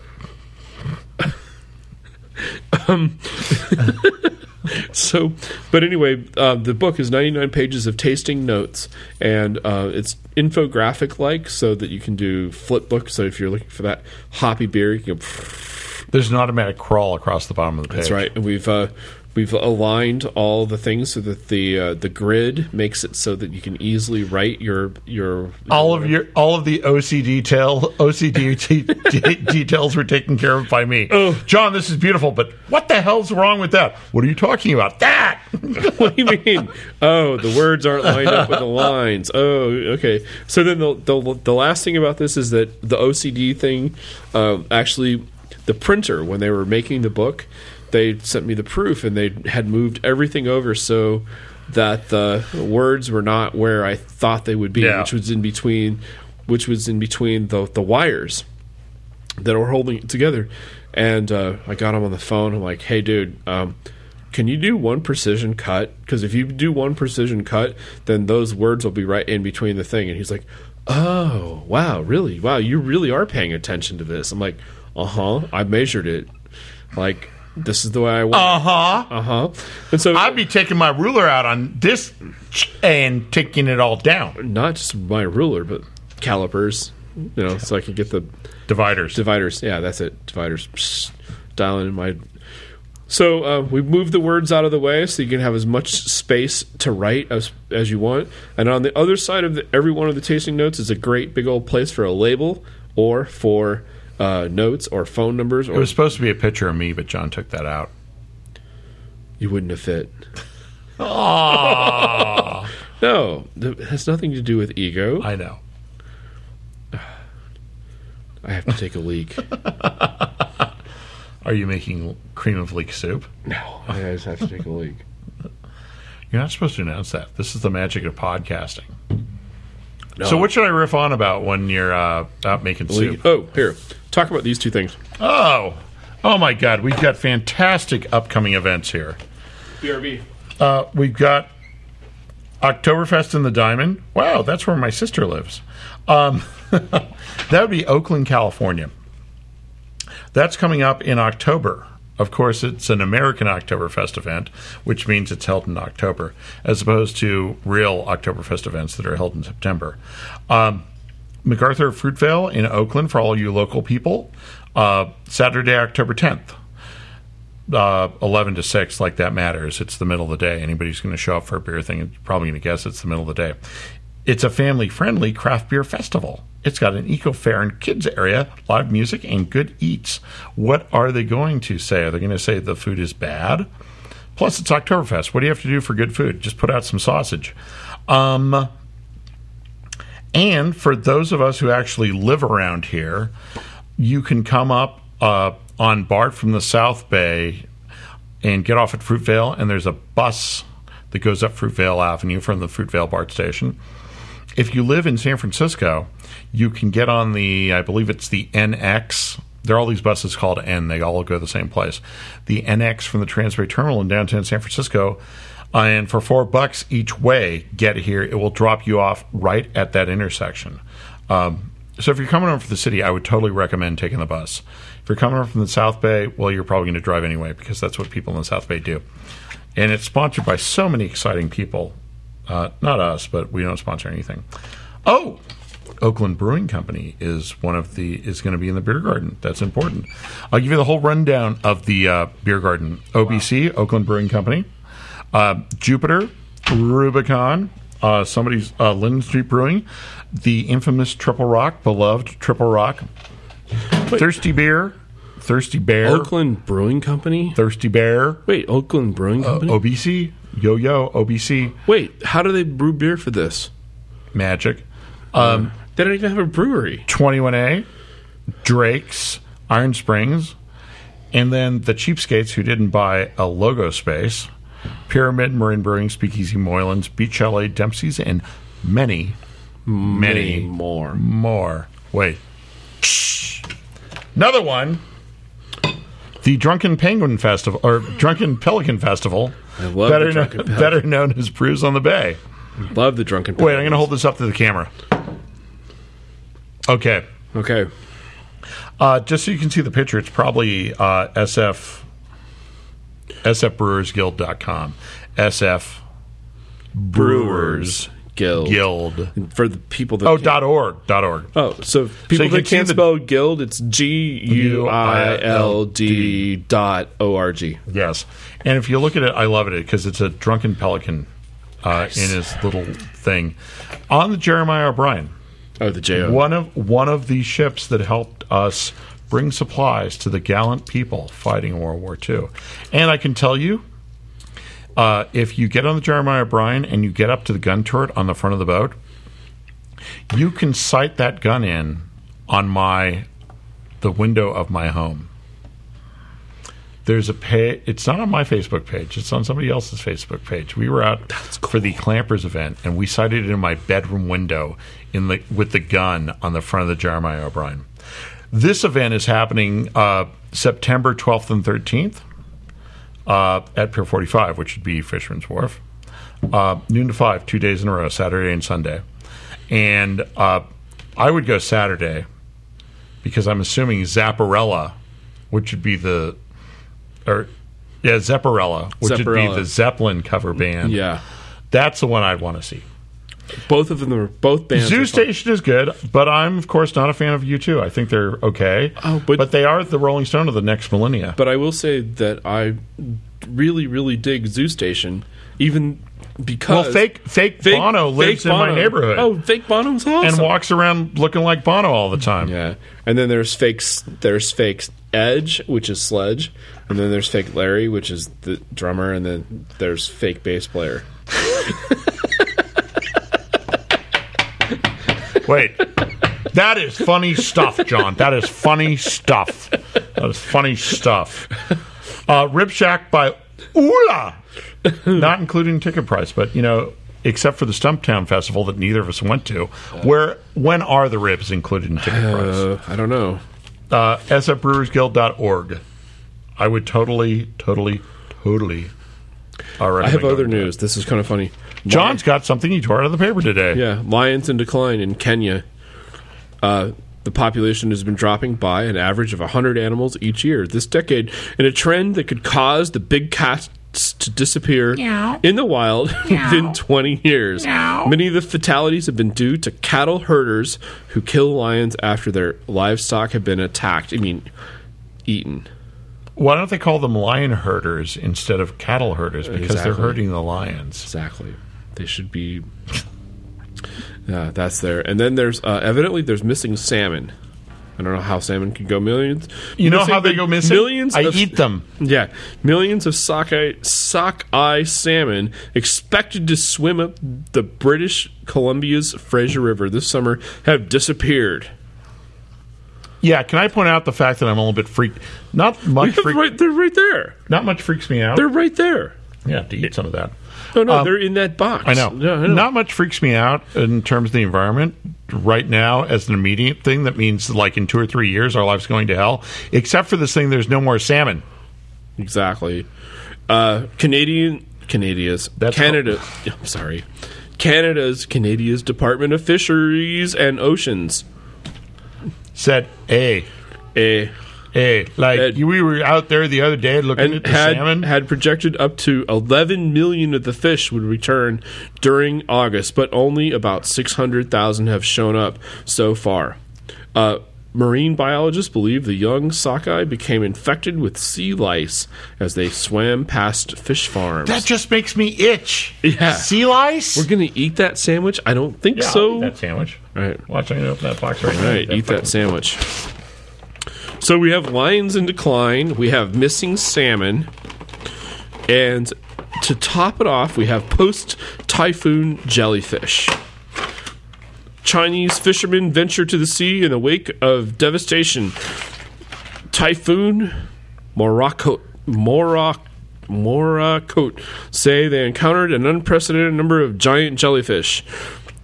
A: um, so, but anyway, uh, the book is 99 pages of tasting notes, and uh, it's infographic like, so that you can do flip book. So, if you're looking for that hoppy beer, you can go.
B: There's an automatic crawl across the bottom of the page.
A: That's right. And we've uh, we've aligned all the things so that the uh, the grid makes it so that you can easily write your your
B: All of your all of the OC detail OCD t- d- details were taken care of by me. Oh. John, this is beautiful, but what the hell's wrong with that? What are you talking about? That
A: what do you mean? Oh, the words aren't lined up with the lines. Oh, okay. So then the the, the last thing about this is that the OCD thing, um, actually, the printer when they were making the book, they sent me the proof and they had moved everything over so that the words were not where I thought they would be,
B: Yeah.
A: which was in between, which was in between the the wires that were holding it together. And uh, I got him on the phone. I'm like, "Hey, dude, um, can you do one precision cut? Because if you do one precision cut, then those words will be right in between the thing. And he's like, oh, wow, really? Wow, you really are paying attention to this. I'm like, uh huh. I measured it. Like, this is the way I want.
B: Uh huh.
A: Uh huh. And so
B: I'd be taking my ruler out on this and taking it all down.
A: not just my ruler, but calipers, you know, so I can get the
B: Dividers.
A: dividers. Yeah, that's it. Dividers. Psst, dialing in my. So uh, we move the words out of the way, so you can have as much space to write as as you want. And on the other side of the, every one of the tasting notes is a great big old place for a label or for uh, notes or phone numbers.
B: it
A: Or
B: was supposed to be a picture of me, but John took that out.
A: you wouldn't have fit. No, th- it has nothing to do with ego.
B: I know.
A: I have to take a leak.
B: Are you making cream of leek soup?
A: no, I just have to take a leak.
B: You're not supposed to announce that. This is the magic of podcasting. So, what should I riff on about when you're uh, out making soup?
A: Oh, here, talk about these two things.
B: Oh, oh my God! We've got fantastic upcoming events here.
A: BRB.
B: Uh, we've got Oktoberfest in the Diamond. Wow, that's where my sister lives. Um, that would be Oakland, California. That's coming up in October. Of course, it's an American Oktoberfest event, which means it's held in October, as opposed to real Oktoberfest events that are held in September. Um, MacArthur Fruitvale in Oakland for all you local people, uh, Saturday, October 10th uh, 11 to 6 like that matters it's the middle of the day anybody's going to show up for a beer thing is probably going to guess it's the middle of the day it's a family friendly craft beer festival it's got an eco fair and kids area live music and good eats what are they going to say are they going to say the food is bad plus it's oktoberfest what do you have to do for good food just put out some sausage um, and for those of us who actually live around here, you can come up uh, on BART from the South Bay and get off at Fruitvale, and there's a bus that goes up Fruitvale Avenue from the Fruitvale BART station. If you live in San Francisco, you can get on the, I believe it's the NX. There are all these buses called N. They all go to the same place. The NX from the Transbay Terminal in downtown San Francisco. Uh, and for four bucks each way, get here. It will drop you off right at that intersection. Um, so if you're coming over from the city, I would totally recommend taking the bus. If you're coming over from the South Bay, well, you're probably going to drive anyway because that's what people in the South Bay do. And it's sponsored by so many exciting people. Uh, not us, but we don't sponsor anything. Oh, Oakland Brewing Company is one of the is going to be in the beer garden. That's important. I'll give you the whole rundown of the uh, beer garden. OBC, Oakland Brewing Company, uh, Jupiter, Rubicon, uh, somebody's uh, Linden Street Brewing, the infamous Triple Rock, beloved Triple Rock, Thirsty Beer, Thirsty Bear,
A: Oakland Brewing Company.
B: Thirsty Bear,
A: Wait, Oakland Brewing
B: Uh,
A: Company.
B: OBC, Yo Yo, OBC,
A: Wait, how do they brew beer for this?
B: Magic.
A: They don't even have a brewery.
B: 21A, Drake's, Iron Springs, and then the cheapskates who didn't buy a logo space, Pyramid, Marine Brewing, Speakeasy, Moylan's, Beach LA, Dempsey's, and many, many,
A: more.
B: more. Wait. Another one. The Drunken Penguin Festival, or Drunken Pelican Festival,
A: love the
B: better, kno-
A: Drunken Pelican.
B: better known as Brews on the Bay.
A: Love the drunken.
B: Wait, I'm going to hold this up to the camera. Okay.
A: Okay.
B: Uh, just so you can see the picture, it's probably uh, SF sfbrewersguild.com. SF Brewers
A: Guild.
B: Guild.
A: For the people that
B: Oh,
A: can't-
B: dot org. Dot org.
A: oh, so people
B: you can
A: that
B: see
A: can't
B: the-
A: spell guild, it's G U I L D dot O R G.
B: Yes. And if you look at it, I love it because it's a drunken pelican uh, in his little thing. On the Jeremiah O'Brien,
A: Oh, the J O.
B: one of one of the ships that helped us bring supplies to the gallant people fighting World War II. And I can tell you, uh, if you get on the Jeremiah Bryan and you get up to the gun turret on the front of the boat, you can sight that gun in on my the window of my home. There's a pay. It's not on my Facebook page. It's on somebody else's Facebook page. We were out for the Clampers event, and we sighted it in my bedroom window in the with the gun on the front of the Jeremiah O'Brien. This event is happening uh, September 12th and 13th. uh, at Pier 45, which would be Fisherman's Wharf. Uh, noon to five, two days in a row, Saturday and Sunday. And uh, I would go Saturday because I'm assuming Zapparella, which would be the, or yeah, Zapparella, which would
A: Zapparella.
B: be the Zeppelin cover band.
A: Yeah.
B: That's the one I'd want to see.
A: Both of them are both bands.
B: Zoo
A: are fun.
B: Station is good, but I'm of course not a fan of U2. I think they're okay,
A: Oh, but-
B: they are the Rolling Stone of the next millennia.
A: But I will say that I really, really dig Zoo Station, even because
B: well, fake fake,
A: Fake-
B: Bono lives
A: Fake
B: in my
A: Bono.
B: neighborhood
A: Oh, fake Bono's awesome.
B: and walks around looking like Bono all the time.
A: yeah, and then there's fake S- there's fake Edge, which is Sledge, and then there's fake Larry, which is the drummer, and then there's fake bass player.
B: Wait, that is funny stuff, John. That is funny stuff. That is funny stuff. Uh, Rib Shack by Ula, not including ticket price, but you know, except for the Stumptown Festival that neither of us went to. Where when are the ribs included in ticket price?
A: Uh, I don't know.
B: uh, sfbrewersguild.org. I would totally, totally, totally. All right.
A: I have other news. This is kind of funny.
B: John's got something he tore out of the paper today.
A: Yeah, lions in decline in Kenya. Uh, the population has been dropping by an average of 100 animals each year this decade, in a trend that could cause the big cats to disappear
D: Meow.
A: in the wild within 20 years.
D: Meow.
A: Many of the fatalities have been due to cattle herders who kill lions after their livestock have been attacked. I mean, eaten.
B: Why don't they call them lion herders instead of cattle herders? Because
A: Exactly.
B: they're herding the lions.
A: Exactly. They should be. Yeah, that's there. And then there's uh, evidently there's missing salmon. I don't know how salmon could go millions.
B: You know
A: Missing-
B: how they go missing?
A: Millions.
B: I
A: of,
B: eat them.
A: Yeah, millions of sockeye sockeye salmon expected to swim up the British Columbia's Fraser River this summer have disappeared.
B: Yeah. Can I point out the fact that I'm a little bit freaked? Not much. Freak,
A: right, they're right there.
B: Not much freaks me out.
A: They're right there.
B: yeah. To eat some of that.
A: No, no, they're in that box.
B: Um, I know.
A: Yeah,
B: Not much freaks me out in terms of the environment right now as an immediate thing. That means, like, in two or three years, our life's going to hell. Except for this thing, there's no more salmon.
A: Exactly. Uh, Canadian Canadia's
B: That's
A: Canada. I'm sorry. Canada's Canadia's Department of Fisheries and Oceans.
B: Said, hey,
A: Eh,
B: hey, like,
A: Ed.
B: we were out there the other day looking at
A: and
B: the
A: had
B: salmon.
A: had projected up to 11 million of the fish would return during August, but only about 600,000 have shown up so far. Uh, marine biologists believe the young sockeye became infected with sea lice as they swam past fish farms.
B: that just makes me itch.
A: Yeah.
B: Sea lice?
A: We're gonna eat that sandwich? I don't think
B: Yeah,
A: so.
B: I'll eat that sandwich.
A: Right.
B: Watch, I'm going to open that box right now.
A: All right, eat that sandwich. So we have lions in decline. We have missing salmon, and to top it off, we have post typhoon jellyfish. Chinese fishermen venture to the sea in the wake of devastation. Typhoon Morocco Moroc Moracote say they encountered an unprecedented number of giant jellyfish.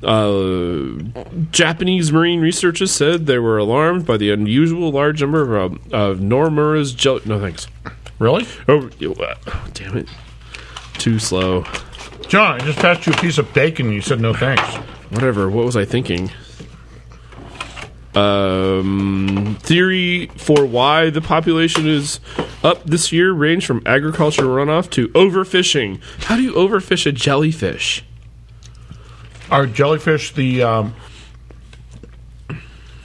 A: Uh, Japanese marine researchers said they were alarmed by the unusual large number of, um, of Normura's jelly. No thanks.
B: Really?
A: Oh, you- uh, oh, damn it! Too slow.
B: John, I just passed you a piece of bacon and you said no thanks.
A: Whatever. What was I thinking? Um, theory for why the population is up this year range from agricultural runoff to overfishing. How do you overfish a jellyfish?
B: Are jellyfish the. Um,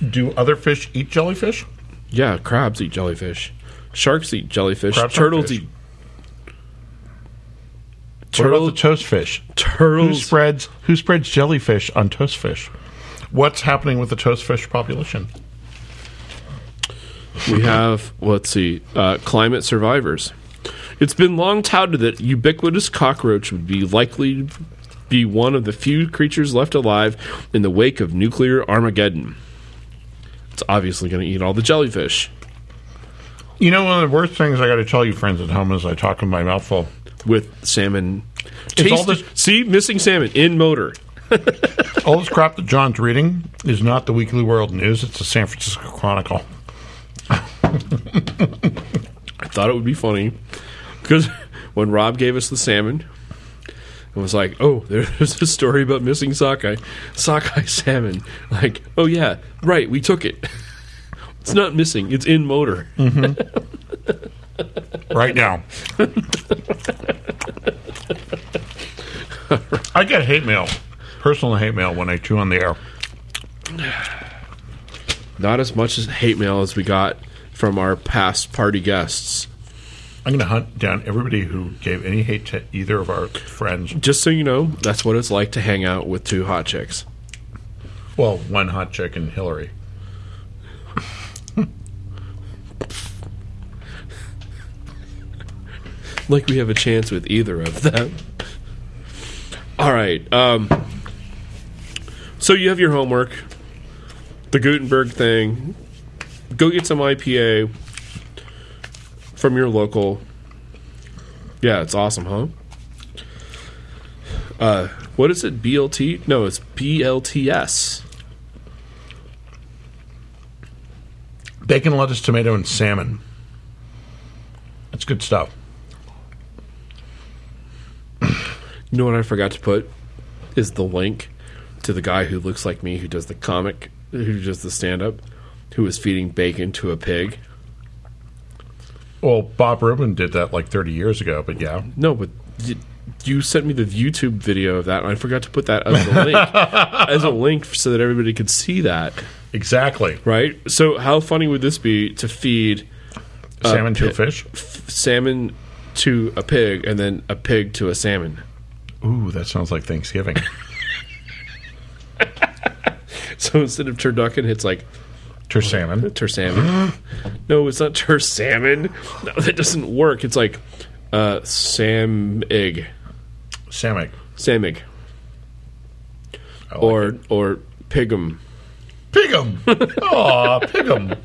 B: do other fish eat jellyfish?
A: Yeah, crabs eat jellyfish. Sharks eat jellyfish.
B: Crabs don't
A: turtles
B: fish.
A: eat.
B: What about
A: Turtle-
B: the toast fish? Who
A: turtles.
B: spreads who spreads jellyfish on toast fish? What's happening with the toast fish population?
A: we have let's see uh, climate survivors it's been long touted that ubiquitous cockroach would be likely to be one of the few creatures left alive in the wake of nuclear armageddon it's obviously going to eat all the jellyfish
B: You know, one of the worst things I got to tell you, friends at home, is I talk with my mouth full.
A: with salmon
B: It's all
A: Tasty-
B: this-
A: see missing salmon in motor
B: All this crap that John's reading is not the Weekly World News; it's the San Francisco Chronicle.
A: i thought it would be funny because when Rob gave us the salmon and was like, "Oh, there's a story about missing sockeye, sockeye salmon." Like, "Oh yeah, right, we took it. It's not missing. It's in motor."
B: right now. I get hate mail, personal hate mail when I chew on the air.
A: Not as much as hate mail as we got from our past party guests.
B: I'm going to hunt down everybody who gave any hate to either of our friends.
A: Just so you know, that's what it's like to hang out with two hot chicks.
B: Well, one hot chick and Hillary.
A: Like we have a chance with either of them. All right. Um, so you have your homework, the Gutenberg thing. Go get some IPA from your local. Yeah, it's awesome, huh? Uh, what is it? BLT? No, it's BLTS.
B: Bacon, lettuce, tomato, and salmon. That's good stuff.
A: You know what I forgot to put is the link to the guy who looks like me, who does the comic, who does the stand up, who was feeding bacon to a pig.
B: Well, Bob Rubin did that like 30 years ago, but yeah.
A: No, but y- you sent me the YouTube video of that, and I forgot to put that as a link, as a link so that everybody could see that.
B: Exactly.
A: Right. So, how funny would this be to feed
B: Salmon to a fish.
A: salmon to a pig and then a pig to a salmon?
B: Ooh, that sounds like Thanksgiving.
A: So instead of turducken, it's like
B: to salmon.
A: tur salmon. no, it's not tur salmon. No, that doesn't work. It's like uh, sam egg,
B: Salmon.
A: sam egg,
B: I like
A: or or pigum.
B: Pig'em. Aw, Pig'em.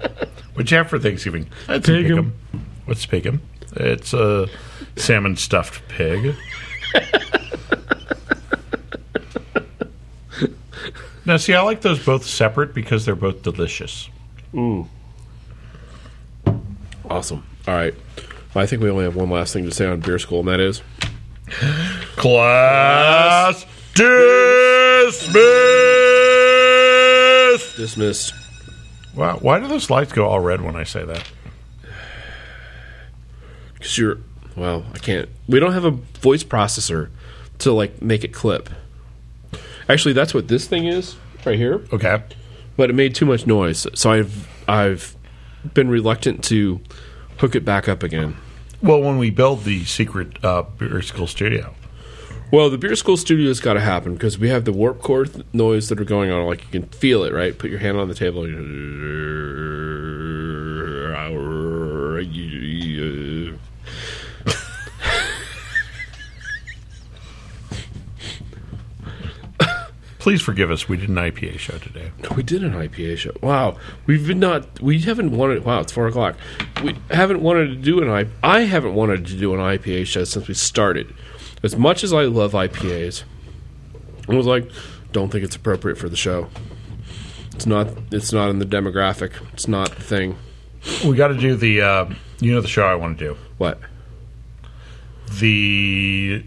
B: What'd you have for Thanksgiving? That's
A: Pig'em.
B: What's Pig'em? It's a salmon stuffed pig. now, see, I like those both separate because they're both delicious.
A: Awesome. All right. I think we only have one last thing to say on beer school, and that is
B: Class dismissed.
A: dismissed.
B: Wow, why do those lights go all red when I say that?
A: Because you're, well, I can't. We don't have a voice processor to like make it clip. Actually, that's what this thing is right here.
B: Okay.
A: But it made too much noise, so I've I've been reluctant to hook it back up again.
B: Well, when we build the secret uh, beer school studio.
A: Well, the beer school studio's got to happen because we have the warp core th- noise that are going on. Like you can feel it, right? Put your hand on the table. and-
B: Please forgive us. We did an IPA show today.
A: We did an IPA show. Wow, we've been not. We haven't wanted. Wow, it's four o'clock. We haven't wanted to do an I. I haven't wanted to do an IPA show since we started. As much as I love IPAs, I was like, don't think it's appropriate for the show. It's not. It's not in the demographic. It's not the thing.
B: We got to do the. Uh, you know the show I want to do.
A: What?
B: The.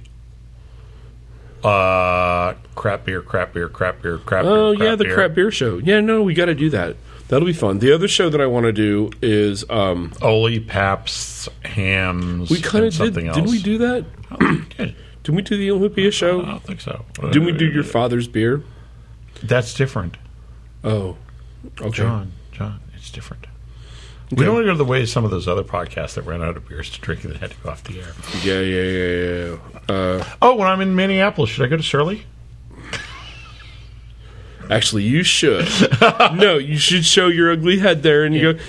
B: Uh, crap beer, crap beer, crap beer, crap beer.
A: Oh yeah, the
B: beer.
A: crap beer show. Yeah, no, we got to do that. That'll be fun. The other show that I want to do is um,
B: Ole Paps, hams.
A: we kind of did.
B: and something else. Uh,
A: Didn't we do that?
B: Good.
A: Didn't we do the Olympia
B: I
A: show?
B: don't think so.
A: Didn't we do your father's beer?
B: That's different,
A: Oh, okay.
B: John. John, it's different. We don't want to go the way of some of those other podcasts that ran out of beers to drink and had to go off the air.
A: Yeah, yeah, yeah, yeah. Uh,
B: Oh, when I'm in Minneapolis, should I go to Shirley?
A: actually, you should. no, you should show your ugly head there, and you go.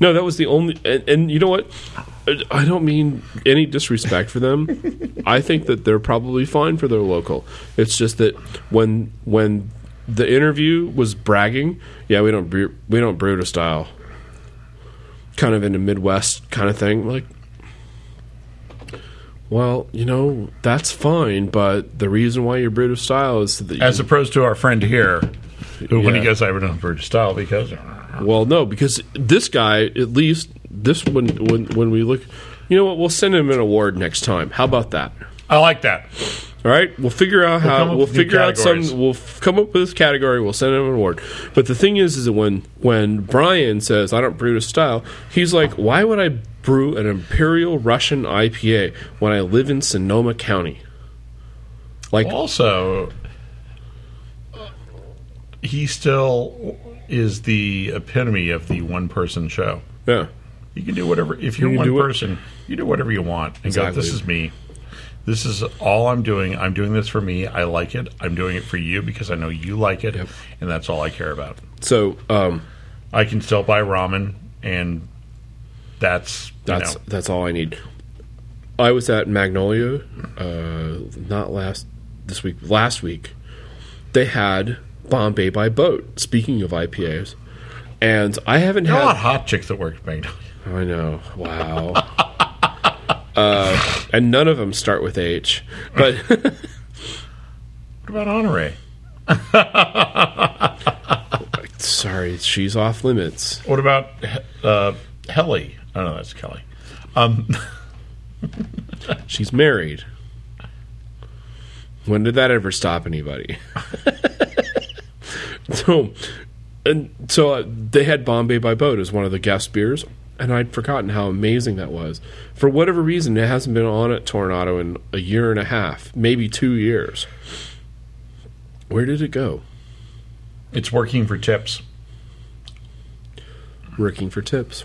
A: no, that was the only. And, and you know what? I- I don't mean any disrespect for them. I think that they're probably fine for their local. It's just that when when the interview was bragging, yeah, we don't brew, we don't brew to style, kind of in the Midwest kind of thing. Like, well, you know that's fine, but the reason why you're brew to style is so that you
B: As opposed to our friend here, who when he
A: Yeah.
B: goes, I would not brew style because
A: Well, no, because this guy, at least this when when when we look, you know what? We'll send him an award next time. How about that?
B: I like that.
A: All right, we'll figure out
B: come
A: how
B: up
A: we'll
B: with new
A: figure out some.
B: categories.
A: We'll f- come up with this category. We'll send him an award. But the thing is, is that when when Brian says I don't brew to style, he's like, why would I brew an imperial Russian IPA when I live in Sonoma County? Like,
B: Also, he still is the epitome of the one person show.
A: yeah,
B: You can do whatever if you're
A: can
B: one
A: do it.
B: person, you do whatever you want and go,
A: Exactly.
B: This is me. This is all I'm doing. I'm doing this for me. I like it. I'm doing it for you because I know you like it and that's all I care about.
A: so um,
B: I can still buy ramen and that's you
A: That's
B: know,
A: that's all I need. I was at Magnolia, uh, not last this week. Last week, they had Bombay by boat. Speaking of IPAs, and I haven't
B: there are a
A: had.
B: lot of hot chicks that work at McDonald's.
A: I know. Wow. uh, and none of them start with H, but
B: What about Honore?
A: sorry, she's off limits.
B: What about uh, Helly? I don't know. That's Kelly. Um,
A: She's married. When did that ever stop anybody? so, and so uh, they had Bombay by boat as one of the guest beers, and I'd forgotten how amazing that was. For whatever reason, it hasn't been on at Tornado in a year and a half, maybe two years. Where did it go?
B: it's working for tips.
A: Working for tips.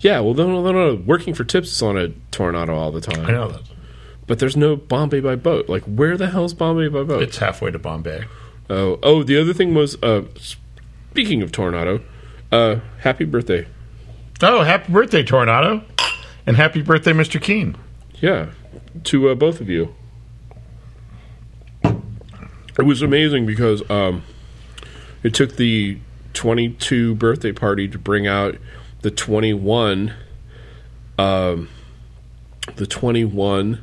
A: Yeah, well, no, no, no, no. Working for tips is on a Tornado all the
B: I
A: time,
B: know that.
A: but there's no Bombay by boat. Like, where the hell's Bombay by boat?
B: It's halfway to Bombay.
A: Oh, oh, the other thing was, uh, speaking of tornado, uh, happy birthday.
B: Oh, happy birthday, Tornado. And happy birthday, Mr. Keene.
A: Yeah, to uh, both of you. It was amazing because um, it took the 22 birthday party to bring out the 21, um, the 21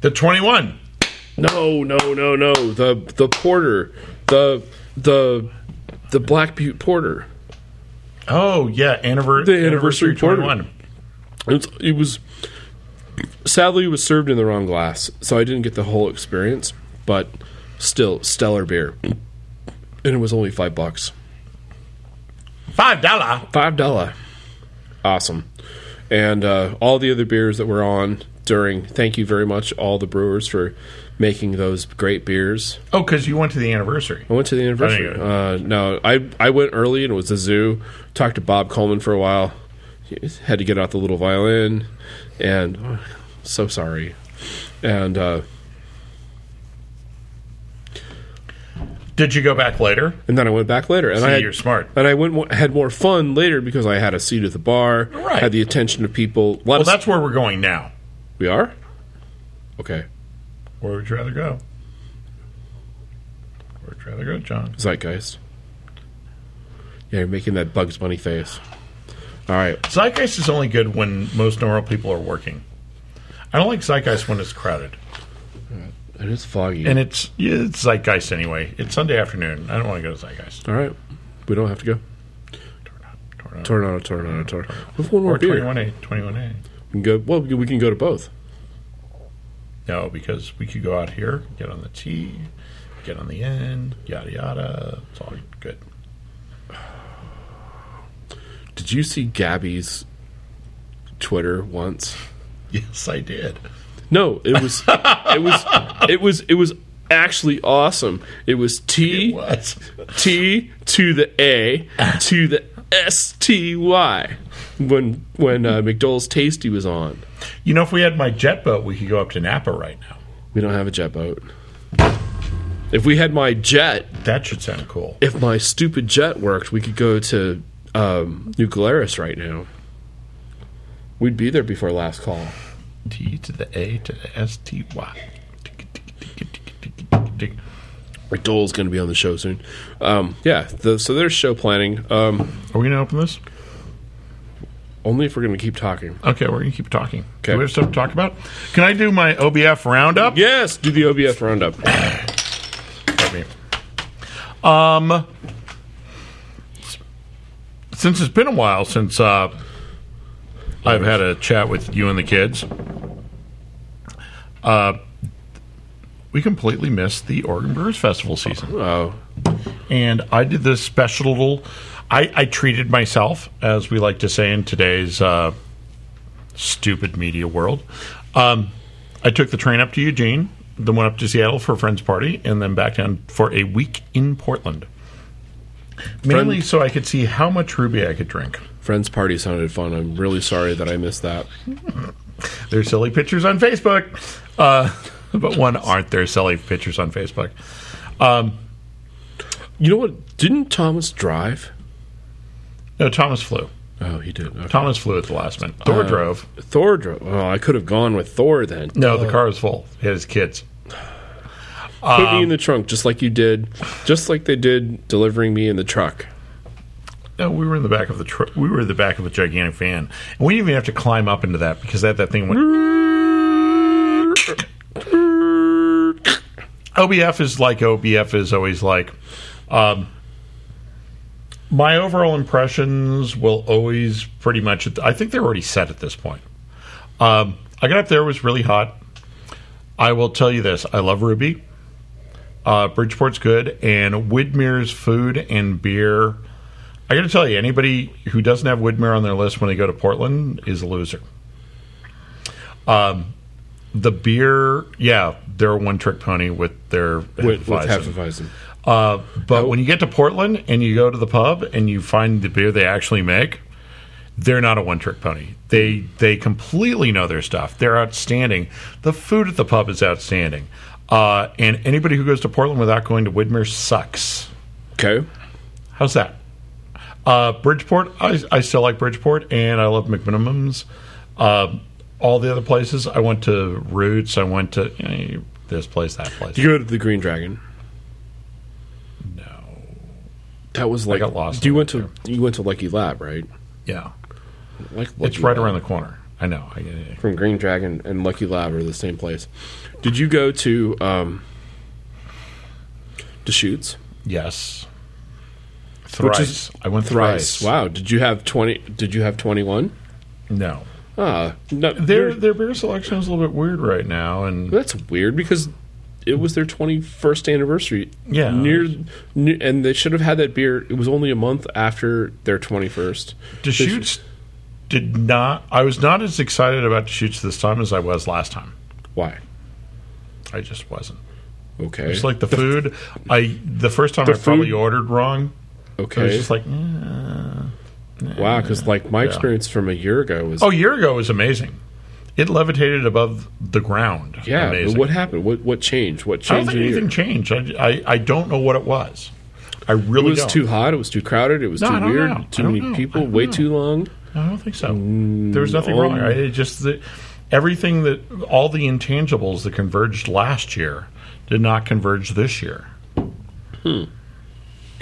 B: The 21.
A: No, no, no, no. The the porter, the the the Black Butte porter.
B: Oh, yeah. Anniver-
A: The anniversary party.
B: 21.
A: It's, it was sadly it was served in the wrong glass, so I didn't get the whole experience. But still, stellar beer, and it was only five bucks.
B: Five dollar.
A: Five dollar, awesome. And uh, all the other beers that were on during. Thank you very much, all the brewers for making those great beers.
B: Oh, because you went to the anniversary.
A: I went to the anniversary.
B: I didn't
A: Uh, no, I I went early and it was the zoo. Talked to Bob Coleman for a while. He had to get out the little violin, and oh, so sorry. And uh,
B: Did you go back later?
A: and then I went back later, and I
B: See,
A: had,
B: you're smart.
A: and I went mo- had more fun later because I had a seat at the bar,
B: Right.
A: had the attention of people. A lot
B: Well,
A: of
B: that's where we're going now.
A: we are okay.
B: Where would you rather go? Where would you rather go, John?
A: Zeitgeist. Yeah, you're making that Bugs Bunny face. All right,
B: Zeitgeist is only good when most normal people are working. I don't like Zeitgeist when it's crowded.
A: it is foggy.
B: And it's, yeah, it's Zeitgeist anyway. It's Sunday afternoon. I don't want to go to Zeitgeist.
A: All right, we don't have to go.
B: Tornado.
A: Tornado, tornado, tornado. We have one more
B: Or
A: beer.
B: 21A. 21A.
A: We can go. Well, we can go to both.
B: No, because we could go out here, get on the T, get on the N, yada yada. It's all good.
A: Did you see Gabby's Twitter once?
B: Yes, I did.
A: No, it was it was it was it was actually awesome. It was T
B: What?
A: T to the A to the S T Y when when uh, McDowell's Tasty was on.
B: You know, if we had my jet boat, we could go up to Napa right now.
A: We don't have a jet boat. If we had my jet,
B: That should sound cool.
A: if my stupid jet worked, we could go to um, New Glarus right now. We'd be there before last call.
B: T to the A to the S T Y.
A: Dole's going to be on the show soon. Um, yeah, the, so there's show planning. Um,
B: Are we going to open this?
A: only if we're going to keep talking.
B: Okay, we're going to keep talking.
A: Okay.
B: Do we have stuff to talk about? Can I do my OBF roundup?
A: Yes, do the OBF roundup.
B: Um, since it's been a while since uh, I've had a chat with you and the kids, uh, we completely missed the Oregon Brewers Festival season.
A: Oh,
B: and I did this special little. I, I treated myself, as we like to say in today's uh, stupid media world. Um, I took the train up to Eugene, then went up to Seattle for a friend's party, and then back down for a week in Portland. Mainly so I could see how much Ruby I could drink.
A: friends party sounded fun. I'm really sorry that I missed that.
B: There's silly pictures on Facebook, uh, but one aren't there silly pictures on Facebook?
A: You know what? Didn't Thomas drive?
B: No, Thomas flew.
A: Oh, he did. Okay.
B: Thomas flew at the last minute. Thor drove.
A: Thor drove. Oh, I could have gone with Thor then.
B: No, the car was full. He had his kids.
A: Put me in the trunk, just like you did, just like they did delivering me in the truck.
B: No, Uh, we were in the back of the tr- we were in the back of a gigantic van, and we didn't even have to climb up into that because that that thing went. OBF is like OBF is always like. Um, my overall impressions will always pretty much. I think they're already set at this point. Um, I got up there it was really hot. I will tell you this: I love Ruby. Uh, Bridgeport's good, and Widmere's food and beer. I got to tell you, anybody who doesn't have Widmere on their list when they go to Portland is a loser. Um, the beer, yeah, they're a one-trick pony with their
A: With, with
B: Hefeweizen.
A: Hefeweizen.
B: Uh, but when you get to Portland and you go to the pub and you find the beer they actually make, they're not a one-trick pony. They they completely know their stuff. They're outstanding. The food at the pub is outstanding. Uh, and anybody who goes to Portland without going to Widmer sucks.
A: Okay.
B: How's that? Uh, Bridgeport, I, I still like Bridgeport, and I love McMinimums. Uh, all the other places, I went to Roots. I went to eh, this place, that place.
A: You go to the Green Dragon.
B: no,
A: That was like
B: got lost
A: Do you
B: on
A: went
B: the
A: to you went to Lucky Lab, right?
B: yeah,
A: Like Lucky
B: it's right
A: Lab.
B: around the corner. I know. I, I-
A: from Green Dragon and Lucky Lab are the same place. Did you go to um, Deschutes?
B: yes,
A: Which
B: thrice.
A: is-
B: I went thrice.
A: Thrice. Wow. Did you have twenty? Did you have twenty one?
B: No,
A: Ah, no.
B: their their beer selection is a little bit weird right now, and
A: That's weird because it was their 21st anniversary.
B: Yeah.
A: Near, near and they should have had that beer. It was only a month after their 21st.
B: Deschutes did not. I was not as excited about Deschutes this time as I was last time.
A: Why?
B: I just wasn't.
A: Okay.
B: It's like the food. I the first time I
A: food-
B: probably ordered wrong. I was
A: okay.
B: just like, eh.
A: wow, cuz like my experience from a year ago was
B: oh, a year ago was amazing. It levitated above the ground.
A: yeah, but
B: amazing.
A: what happened? What what changed? What
B: I don't
A: changed?
B: think
A: in a year?
B: anything changed. I, I, I don't know what it was. I
A: It
B: really
A: was
B: don't.
A: too hot. It was too crowded. It was
B: No, I
A: too
B: don't
A: weird.
B: know. I
A: Too
B: don't
A: many
B: know. I
A: people.
B: don't
A: Way
B: know.
A: too long.
B: I don't think so. There was nothing
A: no.
B: wrong. I it just the, everything that all the intangibles that converged last year did not converge this year.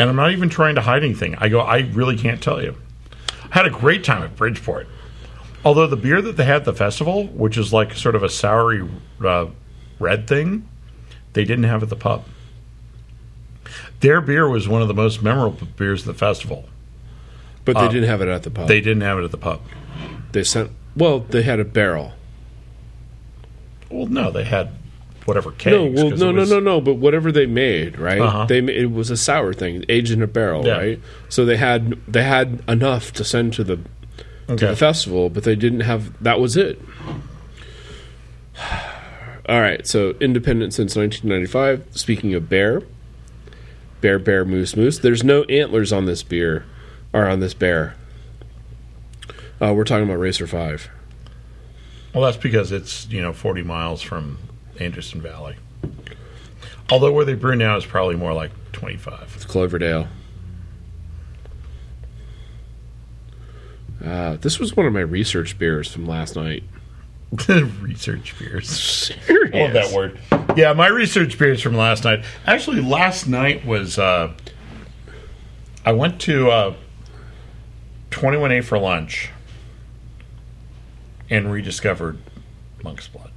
B: And I'm not even trying to hide anything. I go. I really can't tell you. I had a great time at Bridgeport. Although the beer that they had at the festival, which is like sort of a soury uh, red thing, they didn't have at the pub. Their beer was one of the most memorable beers at the festival.
A: But they didn't have it at the pub.
B: Uh, They didn't have it at the pub.
A: they sent well, they had a barrel.
B: Well, no, they had whatever cakes.
A: No, well, no, no, no, no. But whatever they made, right?
B: Uh-huh.
A: They ma- it was a sour thing, aged in a barrel,
B: Yeah.
A: right? So they had they had enough to send to the
B: no.
A: to the festival, but they didn't have. That was it. All right. So independent since 1995. Speaking of bear, bear, bear, moose, moose. There's no antlers on this beer, or on this bear. Uh, we're talking about Racer Five.
B: Well, that's because it's you know 40 miles from Anderson Valley. Although where they brew now is probably more like 25.
A: It's Cloverdale. Uh, this was one of my research beers from last night.
B: research beers.
A: Serious.
B: I love that word. Yeah, my research beers from last night. Actually, last night was uh, I went to uh, 21A for lunch and rediscovered Monk's Blood.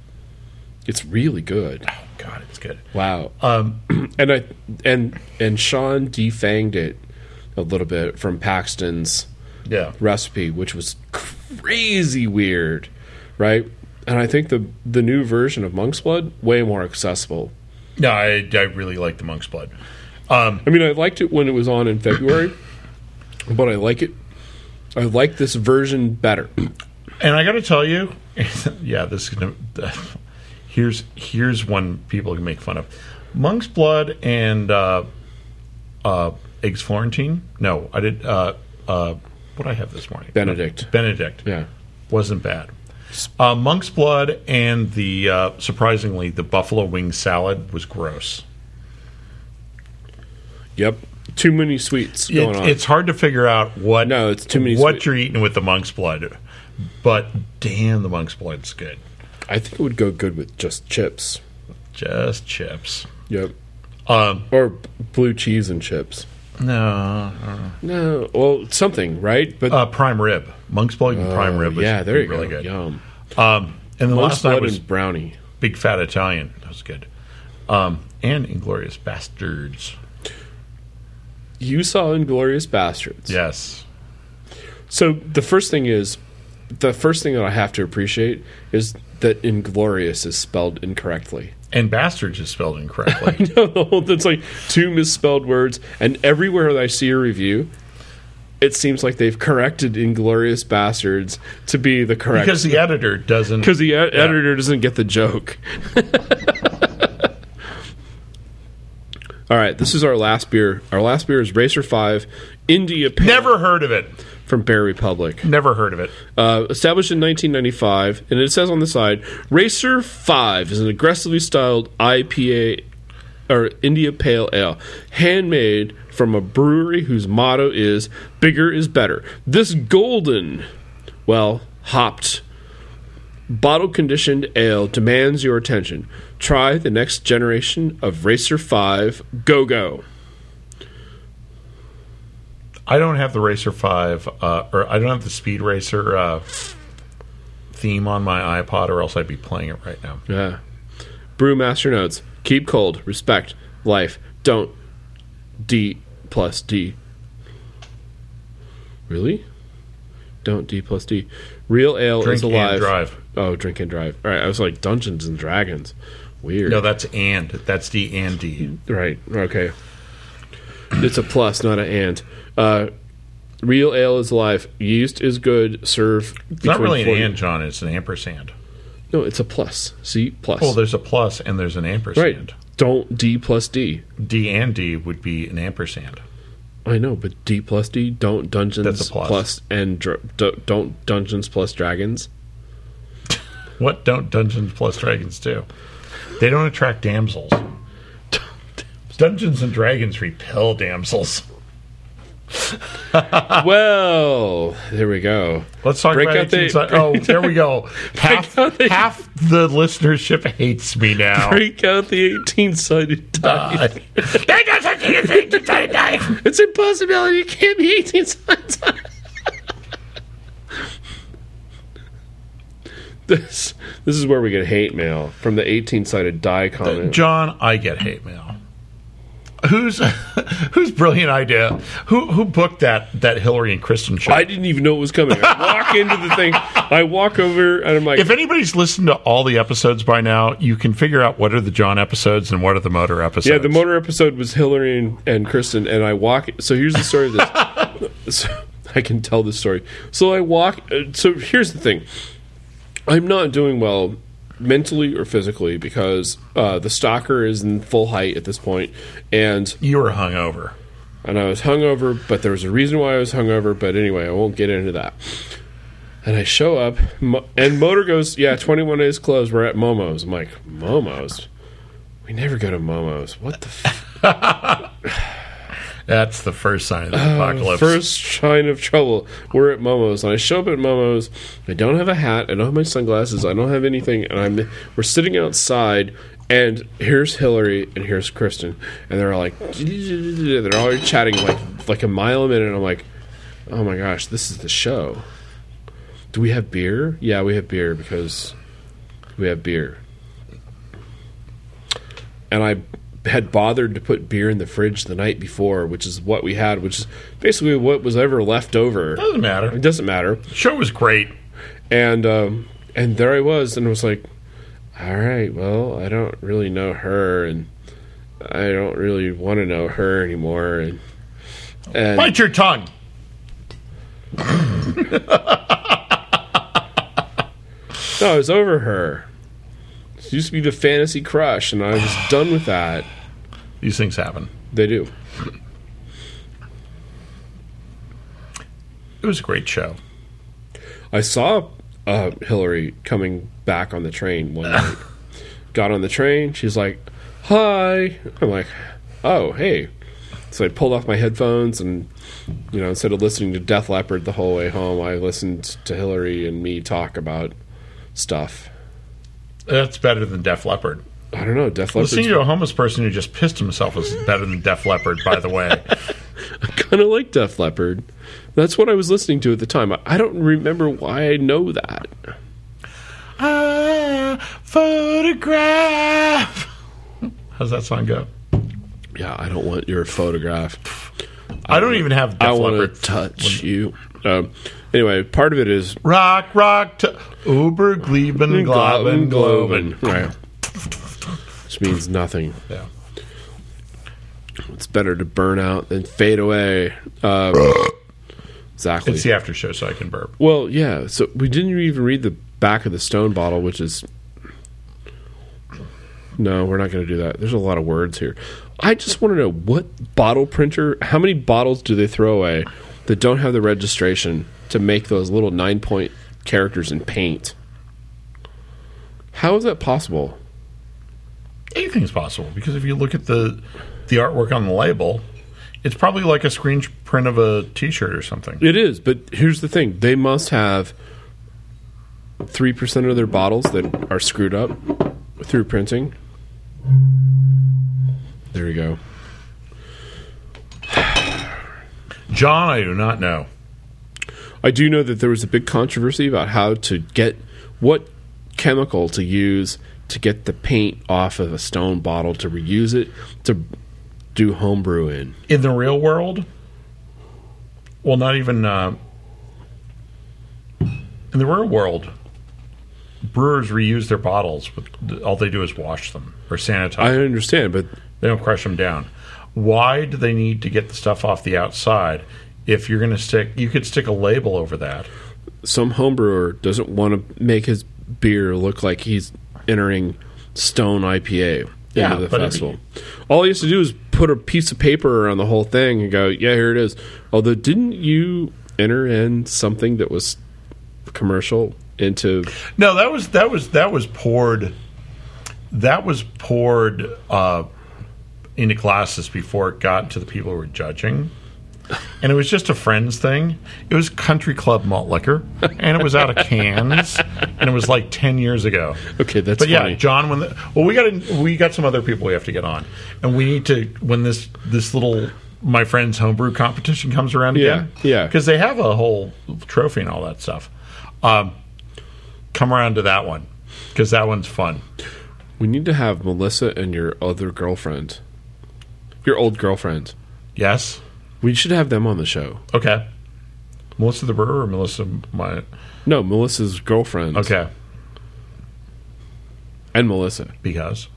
A: It's really good.
B: Oh God, it's good.
A: Wow. Um, and I and and Sean defanged it a little bit from Paxton's
B: Yeah.
A: recipe, which was crazy weird, right? And I think the the new version of Monk's Blood way more accessible.
B: No, I, I really like the monk's blood.
A: I mean, I liked it when it was on in February, but I like it. I like this version better.
B: And I got to tell you, yeah, this is gonna. here's here's one people can make fun of: monk's blood and uh, uh, eggs Florentine. No, I did. Uh, uh, what I have this morning?
A: Benedict.
B: Benedict.
A: Yeah.
B: wasn't bad. Uh, monk's blood and the uh, surprisingly the buffalo wing salad was gross.
A: Yep. Too many sweets
B: It-
A: going on.
B: It's hard to figure out what
A: No, it's too many
B: what
A: sweet-
B: you're eating with the monk's blood, but damn, the monk's blood's good.
A: I think it would go good with just chips.
B: Just chips.
A: Yep.
B: Um,
A: Or b- blue cheese and chips.
B: no,
A: No, well, something, right? But
B: uh, prime rib, monk's blood and prime rib. Was
A: Oh, yeah, there you
B: really
A: go.
B: good.
A: Yum.
B: Um, and the
A: Monk's
B: last night
A: blood
B: was
A: and brownie.
B: big fat Italian. That was good. Um, and inglorious bastards.
A: You saw Inglorious Bastards.
B: Yes.
A: So the first thing is, the first thing that I have to appreciate is that Inglorious is spelled incorrectly.
B: And bastards is spelled incorrectly.
A: That's like two misspelled words, and everywhere that I see a review, it seems like they've corrected Inglorious Bastards to be the correct
B: because the editor doesn't.
A: because the ed- editor doesn't get the joke. All right, this is our last beer. Our last beer is Racer Five India Pale
B: Never heard of it.
A: from Bear Republic,
B: Never heard of it.
A: uh, established in 1995, and it says on the side, Racer Five is an aggressively styled IPA or India Pale Ale, handmade from a brewery whose motto is "Bigger is better." This golden, well, hopped Bottle conditioned ale demands your attention. Try the next generation of Racer 5 Go Go.
B: I don't have the Racer Five, uh, or I don't have the Speed Racer uh, theme on my iPod, or else I'd be playing it right now.
A: Yeah. Brewmaster notes keep cold, respect, life, don't. D plus D. Really? Don't D plus D. Real ale
B: Drink
A: is alive.
B: and drive.
A: Oh, drink and drive. All right, I was like Dungeons and Dragons. Weird.
B: No, that's and. That's D and D.
A: Right. Okay. It's a plus, not an and. Uh, real ale is life. Yeast is good. Serve.
B: It's not really an and, John. It's an ampersand.
A: No, it's a plus. See plus.
B: Well, there's a plus and there's an
A: right.
B: ampersand.
A: Don't D plus D.
B: D and D would be an ampersand.
A: I know, but D plus D. Don't dungeons
B: That's a plus.
A: plus and dr- d- don't dungeons plus dragons.
B: What don't Dungeons plus Dragons do? They don't attract damsels. Dungeons and Dragons repel damsels.
A: Ah. well, there we go.
B: Let's talk
A: Break
B: about
A: out the-
B: 18 si- Oh, there we go. Half, half the listenership hates me now.
A: Break out the eighteen-sided die.
B: God. There goes a thing, a thing, a thing, a thing.
A: Ah. It's impossibility. It can't be 18 signs. this this is where we get hate mail from the 18 sided die comment.
B: John, I get hate mail. Who's whose brilliant idea? Who who booked that that Hillary and Kristen show?
A: I didn't even know it was coming. I walk into the thing. I walk over and I'm like,
B: if anybody's listened to all the episodes by now, you can figure out what are the John episodes and what are the Motor episodes.
A: Yeah, the motor episode was Hillary and, and Kristen, and I walk. So here's the story of this. so, I can tell this story. So I walk. uh, So here's the thing. I'm not doing well mentally or physically because uh, the stalker is in full height at this point, and
B: you were hungover.
A: and I was hungover, but there was a reason why I was hungover. But anyway, I won't get into that. And I show up, Mo- and Motor goes, "Yeah, 21 days closed. We're at Momo's." I'm like, "Momo's? We never go to Momo's. What the
B: That's the first sign of the apocalypse.
A: Oh, First sign of trouble. We're at Momo's, and I show up at Momo's. I don't have a hat. I don't have my sunglasses. I don't have anything, and I'm we're sitting outside. And here's Hillary, and here's Kristen, and they're all like, they're already chatting like like a mile a minute. And I'm like, oh my gosh, this is the show. Do we have beer? Yeah, we have beer because we have beer. And I had bothered to put beer in the fridge the night before, which is what we had, which is basically what was ever left over.
B: Doesn't
A: It
B: matter.
A: doesn't matter.
B: Show was great.
A: And um, and there I was, and I was like, all right, well, I don't really know her, and I don't really want to know her anymore, and and
B: Bite your tongue.
A: No, I was over her. She used to be the fantasy crush, and I was done with that.
B: These things happen.
A: They do.
B: It was a great show.
A: I saw uh, Hillary coming back on the train one night. Got on the train. She's like, "Hi." I'm like, "Oh, hey." So I pulled off my headphones and, you know, instead of listening to Death Leopard the whole way home, I listened to Hillary and me talk about stuff.
B: That's better than Def Leppard.
A: I don't know. Death
B: Listening
A: Leopard's
B: to a homeless person who just pissed himself is better than Def Leppard, by the way.
A: kind of like Death Leopard. That's what I was listening to at the time. I, I don't remember why I know that.
B: ah, photograph. How's that song go?
A: Yeah, I don't want your photograph.
B: I don't even have Def
A: I want
B: Leppard.
A: to touch you. Um, anyway, part of it is
B: rock, rock, to Uber, Gleben, Globen, Globen.
A: Right. Which means nothing.
B: Yeah.
A: It's better to burn out than fade away. Um, exactly.
B: It's the after show, so I can burp.
A: well, yeah. So we didn't even read the back of the stone bottle, which is. No, we're not going to do that. There's a lot of words here. I just want to know what bottle printer, how many bottles do they throw away that don't have the registration to make those little nine point characters in paint? How is that possible?
B: anything's possible because if you look at the the artwork on the label, it's probably like a screen print of a T-shirt or something.
A: It is, but here's the thing: they must have three percent of their bottles that are screwed up through printing. There you go.
B: John, I do not know.
A: I do know that there was a big controversy about how to get what chemical to use to get the paint off of a stone bottle to reuse it to do homebrew in.
B: In the real world, well, not even uh, in the real world. Brewers reuse their bottles, but all they do is wash them or sanitize.
A: I understand, but
B: They don't crush them down. Why do they need to get the stuff off the outside? If you're going to stick, you could stick a label over that.
A: some homebrewer doesn't want to make his beer look like he's entering Stone IPA
B: Yeah,
A: into the
B: but if
A: festival. All he has to do is put a piece of paper on the whole thing and go, "Yeah, here it is." Although, didn't you enter in something that was commercial into?
B: No, that was that was that was poured. That was poured uh, into glasses before it got to the people who were judging, and it was just a friends thing. It was country club malt liquor, and it was out of cans, and it was like ten years ago.
A: Okay, that's
B: But yeah,
A: funny.
B: John. When the, well, we got we got some other people we have to get on, and we need to when this this little my friend's homebrew competition comes around again.
A: yeah.
B: because they have a whole trophy and all that stuff. Um, come around to that one because that one's fun.
A: we need to have Melissa and your other girlfriend, your old girlfriend.
B: Yes.
A: We should have them on the show.
B: Okay. Melissa the brewer or Melissa my
A: No, Melissa's girlfriend.
B: okay
A: and Melissa.
B: because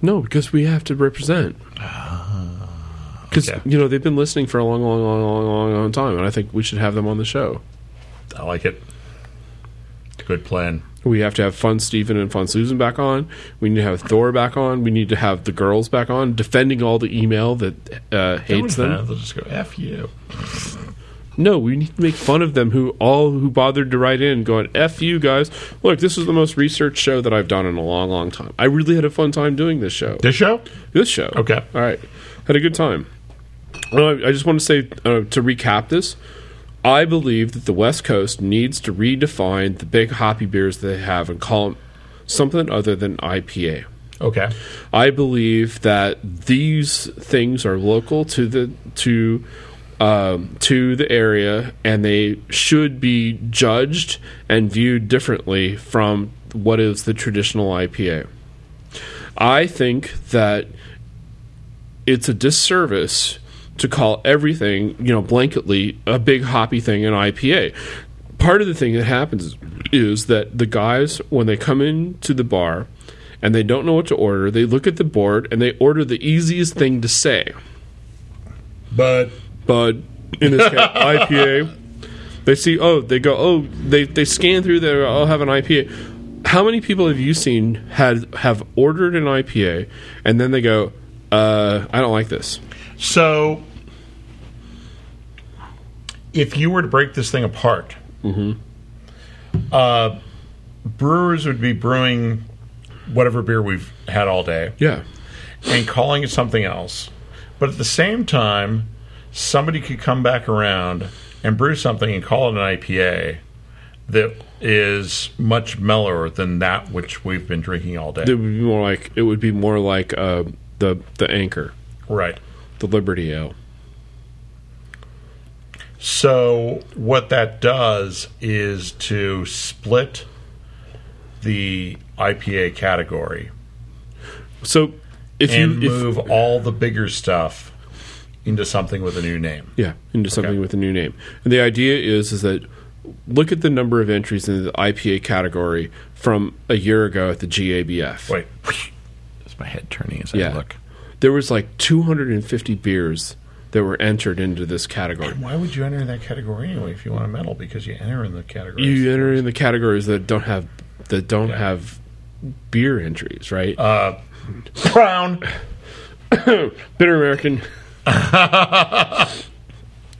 A: No, because we have to represent. Ah, Because
B: okay.
A: you know they've been listening for a long, long, long, long, long, long time, and I think we should have them on the show.
B: I like it. Good plan.
A: We have to have Fun Stephen and Fun Susan back on. We need to have Thor back on. We need to have the girls back on, defending all the email that uh, hates them.
B: They'll just go f you.
A: No, we need to make fun of them who all who bothered to write in, going "F you guys." Look, this is the most researched show that I've done in a long, long time. I really had a fun time doing this show.
B: This show.
A: This show.
B: Okay.
A: All right. Had a good time. Well, I I just want to say uh, to recap this. I believe that the West Coast needs to redefine the big hoppy beers they have and call them something other than IPA.
B: Okay.
A: I believe that these things are local to the to um, to the area, and they should be judged and viewed differently from what is the traditional IPA. I think that it's a disservice to call everything, you know, blanketly a big hoppy thing an IPA. Part of the thing that happens is that the guys, when they come into the bar and they don't know what to order, they look at the board and they order the easiest thing to say.
B: But
A: Bud, in this case, IPA. They see, oh, they go, oh, they, they scan through there, oh, have an IPA. How many people have you seen had have ordered an IPA and then they go, uh, I don't like this.
B: so, if you were to break this thing apart, uh, brewers would be brewing whatever beer we've had all day.
A: Yeah.
B: and calling it something else. But at the same time, somebody could come back around and brew something and call it an IPA that is much mellower than that which we've been drinking all day.
A: It would be more like it would be more like uh, the the anchor,
B: Right.
A: the Liberty Ale.
B: So what that does is to split the IPA category
A: So if
B: and
A: you if,
B: move all the bigger stuff into something with a new name.
A: Yeah, into something with a new name. And the idea is is that look at the number of entries in the IPA category from a year ago at the GABF.
B: Wait. Is my head turning as I
A: Yeah.
B: look?
A: There was like 250 beers that were entered into this category.
B: Why would you enter in that category anyway if you want a medal? Because you enter in the category.
A: You enter in the categories that don't have that don't have beer entries, right?
B: Crown.
A: Bitter American.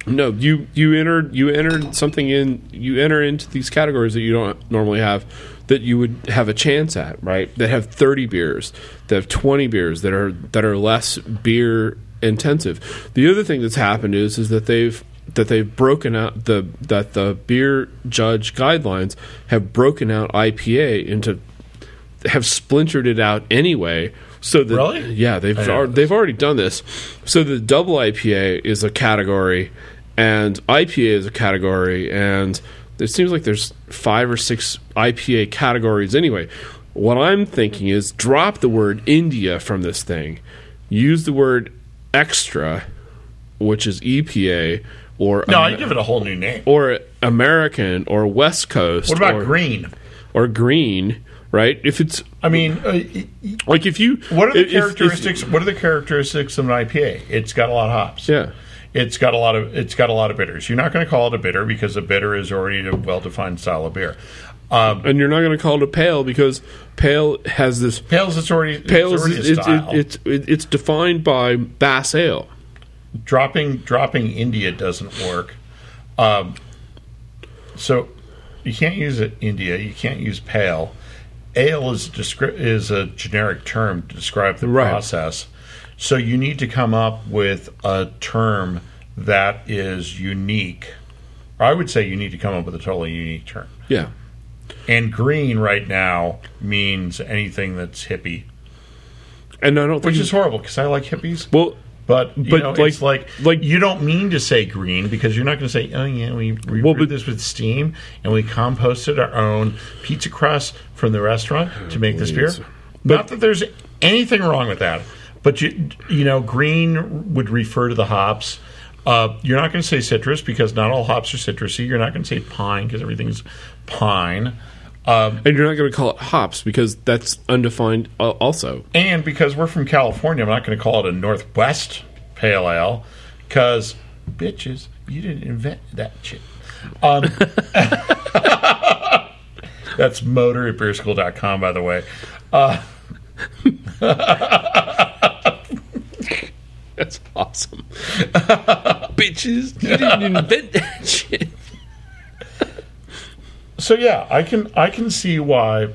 A: no, you you entered you entered something in you enter into these categories that you don't normally have that you would have a chance at, right? That have 30 beers, that have 20 beers that are that are less beer intensive. The other thing that's happened is is that they've that they've broken out the that the beer judge guidelines have broken out IPA into have splintered it out anyway. So that
B: Really?
A: yeah, they've
B: know
A: al-
B: this.
A: they've already done this. So the double IPA is a category, and IPA is a category, and it seems like there's five or six IPA categories anyway. What I'm thinking is drop the word India from this thing, use the word extra, which is EPA or
B: No,
A: Am-
B: I give it a whole new name.
A: or American or West Coast.
B: What about
A: or,
B: green?
A: or green? Right? If it's
B: I mean, uh, y- y-
A: Like if you,
B: what are the
A: if- if-
B: characteristics? what are the characteristics of an IPA? It's got a lot of hops.
A: Yeah.
B: It's got a lot of it's got a lot of bitters. You're not going to call it a bitter because a bitter is already a well-defined style of beer. Um,
A: and you're not going to call it a pale because pale has this
B: pales, it's already
A: pale is
B: it's already a
A: it's
B: style.
A: it's it's it's defined by Bass Ale.
B: dropping dropping India doesn't work. Um, so you can't use it India. You can't use pale. Ale is descri- is a generic term to describe the
A: Right.
B: process. So you need to come up with a term that is unique. I would say you need to come up with a totally unique term.
A: Yeah,
B: And green right now means anything that's hippie,
A: and I don't think
B: which is horrible because I like hippies.
A: well.
B: But you
A: But,
B: know,
A: like-
B: it's like
A: like-
B: like you don't mean to say green because you're not going to say, oh yeah, we, we
A: Well, but-
B: brewed this with steam and we composted our own pizza crust from the restaurant to make this beer. not that there's anything wrong with that, but you you know, green would refer to the hops. Uh, you're not going to say citrus because not all hops are citrusy. You're not going to say pine because everything's pine. Um,
A: And you're not going to call it hops because that's undefined. al- Also,
B: And because we're from California, I'm not going to call it a Northwest Pale Ale because bitches, you didn't invent that shit. Um, that's motor at beerschool.com, by the way.
A: that's awesome. Bitches, you didn't invent that shit.
B: So yeah, I can I can see why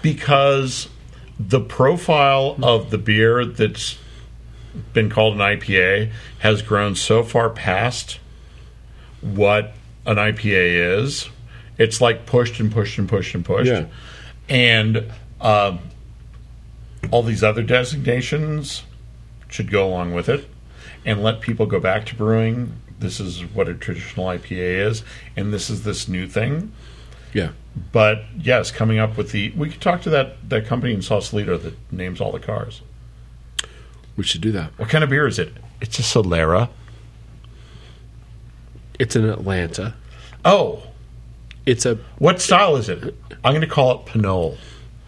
B: because the profile of the beer that's been called an IPA has grown so far past what an IPA is. It's like pushed and pushed and pushed and pushed.
A: Yeah.
B: And um all these other designations should go along with it and let people go back to brewing. This is what a traditional IPA is, and this is this new thing.
A: Yeah,
B: But yes, coming up with the we could talk to that that company in Sausalito that names all the cars.
A: We should do that.
B: What kind of beer is it? It's a Solera.
A: It's in Atlanta.
B: Oh,
A: It's a
B: what style is it? I'm going to call it Pinole.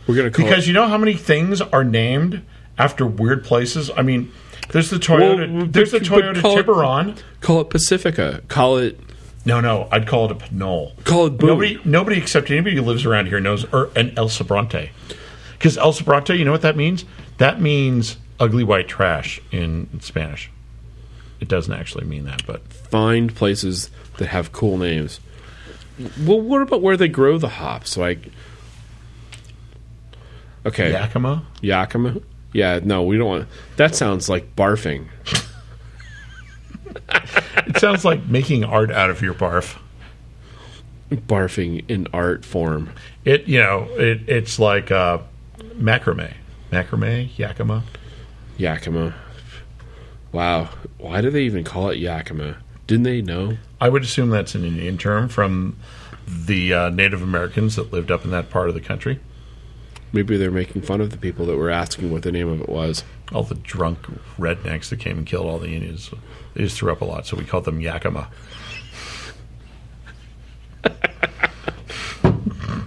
A: we're gonna call
B: Because
A: it,
B: you know how many things are named after weird places? I mean, there's the Toyota,
A: Well, but-
B: there's the
A: but
B: Toyota
A: call it-
B: Tiburon.
A: call it Pacifica. Call it
B: No, no, I'd call it a pinole.
A: Call it boom.
B: Nobody, nobody except anybody who lives around here knows, or an El Sabrante. Because El Sabrante, you know what that means? That means ugly white trash in Spanish. It doesn't actually mean that, but
A: find places that have cool names. Well, what about where they grow the hops? Like, okay,
B: Yakima?
A: Yakima. Yeah, no, we don't want. That sounds like barfing.
B: It sounds like making art out of your barf.
A: Barfing in art form.
B: It, you know, it, it's like uh, macrame. Macrame, Yakima.
A: Yakima. Wow. Why do they even call it Yakima? Didn't they know?
B: I would assume that's an Indian term from the uh, Native Americans that lived up in that part of the country.
A: Maybe they're making fun of the people that were asking what the name of it was.
B: all the drunk rednecks that came and killed all the Indians. They just threw up a lot, so we called them Yakima.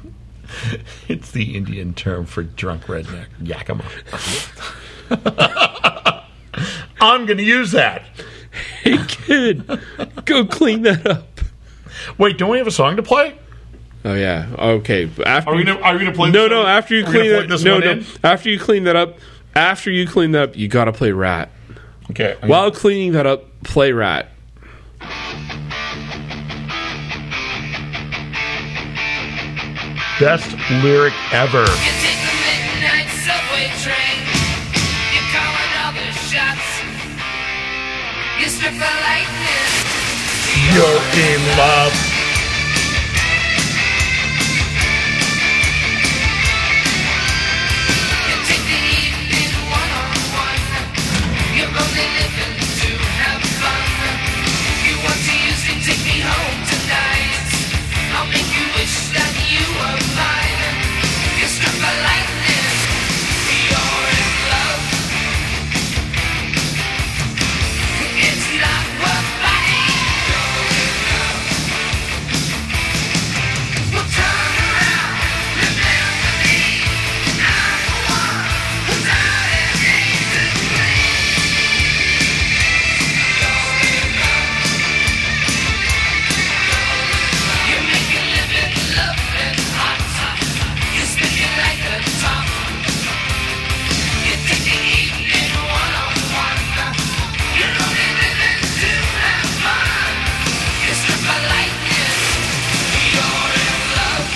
B: it's the Indian term for drunk redneck, Yakima. I'm going to use that.
A: Hey, kid, go clean that up.
B: Wait, don't we have a song to play?
A: Oh yeah. Okay. After
B: Are we going to play?
A: No,
B: this
A: no.
B: one?
A: After you
B: Are we gonna
A: clean
B: plug
A: that,
B: this
A: no,
B: one
A: no.
B: in?
A: After you clean that up, after you clean that up, you gotta play Rat.
B: Okay. I'm
A: While cleaning that up, play Rat.
B: gonna- best lyric ever.
D: You take the midnight subway train. You're calling all the shots. You strip the lightning.
B: You're in love.
D: You take the evening one on one. You're only living to have fun. You want to use me, take me home tonight. I'll make you wish that you were mine. You strip the lightning. You're in love. It's not worth fighting. You're in love. Well, turn around, remember me. I'm the one who's out at eight to three. You're in love. You make it living loving hot. You spin it like a top. You take the evening one on one. You're only living to have fun. You strip a lightning. You're in love.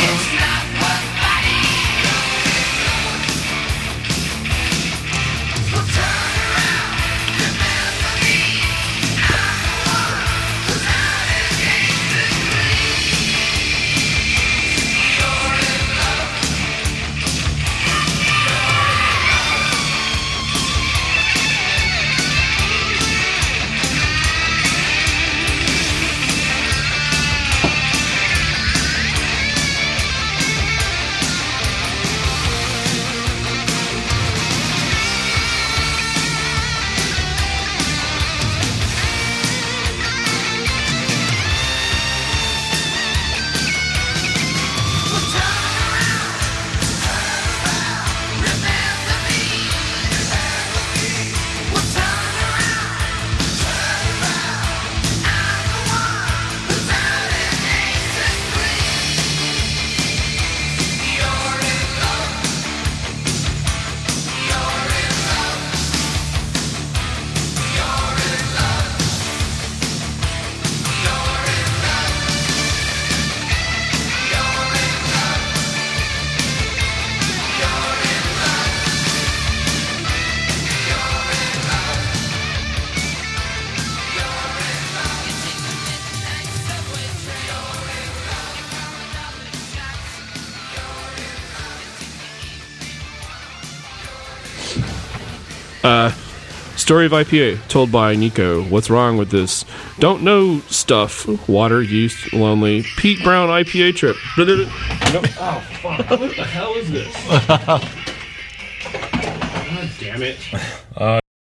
D: It's not worth fighting. You're in love. Well, turn around, remember me. I'm the one who's out at eight to three. You're in love. Well, turn around, remember me. Well, turn around, turn around. I'm the one who's out at eight to three. You're in love. You're in love. You're in love. You're in love. You're in love. You're in love. You're in love. You're in love. You take the midnight subway train. You're in love. You're calling all the shots. You're in love. You take the evening
A: Story of IPA told by Nico. What's wrong with this? Don't know stuff. Water, yeast, lonely. Pete Brown IPA trip. Nope.
E: What the hell is this?
A: damn it.
F: Oh